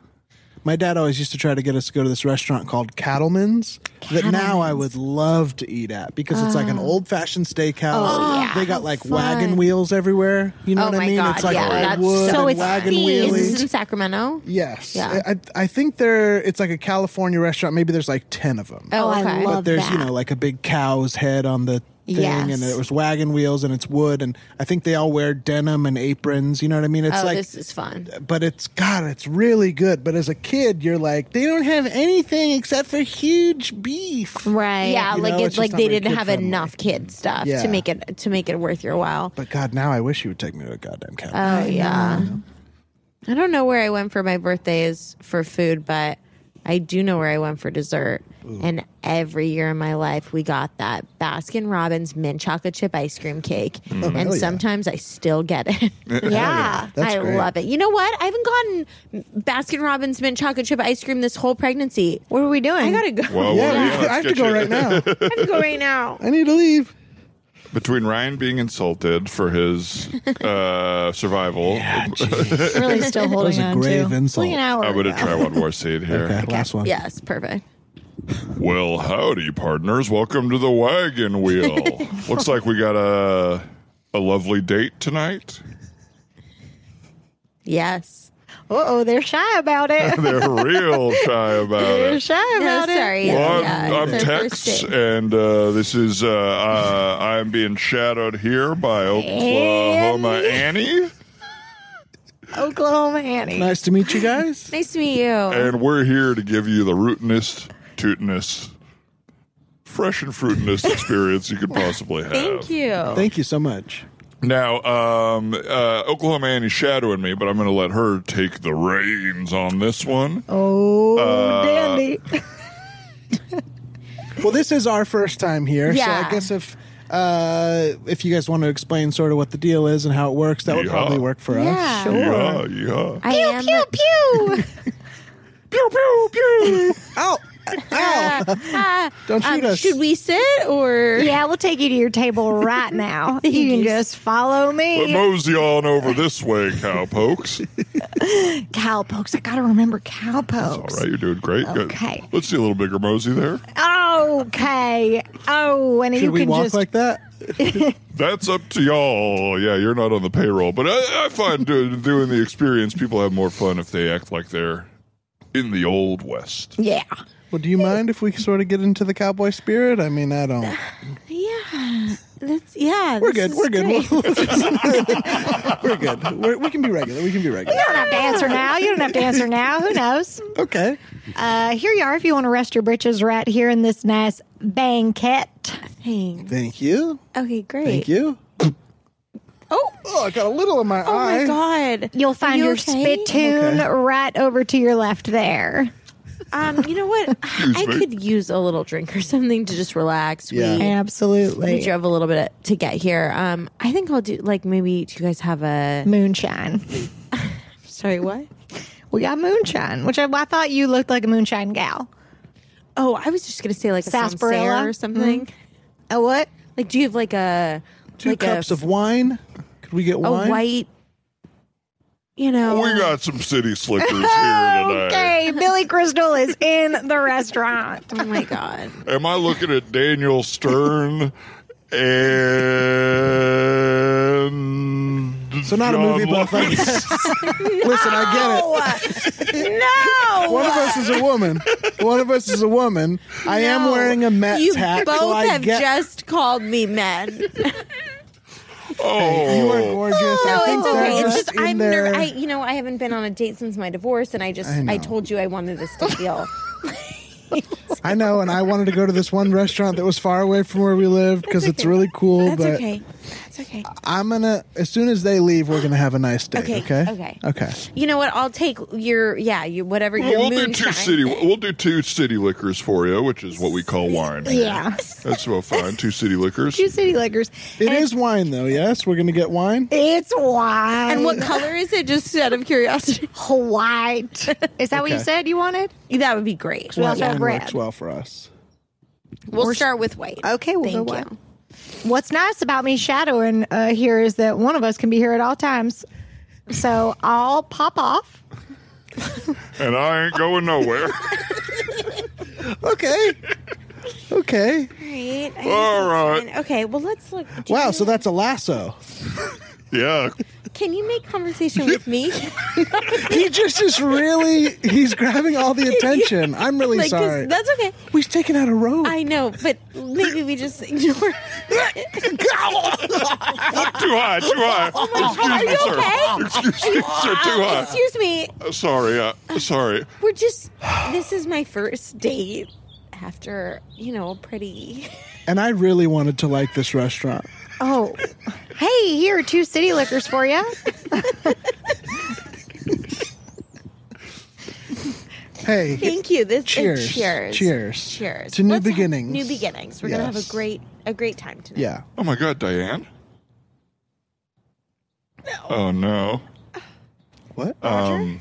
[SPEAKER 2] My dad always used to try to get us to go to this restaurant called Cattleman's that now I would love to eat at because it's like
[SPEAKER 3] Ah.
[SPEAKER 2] an old fashioned steakhouse.
[SPEAKER 4] Oh, yeah.
[SPEAKER 2] They got like wagon
[SPEAKER 3] Fun.
[SPEAKER 2] wheels everywhere. You know
[SPEAKER 3] oh
[SPEAKER 2] what
[SPEAKER 3] my
[SPEAKER 2] I mean?
[SPEAKER 3] god!
[SPEAKER 2] it's like
[SPEAKER 3] yeah, that's
[SPEAKER 2] wood
[SPEAKER 4] so
[SPEAKER 2] and
[SPEAKER 4] it's
[SPEAKER 2] wagon
[SPEAKER 4] themed.
[SPEAKER 3] Is
[SPEAKER 2] wheelies.
[SPEAKER 3] this in Sacramento? Oh,
[SPEAKER 2] Yes.
[SPEAKER 3] Yeah.
[SPEAKER 2] I, I think there it's like a California restaurant. Maybe there's like 10 of them.
[SPEAKER 3] Oh,
[SPEAKER 4] Oh, I
[SPEAKER 3] okay.
[SPEAKER 4] love-
[SPEAKER 2] but there's, you
[SPEAKER 4] that.
[SPEAKER 2] know, like a big cow's head on the thing
[SPEAKER 4] Yes.
[SPEAKER 2] and it was wagon wheels and it's wood and I think they all wear denim and aprons, you know what I mean? It's
[SPEAKER 3] oh,
[SPEAKER 2] like
[SPEAKER 3] this is fun.
[SPEAKER 2] but it's god, it's really good. But as a kid, you're like, they don't have anything except for huge beef.
[SPEAKER 4] right
[SPEAKER 3] Yeah,
[SPEAKER 2] you
[SPEAKER 3] like
[SPEAKER 2] know,
[SPEAKER 3] it's,
[SPEAKER 2] it's just
[SPEAKER 3] like
[SPEAKER 2] not
[SPEAKER 3] they
[SPEAKER 2] very
[SPEAKER 3] didn't have
[SPEAKER 2] kid-friendly.
[SPEAKER 3] enough kid stuff
[SPEAKER 2] Yeah.
[SPEAKER 3] to make it to make it worth your while.
[SPEAKER 2] But god, now I wish you would take me to a goddamn Cattleman's.
[SPEAKER 3] Oh yeah. I don't know where I went for my birthdays for food, but I do know where I went for dessert. And every year in my life, we got that Baskin Robbins mint chocolate chip ice cream cake. and
[SPEAKER 2] Mm. hell yeah.
[SPEAKER 3] sometimes I still get it.
[SPEAKER 4] yeah
[SPEAKER 2] That's
[SPEAKER 3] I
[SPEAKER 2] great.
[SPEAKER 3] love it. You know what? I haven't gotten Baskin Robbins mint chocolate chip ice cream this whole pregnancy.
[SPEAKER 4] what are we doing
[SPEAKER 3] I gotta go.
[SPEAKER 1] Whoa, whoa,
[SPEAKER 2] yeah,
[SPEAKER 1] yeah, let's
[SPEAKER 2] I have to
[SPEAKER 1] get
[SPEAKER 2] go
[SPEAKER 1] you-
[SPEAKER 2] right now.
[SPEAKER 3] I have to go right now.
[SPEAKER 2] I need to leave.
[SPEAKER 1] Between Ryan being insulted for his uh, survival,
[SPEAKER 4] really still holding
[SPEAKER 2] a
[SPEAKER 4] on
[SPEAKER 2] grave
[SPEAKER 4] to.
[SPEAKER 2] insult.
[SPEAKER 4] Like an hour
[SPEAKER 1] I'm going to
[SPEAKER 4] ago.
[SPEAKER 1] try one more seed here.
[SPEAKER 2] Okay, last one.
[SPEAKER 3] Yes, perfect.
[SPEAKER 1] Well, howdy, partners. Welcome to the wagon wheel. Looks like we got a a lovely date tonight.
[SPEAKER 3] Yes.
[SPEAKER 4] Uh-oh, they're shy about it.
[SPEAKER 1] They're real shy about
[SPEAKER 4] they're
[SPEAKER 1] it.
[SPEAKER 4] shy
[SPEAKER 3] No,
[SPEAKER 4] about it.
[SPEAKER 3] sorry.
[SPEAKER 1] Well,
[SPEAKER 3] Yeah,
[SPEAKER 1] I'm, I'm
[SPEAKER 3] it's our first
[SPEAKER 1] Tex,
[SPEAKER 3] date.
[SPEAKER 1] and uh, this is uh, uh, I'm being shadowed here by Oklahoma Annie,
[SPEAKER 4] Oklahoma Annie.
[SPEAKER 2] Nice to meet you guys.
[SPEAKER 3] Nice to meet you.
[SPEAKER 1] and we're here to give you the rootinest, tootinest, fresh and fruitinest experience you could possibly have.
[SPEAKER 3] Thank you.
[SPEAKER 2] Thank you so much.
[SPEAKER 1] Now, um, uh, Oklahoma Annie's shadowing me, but I'm going to let her take the reins on this one.
[SPEAKER 4] Oh,
[SPEAKER 1] Uh,
[SPEAKER 4] dandy.
[SPEAKER 2] Well, this is our first time here, so
[SPEAKER 3] Yeah.
[SPEAKER 2] I guess if uh, if you guys want to explain sort of what the deal is and how it works, that would
[SPEAKER 1] Yeah.
[SPEAKER 2] probably work for us.
[SPEAKER 3] Yeah.
[SPEAKER 1] Yeah, yeah.
[SPEAKER 3] I
[SPEAKER 4] Pew,
[SPEAKER 3] am
[SPEAKER 4] pew, pew.
[SPEAKER 1] pew, pew, pew.
[SPEAKER 2] Ow! Ow! Don't shoot us.
[SPEAKER 3] um, Should we sit or
[SPEAKER 4] yeah, we'll take you to your table right now. you can just follow
[SPEAKER 1] But
[SPEAKER 4] me.
[SPEAKER 1] mosey on over this way, cowpokes.
[SPEAKER 4] Cowpokes. I gotta remember
[SPEAKER 1] All
[SPEAKER 4] cowpokes.
[SPEAKER 1] right, you're doing great. Good.
[SPEAKER 4] Okay.
[SPEAKER 1] Let's see a little bigger mosey there.
[SPEAKER 4] Okay. Oh, and
[SPEAKER 2] Should
[SPEAKER 4] you
[SPEAKER 2] we
[SPEAKER 4] can
[SPEAKER 2] walk
[SPEAKER 4] just.
[SPEAKER 2] like that?
[SPEAKER 1] That's up to y'all. Yeah, you're not on the payroll, but I, I find do, doing the experience, people have more fun if they act like they're in the old west.
[SPEAKER 4] yeah.
[SPEAKER 2] Well, do you mind if we sort of get into the cowboy spirit? I mean, I don't.
[SPEAKER 3] Yeah. That's yeah.
[SPEAKER 2] We're
[SPEAKER 3] this
[SPEAKER 2] good.
[SPEAKER 3] is
[SPEAKER 2] We're good.
[SPEAKER 3] great.
[SPEAKER 2] we're good. We're, we can be regular. We can be regular.
[SPEAKER 4] You don't have to answer now. You don't have to answer now. Who knows?
[SPEAKER 2] Okay.
[SPEAKER 4] Uh, here you are if you want to rest your britches right here in this nice banquet.
[SPEAKER 3] Thanks.
[SPEAKER 2] Thank you.
[SPEAKER 3] Okay, great.
[SPEAKER 2] Thank you.
[SPEAKER 3] Oh,
[SPEAKER 2] Oh, I got a little in my
[SPEAKER 3] oh
[SPEAKER 2] eye.
[SPEAKER 3] my god.
[SPEAKER 4] You'll find
[SPEAKER 3] you
[SPEAKER 4] your
[SPEAKER 3] okay?
[SPEAKER 4] spittoon
[SPEAKER 2] Okay.
[SPEAKER 4] right over to your left there.
[SPEAKER 3] Um, you know what? I
[SPEAKER 1] me.
[SPEAKER 3] could use a little drink or something to just relax.
[SPEAKER 2] Yeah.
[SPEAKER 3] We, we
[SPEAKER 4] Absolutely.
[SPEAKER 3] drove a little bit to get here. Um, I think I'll do like maybe do you guys have a
[SPEAKER 4] Moonshine.
[SPEAKER 3] sorry, what?
[SPEAKER 4] We got moonshine, which I, I thought you looked like a moonshine gal.
[SPEAKER 3] Oh, I was just gonna say like a
[SPEAKER 4] Sarsaparilla?
[SPEAKER 3] sarsaparilla or something.
[SPEAKER 4] A what?
[SPEAKER 3] Like do you have like a
[SPEAKER 2] Two
[SPEAKER 3] like a
[SPEAKER 2] cups of wine. Oh Could we get
[SPEAKER 3] a
[SPEAKER 2] wine?
[SPEAKER 3] white you know,
[SPEAKER 1] We got some city slickers here today.
[SPEAKER 4] Okay, Billy Crystal is in the restaurant.
[SPEAKER 3] oh my god.
[SPEAKER 1] Am I looking at Daniel Stern and
[SPEAKER 2] So not a movie,
[SPEAKER 1] John
[SPEAKER 2] but a
[SPEAKER 1] Lawrence?
[SPEAKER 2] Listen, I get it.
[SPEAKER 3] no.
[SPEAKER 2] One of us is a woman. One of us is a woman. I am wearing a Mets
[SPEAKER 3] you
[SPEAKER 2] hat.
[SPEAKER 3] both
[SPEAKER 2] so I
[SPEAKER 3] have
[SPEAKER 2] get,
[SPEAKER 3] just called me men.
[SPEAKER 1] Oh,
[SPEAKER 2] You are gorgeous. I think
[SPEAKER 3] Oh, it's okay.
[SPEAKER 2] they're
[SPEAKER 3] It's
[SPEAKER 2] just
[SPEAKER 3] just
[SPEAKER 2] in
[SPEAKER 3] I'm
[SPEAKER 2] their-
[SPEAKER 3] ner- I, you know, I haven't been on a date since my divorce, and I just
[SPEAKER 2] I
[SPEAKER 3] I,
[SPEAKER 2] know.
[SPEAKER 3] told you I wanted this to feel.
[SPEAKER 2] I know, and I wanted to go to this one restaurant that was far away from where we live because it's really cool.
[SPEAKER 3] That's
[SPEAKER 2] but
[SPEAKER 3] okay. That's okay.
[SPEAKER 2] I'm gonna, as soon as they leave, we're gonna have a nice day.
[SPEAKER 3] Okay,
[SPEAKER 2] Okay. Okay.
[SPEAKER 3] okay. You know what? I'll take your yeah, you whatever your
[SPEAKER 1] we'll do
[SPEAKER 3] moonshine.
[SPEAKER 1] two city. We'll do two city liquors for you, which is what we call wine.
[SPEAKER 4] Yeah.
[SPEAKER 1] that's so fine. Two city liquors.
[SPEAKER 4] Two city liquors.
[SPEAKER 2] It is wine, though. Yes, we're gonna get wine.
[SPEAKER 4] It's wine.
[SPEAKER 3] And what color is it? Just out of curiosity,
[SPEAKER 4] White. Is that what you
[SPEAKER 2] Okay.
[SPEAKER 4] said you wanted?
[SPEAKER 3] that would be great.
[SPEAKER 4] Well,
[SPEAKER 2] White
[SPEAKER 4] also
[SPEAKER 2] wine
[SPEAKER 4] red.
[SPEAKER 2] works well for us.
[SPEAKER 3] We'll start with white.
[SPEAKER 2] Oh.
[SPEAKER 4] Okay, we'll
[SPEAKER 3] Thank
[SPEAKER 4] go
[SPEAKER 3] you.
[SPEAKER 4] white. What's nice about me shadowing uh, here is that one of us can be here at all times. So I'll pop off.
[SPEAKER 1] and I ain't going nowhere.
[SPEAKER 2] Okay. okay.
[SPEAKER 3] Great. I
[SPEAKER 1] All
[SPEAKER 3] guess that's
[SPEAKER 1] right.
[SPEAKER 3] fine. Okay. Well, let's look. do
[SPEAKER 2] Wow.
[SPEAKER 3] you-
[SPEAKER 2] So that's a lasso.
[SPEAKER 1] yeah,
[SPEAKER 3] can you make conversation with me?
[SPEAKER 2] He just is really. He's grabbing all the attention. I'm really
[SPEAKER 3] like 'cause
[SPEAKER 2] sorry.
[SPEAKER 3] that's okay.
[SPEAKER 2] We've taken out a rope.
[SPEAKER 3] I know, but maybe we just ignore.
[SPEAKER 1] too high, too high.
[SPEAKER 3] Are you okay?
[SPEAKER 1] Excuse me, sir. Too
[SPEAKER 3] Uh,
[SPEAKER 1] high.
[SPEAKER 3] excuse me.
[SPEAKER 1] Sorry, uh, sorry.
[SPEAKER 3] We're just. This is my first date after you know a pretty.
[SPEAKER 2] and I really wanted to like this restaurant.
[SPEAKER 4] Oh, hey, here are two city liquors for you.
[SPEAKER 2] Hey.
[SPEAKER 3] Thank you. This
[SPEAKER 2] Cheers.
[SPEAKER 3] Is cheers.
[SPEAKER 2] Cheers.
[SPEAKER 3] Cheers.
[SPEAKER 2] To new
[SPEAKER 3] Let's have
[SPEAKER 2] beginnings.
[SPEAKER 3] New beginnings. We're gonna have
[SPEAKER 2] Yes.
[SPEAKER 3] a great a great time tonight.
[SPEAKER 2] Yeah.
[SPEAKER 1] Oh my God, Diane. Oh no.
[SPEAKER 2] What?
[SPEAKER 1] Um,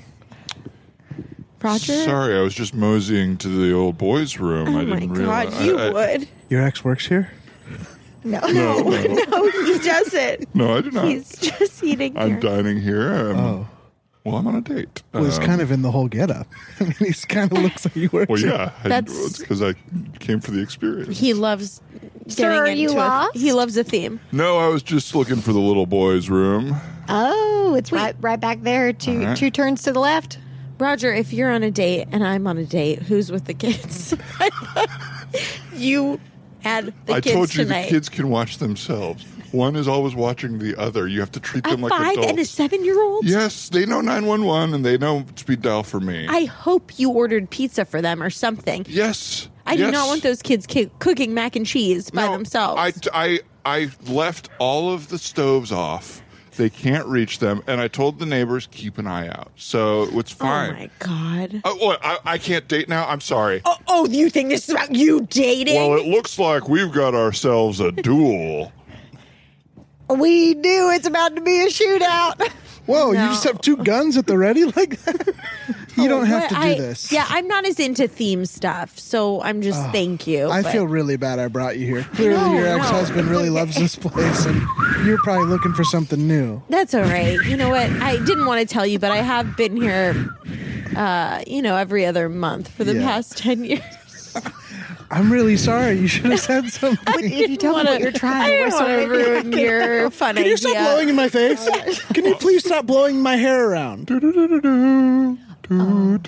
[SPEAKER 3] Roger.
[SPEAKER 1] Sorry, I was just moseying to the old boys' room.
[SPEAKER 3] Oh
[SPEAKER 1] I
[SPEAKER 3] my
[SPEAKER 1] didn't
[SPEAKER 3] god,
[SPEAKER 1] realize.
[SPEAKER 3] you
[SPEAKER 1] I, I-
[SPEAKER 3] would.
[SPEAKER 2] Your ex works here.
[SPEAKER 4] No.
[SPEAKER 1] No, no,
[SPEAKER 3] No, he doesn't.
[SPEAKER 1] no, I do not.
[SPEAKER 3] He's just eating.
[SPEAKER 1] I'm
[SPEAKER 3] here.
[SPEAKER 1] dining here. i
[SPEAKER 2] Oh.
[SPEAKER 1] Well, I'm on a date.
[SPEAKER 2] Was
[SPEAKER 1] Um,
[SPEAKER 2] kind of in the whole getup. I mean, he's kind of looks like he works.
[SPEAKER 1] Well,
[SPEAKER 2] here.
[SPEAKER 1] yeah,
[SPEAKER 3] That's-
[SPEAKER 1] because I came for the experience.
[SPEAKER 3] He loves.
[SPEAKER 4] Sir,
[SPEAKER 3] getting
[SPEAKER 4] are you
[SPEAKER 3] into a-
[SPEAKER 4] lost?
[SPEAKER 3] He loves a theme.
[SPEAKER 1] No, I was just looking for the little boys' room.
[SPEAKER 4] Oh, it's right right back there. Two
[SPEAKER 1] All right.
[SPEAKER 4] two turns to the left.
[SPEAKER 3] Roger, if you're on a date and I'm on a date, who's with the kids? you add the
[SPEAKER 1] I
[SPEAKER 3] kids
[SPEAKER 1] told you
[SPEAKER 3] tonight.
[SPEAKER 1] the kids can watch themselves. One is always watching the other. You have to treat
[SPEAKER 3] a
[SPEAKER 1] them like
[SPEAKER 3] five
[SPEAKER 1] adults.
[SPEAKER 3] and a seven year old?
[SPEAKER 1] yes, they know nine one one and they know speed dial for me.
[SPEAKER 3] I hope you ordered pizza for them or something.
[SPEAKER 1] yes,
[SPEAKER 3] I do
[SPEAKER 1] yes.
[SPEAKER 3] not want those kids ki- cooking mac and cheese by
[SPEAKER 1] No,
[SPEAKER 3] themselves.
[SPEAKER 1] I, I, I left all of the stoves off. They can't reach them. And I told the neighbors, keep an eye out. So it's
[SPEAKER 3] oh
[SPEAKER 1] fine.
[SPEAKER 3] my god.
[SPEAKER 1] Oh, what? I, I can't date now? I'm sorry.
[SPEAKER 3] Oh, oh, you think this is about you dating?
[SPEAKER 1] Well, it looks like we've got ourselves a duel. uh,
[SPEAKER 4] We do. It's about to be a shootout.
[SPEAKER 2] Whoa,
[SPEAKER 3] No.
[SPEAKER 2] you just have two guns at the ready like that? you don't have to do
[SPEAKER 3] Well, I-
[SPEAKER 2] this. Ah,
[SPEAKER 3] Yeah, I'm not as into theme stuff, so I'm just thank you.
[SPEAKER 2] I
[SPEAKER 3] but-
[SPEAKER 2] feel really bad I brought you here. Clearly,
[SPEAKER 3] No,
[SPEAKER 2] your
[SPEAKER 3] no.
[SPEAKER 2] ex husband really loves this place, and you're probably looking for something new.
[SPEAKER 3] That's all right. You know what? I didn't want to tell you, but I have been here, uh, you know, every other month for the
[SPEAKER 2] Yeah.
[SPEAKER 3] past 10 years.
[SPEAKER 2] I'm really sorry. You should have said something.
[SPEAKER 4] if you tell me what you're
[SPEAKER 3] I
[SPEAKER 4] trying,
[SPEAKER 3] didn't
[SPEAKER 4] what's
[SPEAKER 3] want to ruin your fun
[SPEAKER 2] Can
[SPEAKER 3] idea. Oh,
[SPEAKER 2] you stop blowing in my face? Can you please stop blowing my hair around?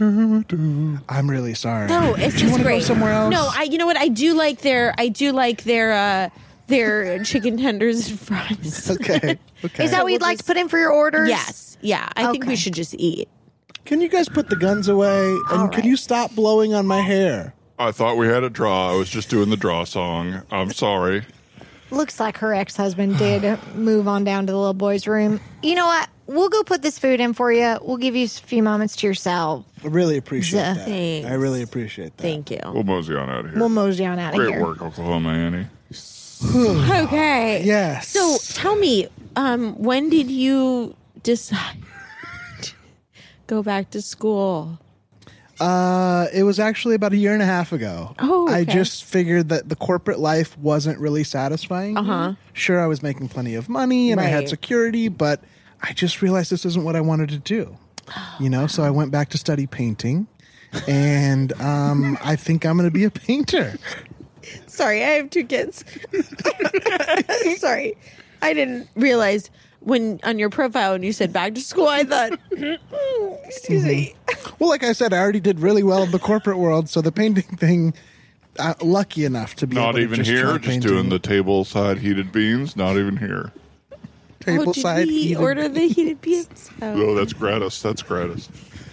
[SPEAKER 2] I'm really sorry.
[SPEAKER 3] Oh. no, it's
[SPEAKER 2] Do you
[SPEAKER 3] just
[SPEAKER 2] wanna
[SPEAKER 3] great.
[SPEAKER 2] go somewhere else?
[SPEAKER 3] No, I. You know what? I do like their. I do like their. uh Their chicken tenders and fries.
[SPEAKER 2] Okay. Okay.
[SPEAKER 4] Is that what you'd like to put in for your orders?
[SPEAKER 3] Yes. Yeah. I think we
[SPEAKER 4] Okay.
[SPEAKER 3] should just eat.
[SPEAKER 2] Can you guys put the guns away? And
[SPEAKER 4] All
[SPEAKER 2] can
[SPEAKER 4] right.
[SPEAKER 2] you stop blowing on my hair?
[SPEAKER 1] I thought we had a draw. I was just doing the draw song. I'm sorry.
[SPEAKER 4] Looks like her ex husband did move on down to the little boy's room. You know what? We'll go put this food in for you. We'll give you a few moments to yourself.
[SPEAKER 2] I really appreciate
[SPEAKER 4] Yeah.
[SPEAKER 2] that.
[SPEAKER 3] Thanks.
[SPEAKER 2] I really appreciate that.
[SPEAKER 3] Thank you.
[SPEAKER 1] We'll mosey on out of here.
[SPEAKER 4] We'll mosey on out of
[SPEAKER 1] Great
[SPEAKER 4] here.
[SPEAKER 1] work, Oklahoma Annie.
[SPEAKER 3] Okay.
[SPEAKER 2] Yes.
[SPEAKER 3] So tell me, um, when did you decide to go back to school?
[SPEAKER 2] Uh, it was actually about a year and a half ago.
[SPEAKER 3] Oh,
[SPEAKER 2] I
[SPEAKER 3] okay.
[SPEAKER 2] just figured that the corporate life wasn't really satisfying. Uh huh. Sure, I was making plenty of money and I
[SPEAKER 3] Uh-huh. Right.
[SPEAKER 2] had security, but I just realized this isn't what I wanted to do. You know, so I went back to study painting, and um, I think I'm going to be a painter.
[SPEAKER 3] Sorry, I have two kids. Sorry. I didn't realize when on your profile when you said back to school, I thought, "Mm, excuse me.
[SPEAKER 2] Well, like I said, I already did really well in the corporate world, so the painting thing, uh, lucky enough to be able
[SPEAKER 1] Not
[SPEAKER 2] to
[SPEAKER 1] even
[SPEAKER 2] just
[SPEAKER 1] here.
[SPEAKER 2] try
[SPEAKER 1] Just
[SPEAKER 2] painting.
[SPEAKER 1] doing the table side heated beans. Not even here.
[SPEAKER 2] table
[SPEAKER 3] oh, did
[SPEAKER 2] side.
[SPEAKER 3] we
[SPEAKER 2] heated-
[SPEAKER 3] order the heated beans? Oh.
[SPEAKER 1] Oh, that's gratis. That's gratis.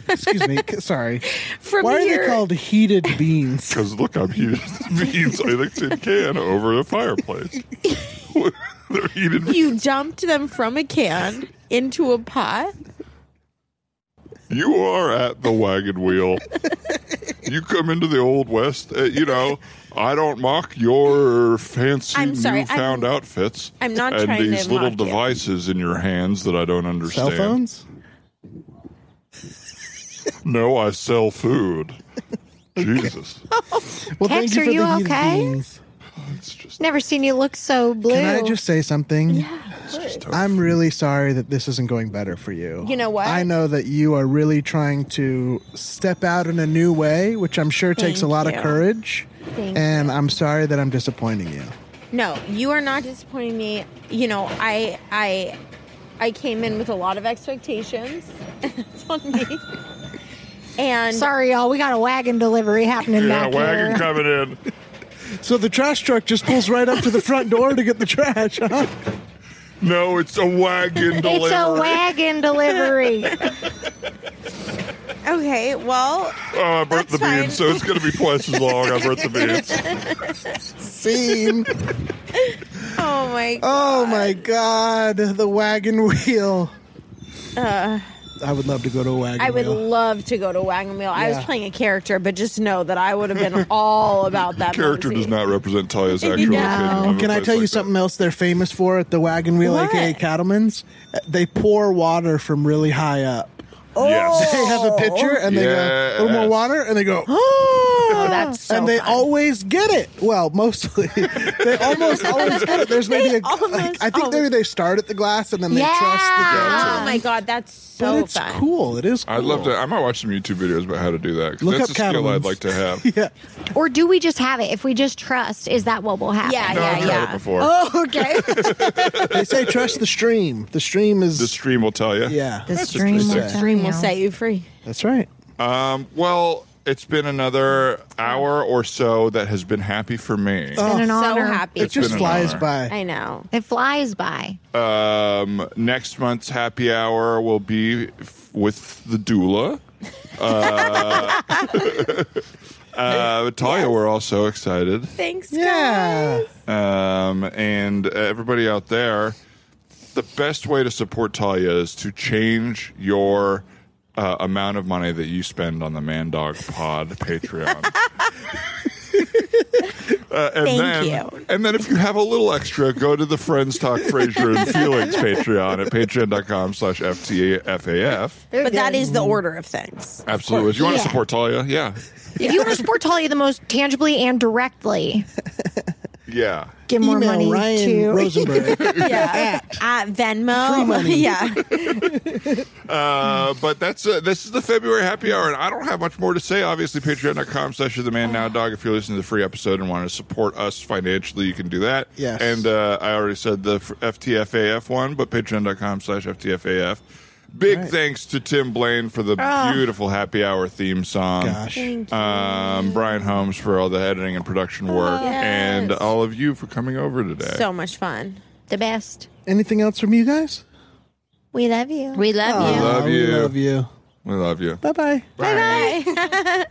[SPEAKER 2] Excuse me, c- sorry.
[SPEAKER 3] From
[SPEAKER 2] Why are
[SPEAKER 3] here,
[SPEAKER 2] they called heated beans?
[SPEAKER 1] Because look, I'm heated beans in a tin can over the fireplace. They're heated beans.
[SPEAKER 3] you dumped them from a can into a pot.
[SPEAKER 1] You are at the wagon wheel. you come into the old west. Uh, you know, I don't mock your fancy
[SPEAKER 3] I'm sorry,
[SPEAKER 1] newfound
[SPEAKER 3] I'm-
[SPEAKER 1] outfits.
[SPEAKER 3] I'm not
[SPEAKER 1] and
[SPEAKER 3] trying to
[SPEAKER 1] these little
[SPEAKER 3] mock you.
[SPEAKER 1] devices in your hands that I don't understand.
[SPEAKER 2] Cell phones?
[SPEAKER 1] No, I sell food. Jesus,
[SPEAKER 2] Well,
[SPEAKER 4] Tex, are you okay?
[SPEAKER 2] beans.
[SPEAKER 1] it's just
[SPEAKER 4] Never seen you look so blue.
[SPEAKER 2] Can I just say something?
[SPEAKER 1] it's just tough.
[SPEAKER 2] I'm really sorry that this isn't going better for you.
[SPEAKER 3] You know what?
[SPEAKER 2] I know that you are really trying to step out in a new way, which I'm sure takes a
[SPEAKER 3] Thank
[SPEAKER 2] lot
[SPEAKER 3] you.
[SPEAKER 2] of courage.
[SPEAKER 4] Thank
[SPEAKER 2] and I'm sorry that I'm disappointing you.
[SPEAKER 3] No, you are not disappointing me. You know, I I I came in with a lot of expectations. it's on me. And
[SPEAKER 4] Sorry, y'all. We got a wagon delivery happening
[SPEAKER 1] yeah,
[SPEAKER 4] back
[SPEAKER 1] wagon
[SPEAKER 4] here.
[SPEAKER 1] coming in.
[SPEAKER 2] So the trash truck just pulls right up to the front door to get the trash. Huh?
[SPEAKER 1] No, it's a wagon delivery.
[SPEAKER 4] It's a wagon delivery.
[SPEAKER 3] okay, well,
[SPEAKER 1] Oh, I burnt
[SPEAKER 3] That's
[SPEAKER 1] the beans,
[SPEAKER 3] fine.
[SPEAKER 1] so it's going to be twice as long. I burnt the beans.
[SPEAKER 2] Scene.
[SPEAKER 3] oh my
[SPEAKER 2] Oh my god, the wagon wheel. I would love to go to a wagon
[SPEAKER 3] Uh, I would
[SPEAKER 2] wheel.
[SPEAKER 3] love to go to Wagon Wheel. I was
[SPEAKER 2] Yeah.
[SPEAKER 3] playing a character, but just know that I would have been all about that.
[SPEAKER 1] Character
[SPEAKER 3] movie.
[SPEAKER 1] does not represent Talia's actual
[SPEAKER 3] No.
[SPEAKER 1] opinion. of a
[SPEAKER 2] Can I
[SPEAKER 1] place
[SPEAKER 2] tell you
[SPEAKER 1] like that.
[SPEAKER 2] something else they're famous for at the wagon wheel,
[SPEAKER 3] What?
[SPEAKER 2] aka Cattleman's? They pour water from really high up.
[SPEAKER 3] Oh.
[SPEAKER 1] Yes.
[SPEAKER 2] They have a pitcher and they go, a little more
[SPEAKER 1] Yes.
[SPEAKER 2] water, and they go,
[SPEAKER 3] Oh, that's so
[SPEAKER 2] and they
[SPEAKER 3] fun.
[SPEAKER 2] always get it. Well, mostly they almost always get it. There's maybe
[SPEAKER 3] They
[SPEAKER 2] a,
[SPEAKER 3] almost
[SPEAKER 2] I think maybe
[SPEAKER 3] always-
[SPEAKER 2] they start at the glass and then they
[SPEAKER 4] Yeah.
[SPEAKER 2] trust the glass.
[SPEAKER 3] Oh my god, that's
[SPEAKER 2] But
[SPEAKER 3] so
[SPEAKER 2] it's
[SPEAKER 3] fun.
[SPEAKER 2] cool. It is. Cool.
[SPEAKER 1] I'd love to. I might watch some YouTube videos about how to do that. 'cause
[SPEAKER 2] Look
[SPEAKER 1] that's a
[SPEAKER 2] up
[SPEAKER 1] skill I'd
[SPEAKER 2] Catalans.
[SPEAKER 1] like to have.
[SPEAKER 2] Yeah.
[SPEAKER 4] or do we just have it? If we just trust, is that what will happen?
[SPEAKER 3] Yeah,
[SPEAKER 1] No,
[SPEAKER 3] yeah,
[SPEAKER 1] I've tried
[SPEAKER 3] yeah.
[SPEAKER 1] it before.
[SPEAKER 4] Oh, okay.
[SPEAKER 2] They say trust the stream. The stream is.
[SPEAKER 1] The stream will tell you.
[SPEAKER 2] yeah.
[SPEAKER 4] the
[SPEAKER 1] That's
[SPEAKER 4] stream will
[SPEAKER 1] interesting.
[SPEAKER 4] tell
[SPEAKER 3] Dream will
[SPEAKER 4] you.
[SPEAKER 3] set you free.
[SPEAKER 2] That's right.
[SPEAKER 1] Um, well, it's been another hour or so that has been happy for me.
[SPEAKER 2] Oh.
[SPEAKER 4] Been an
[SPEAKER 3] so
[SPEAKER 4] honor.
[SPEAKER 3] happy.
[SPEAKER 2] Uh, It
[SPEAKER 1] been
[SPEAKER 2] just
[SPEAKER 1] an
[SPEAKER 2] flies
[SPEAKER 1] honor.
[SPEAKER 2] by.
[SPEAKER 3] I know.
[SPEAKER 4] It flies by.
[SPEAKER 1] Um, next month's happy hour will be f- with the doula. Uh, uh, Talia, we're all so excited.
[SPEAKER 3] Thanks,
[SPEAKER 2] yeah.
[SPEAKER 1] um, and uh, everybody out there, the best way to support Talia is to change your uh, amount of money that you spend on the Man Dog Pod Patreon. Uh, and
[SPEAKER 3] Thank
[SPEAKER 1] then,
[SPEAKER 3] you.
[SPEAKER 1] And then if you have a little extra, go to the Friends Talk Frazier and Felix Patreon at patreon.com slash FTFAF.
[SPEAKER 3] But that is the order of things.
[SPEAKER 1] Absolutely. If you want
[SPEAKER 4] Yeah.
[SPEAKER 1] to support Talia, yeah.
[SPEAKER 4] If you want to support Talia the most tangibly and directly,
[SPEAKER 1] Yeah.
[SPEAKER 4] give more money
[SPEAKER 2] Email Ryan
[SPEAKER 4] to
[SPEAKER 2] Rosenberg.
[SPEAKER 3] Yeah. At Venmo.
[SPEAKER 2] Free money.
[SPEAKER 3] Yeah.
[SPEAKER 1] Uh, but that's uh, this is the February happy hour, and I don't have much more to say. Obviously, patreon.com slash the man now dog. If you're listening to the free episode and want to support us financially, you can do that.
[SPEAKER 2] Yes.
[SPEAKER 1] And uh, I already said the f- FTFAF one, but patreon.com slash FTFAF. Big
[SPEAKER 2] Right.
[SPEAKER 1] thanks to Tim Blaine for the beautiful happy hour theme song.
[SPEAKER 2] Gosh.
[SPEAKER 1] Um, Brian Holmes for all the editing and production work,
[SPEAKER 3] Ah, yes.
[SPEAKER 1] and all of you for coming over today.
[SPEAKER 3] so much fun.
[SPEAKER 4] the best.
[SPEAKER 2] Anything else from you guys?
[SPEAKER 4] We love you.
[SPEAKER 3] We love you.
[SPEAKER 1] love
[SPEAKER 2] Oh, We
[SPEAKER 1] you.
[SPEAKER 2] love you.
[SPEAKER 1] we love you.
[SPEAKER 2] Bye bye.
[SPEAKER 3] Bye.